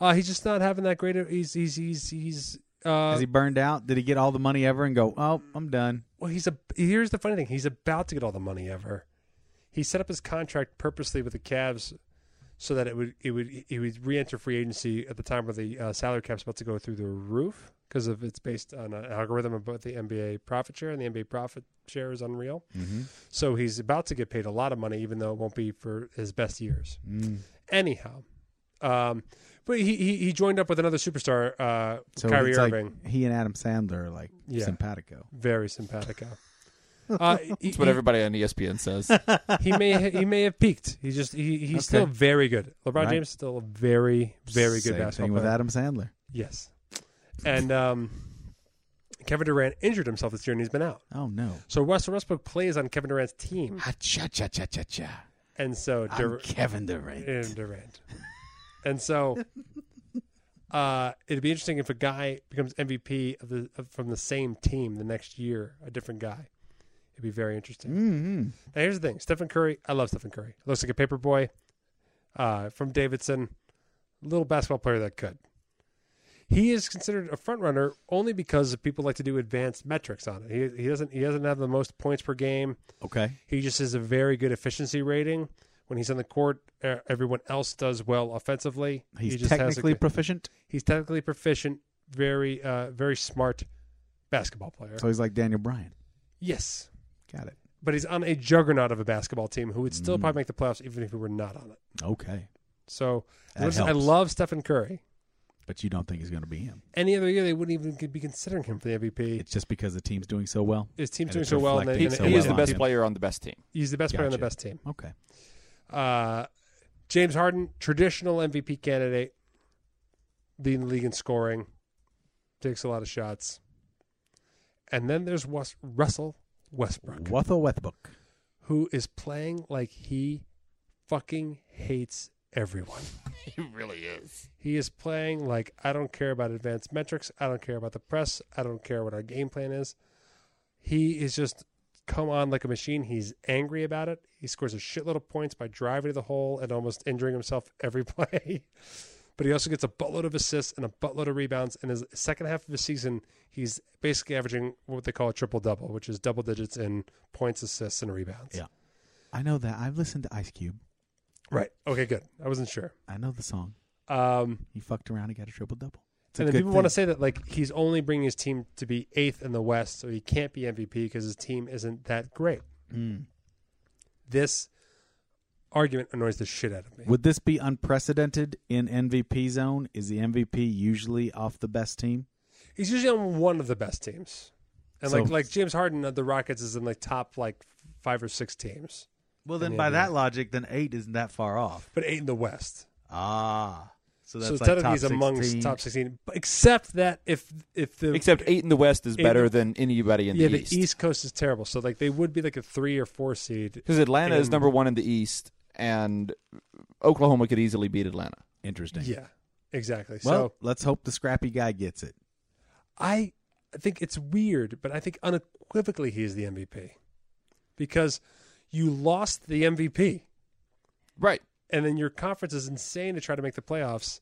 C: Uh, he's just not having that great. of- He's he's he's he's. Uh,
B: Is he burned out? Did he get all the money ever and go, oh, I'm done?
C: well, he's a. Here's the funny thing: he's about to get all the money ever. He set up his contract purposely with the Cavs so that it would it would he would re-enter free agency at the time where the uh, salary cap's about to go through the roof because of it's based on an algorithm about the NBA profit share and the NBA profit share is unreal.
B: Mm-hmm.
C: So he's about to get paid a lot of money, even though it won't be for his best years.
B: Mm.
C: Anyhow, um, but he, he he joined up with another superstar, uh, Kyrie
B: it's
C: Irving.
B: like he and Adam Sandler are like
C: Yeah.
B: simpatico.
C: Very simpatico. Uh, he,
E: that's what everybody on E ESPN says.
C: he may he may have peaked. He just he, he's still very good. LeBron
B: Right.
C: James is still a very very good
B: Same
C: basketball
B: thing with
C: player.
B: Adam Sandler.
C: Yes, and um, Kevin Durant injured himself this year and he's been out.
B: Oh, no.
C: So Russell Westbrook plays on Kevin Durant's team,
B: Ha cha cha cha cha cha.
C: and so
B: I'm
C: Dur-
B: Kevin Durant.
C: and Durant, and so uh, it'd be interesting if a guy becomes MVP of the of, from the same team the next year, a different guy. It'd be very interesting.
B: Mm-hmm.
C: Now here's the thing, Stephen Curry. I love Stephen Curry. Looks like a paper boy uh, from Davidson, little basketball player that could. He is considered a front runner only because people like to do advanced metrics on it. He, he doesn't he doesn't have the most points per game.
B: Okay.
C: He just has a very good efficiency rating. When he's on the court, uh, everyone else does well offensively.
B: He's
C: he just has a
B: technically
C: good-
B: proficient.
C: he's technically proficient, very uh, very smart basketball player.
B: So he's like Daniel Bryan.
C: yes,
B: Got it.
C: but he's on a juggernaut of a basketball team who would
B: Mm.
C: still probably make the playoffs even if he were not on it.
B: Okay.
C: So
B: That
C: listen, I
B: helps.
C: love Stephen Curry.
B: But you don't think it's going to be him.
C: Any other year, they wouldn't even be considering him for the MVP.
B: It's just because the team's doing so well.
C: His team's
B: and
C: doing
B: it's
C: so well, and, they,
B: reflecting
C: and
B: so
C: he
B: well
C: is the
B: on
C: best.
B: him.
E: player on the best team.
C: He's the best player on the
B: Gotcha.
C: best team.
B: Okay.
C: Uh, James Harden, traditional MVP candidate, leading the league in scoring, takes a lot of shots. And then there's Wes- Russell Westbrook,
B: Wathel Westbrook.
C: who is playing like he fucking hates everyone.
E: He really is.
C: He is playing like I don't care about advanced metrics. I don't care about the press. I don't care what our game plan is. He is just come on like a machine. He's angry about it. He scores a shitload of points by driving to the hole and almost injuring himself every play. but he also gets a buttload of assists and a buttload of rebounds. And his second half of the season, he's basically averaging what they call a triple double, which is double digits in points, assists, and rebounds.
B: Yeah. I know that. I've listened to Ice Cube.
C: Right. Okay. Good. I wasn't sure.
B: I know the song.
C: Um,
B: He fucked around and got a triple double. It's a
C: and then
B: good
C: people want to
B: thing.
C: say that like he's only bringing his team to be eighth in the West, so he can't be MVP because his team isn't that great. This argument annoys the shit out of me.
B: Would this be unprecedented in MVP zone? Is the MVP usually off the best team?
C: He's usually on one of the best teams, and
B: So-
C: like like James Harden of the Rockets is in like top like five or six teams,
B: Well,
C: then by that
B: logic, then eight isn't that far off.
C: but eight in the West.
B: Ah. So
C: so technically he's among top sixteen, but except that if if the
E: Except eight in the West is
C: Eight-
E: better than anybody in
C: yeah
E: the East.
C: the East Coast is terrible, so like they would be like a three or four seed.
E: Because Atlanta is
C: And-
E: number one in the East, and Oklahoma could easily beat Atlanta.
B: Interesting.
C: Yeah, exactly.
B: Well,
C: so
B: let's hope the scrappy guy gets it.
C: I I think it's weird, but I think unequivocally he is the MVP because you lost the MVP
E: Right.
C: and then your conference is insane to try to make the playoffs,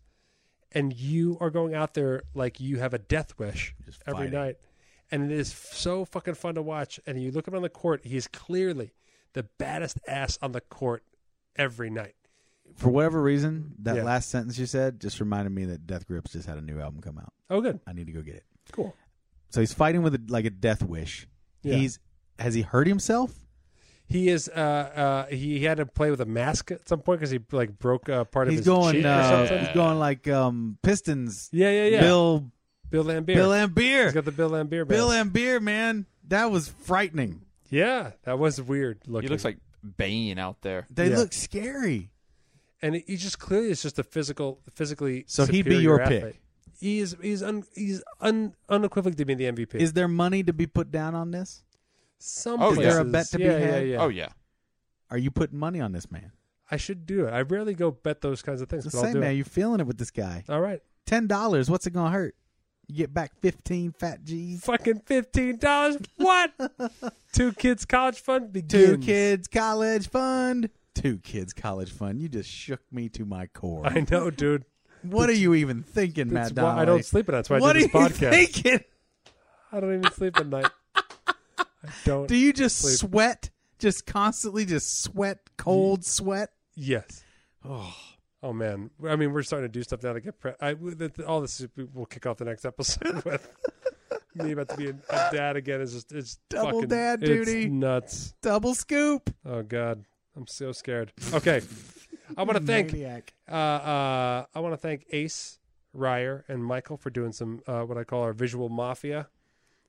C: and you are going out there like you have a death wish
B: Just
C: every
B: fighting.
C: night, and it is f- so fucking fun to watch. And you look him on the court; he is clearly the baddest ass on the court every night.
B: For whatever reason, that
C: Yeah.
B: last sentence you said just reminded me that Death Grips just had a new album come out.
C: Oh, good,
B: I need to go get it.
C: cool.
B: So he's fighting with a, like a death wish.
C: Yeah.
B: He's has he hurt himself?
C: He is. Uh, uh, he had to play with a mask at some point because he like broke uh, part
B: He's
C: of his cheek
B: going.
C: or
B: Uh,
C: something.
B: he's going like um, Pistons.
C: Yeah, yeah, yeah.
B: Bill
C: Bill Lambier.
B: Bill
C: He's
B: Ambeer.
C: got the Bill Lambier.
B: Bill
C: mask.
B: Ambeer, man, that was frightening.
C: yeah, that was weird looking.
E: He looks like Bane out there.
B: They
C: Yeah.
B: look scary.
C: and he just clearly is just a physical, physically.
B: So he'd be
C: superior
B: your
C: athlete.
B: pick.
C: He is. He's un. He's un. Unequivocally to be the MVP.
B: Is there money to be put down on this?
C: Some
E: Oh, yeah. Is
B: there a bet to be
C: places- yeah,
B: had?
C: Yeah, yeah.
E: Oh yeah.
B: Are you putting money on this man?
C: I should do it. I rarely go bet those kinds of things,
B: It's
C: but
B: the
C: I'll
B: same
C: do
B: man.
C: it.
B: You're feeling it with this guy.
C: All right,
B: Ten dollars. What's it gonna hurt? You get back fifteen fat G's.
C: fucking fifteen dollars. What? Two kids college fund begins.
B: Two kids college fund. Two kids college fund. You just shook me to my core.
C: I know, dude.
B: What are you even thinking,
C: That's
B: Matt
C: why
B: Donnelly?
C: I don't sleep at night. That's why I
B: what
C: do
B: are you
C: this podcast.
B: thinking?
C: I don't even sleep at night. I don't.
B: Do you just
C: Sleep.
B: sweat? Just constantly just sweat, cold sweat?
C: Yes. Oh. man. I mean, we're starting to do stuff now to get pre- I w- th- th- all this is, we'll kick off the next episode with me about to be a, a dad again is just it's
B: Double
C: fucking-
B: dad
C: it's
B: duty.
C: nuts.
B: Double scoop.
C: Oh god, I'm so scared. Okay. I want to thank
B: Maniac.
C: uh, uh, I want to thank Ace, Ryer, and Michael for doing some uh, what I call our visual mafia.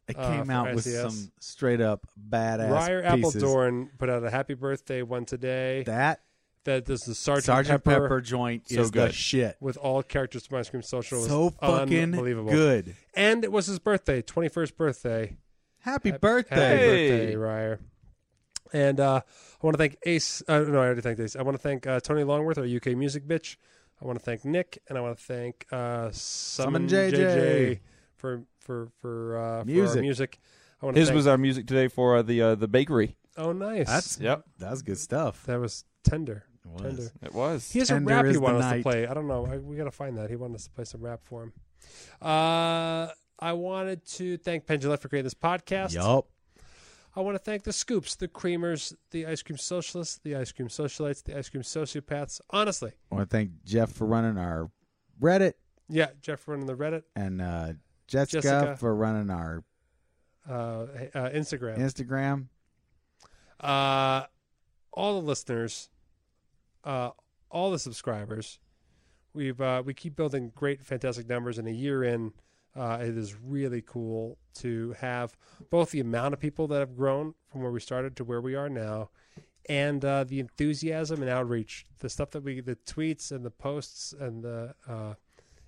B: It
C: uh,
B: came
C: for
B: out with
C: ICS.
B: some straight up badass
C: Ryer
B: pieces.
C: Appledoran put out a happy birthday one today. That,
B: That
C: does the Sergeant,
B: Sergeant Pepper,
C: Pepper,
B: joint
E: So
B: is the
E: good.
B: shit.
C: with all characters from Ice Cream Social. was
B: So fucking
C: unbelievable.
B: good.
C: And it was his birthday, 21st birthday.
B: Happy
C: Hap- Happy
B: birthday.
E: Hey.
C: birthday, Ryer. And uh, I want to thank Ace. Uh, no, I already thanked Ace. I want to thank uh, Tony Longworth, our UK music bitch. I want to thank Nick, and I want to thank uh,
B: Summon
C: Summon
B: JJ.
C: JJ for for for, uh, for
B: Music.
C: our music. I want to
E: His
C: thank,
E: was our music today for uh, the uh, the bakery.
C: oh nice.
B: That's
E: Yep.
B: that was good stuff.
C: that was tender.
B: It was.
C: Tender.
E: It was.
C: He has a
B: Tender
C: rap he
B: is the
C: wanted us to
B: night.
C: play. I don't know. I, we got to find that. He wanted us to play some rap for him. Uh, I wanted to thank Pendulette for creating this podcast.
B: Yup.
C: I want to thank the Scoops, the Creamers, the Ice Cream Socialists, the Ice Cream Socialites, the Ice Cream Sociopaths. Honestly,
B: I want to thank Jeff for running our Reddit
C: yeah, Jeff running the Reddit,
B: and uh, Jessica,
C: Jessica.
B: for running our
C: uh, uh, Instagram,
B: Instagram.
C: uh, all the listeners, uh, all the subscribers. We've uh, we keep building great, fantastic numbers, and a year in, uh, it is really cool to have both the amount of people that have grown from where we started to where we are now, and uh, the enthusiasm and outreach, the stuff that we, the tweets and the posts and the uh,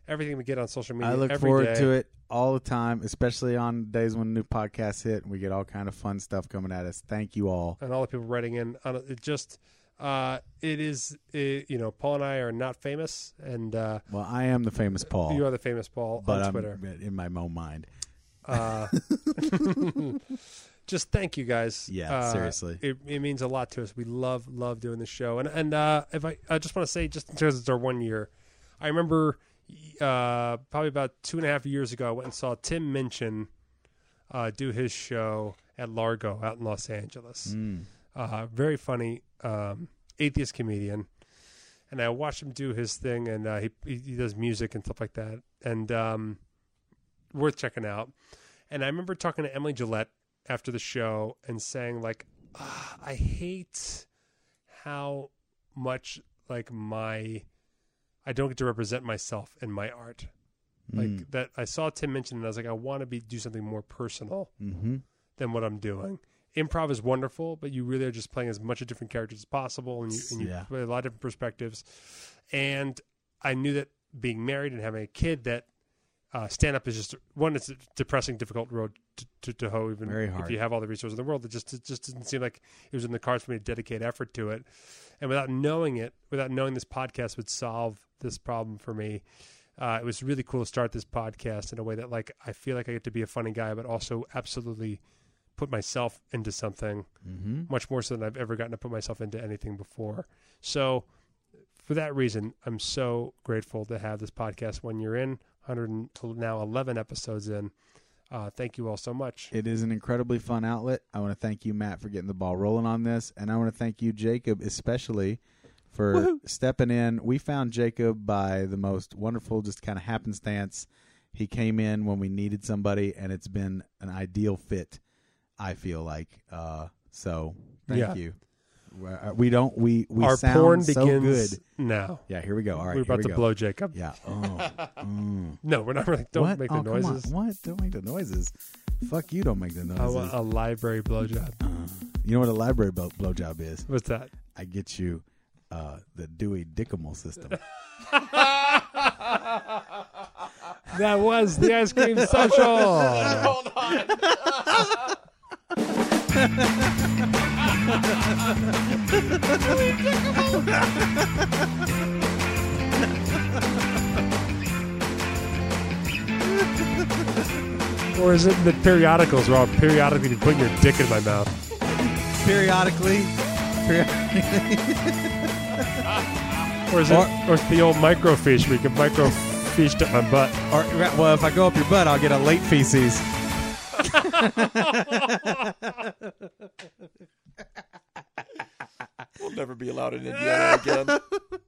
C: everything we get on social media.
B: I look
C: every
B: forward
C: day.
B: to it all the time, especially on days when new podcasts hit and we get all kind of fun stuff coming at us. Thank you all.
C: and all the people writing in on it, it just uh it is it, you know paul and i are not famous and uh
B: Well, I am the famous Paul,
C: you are the famous paul
B: but
C: on
B: I'm
C: twitter
B: in my own mind.
C: uh just thank you guys
B: Yeah,
C: Uh,
B: seriously.
C: it, it means a lot to us we love love doing the show and and uh if i i just want to say just in terms of it's our one year i remember uh probably about two and a half years ago i went and saw tim minchin uh do his show at largo out in los angeles
B: Mm.
C: uh, very funny um, atheist comedian. And I watched him do his thing, and uh, he he he does music and stuff like that, and um, worth checking out. And I remember talking to Emily Gillette after the show and saying like, "Ah, I hate how much like my I don't get to represent myself in my art. Like that, I saw Tim mention, and I was like, I want to be do something more personal
B: Mm-hmm.
C: than what I'm doing. Improv is wonderful, but you really are just playing as much of different characters as possible, and you, and you
B: Yeah.
C: play a lot of different perspectives. And I knew that being married and having a kid, that uh, stand up is just one. It's a depressing, difficult road to, to, to hoe. Even
B: Very
C: if
B: hard.
C: you have all the resources in the world, it just it just didn't seem like it was in the cards for me to dedicate effort to it. And without knowing it, without knowing this podcast would solve this problem for me, Uh, it was really cool to start this podcast in a way that like I feel like I get to be a funny guy, but also absolutely put myself into something
B: Mm-hmm.
C: much more so than I've ever gotten to put myself into anything before. So for that reason, I'm so grateful to have this podcast one year in, 100 and now 11 episodes in. Uh, thank you all so much.
B: It is an incredibly fun outlet. I want to thank you, Matt, for getting the ball rolling on this, and I want to thank you, Jacob, especially for stepping in. We found Jacob by the most wonderful, just kind of happenstance. He came in when we needed somebody, and it's been an ideal fit. I feel like uh, so. Thank
C: Yeah.
B: you. Uh, We don't. We we
C: Our
B: sound
C: porn
B: so
C: begins
B: good.
C: now.
B: Yeah, here we go. All right, here
C: We're about
B: we
C: to
B: go.
C: blow Jacob.
B: Yeah. Oh.
C: No, we're not really. Don't
B: what?
C: make
B: oh,
C: the
B: come on.
C: noises.
B: What? Don't make the noises. Fuck you! Don't make the
C: I
B: noises.
C: want a library blowjob.
B: you know what a library blow, blowjob is?
C: What's that?
B: I get you uh, the Dewey Dickamal system.
C: That was the ice cream social. Or is it the periodicals where I'll periodically be putting your dick in my mouth?
B: Periodically. Peri-
C: Or is it, or, it's the old microfiche where you can microfiche up my butt?
B: or, well, if I go up your butt, I'll get a late feces.
E: We'll never be allowed in Indiana again.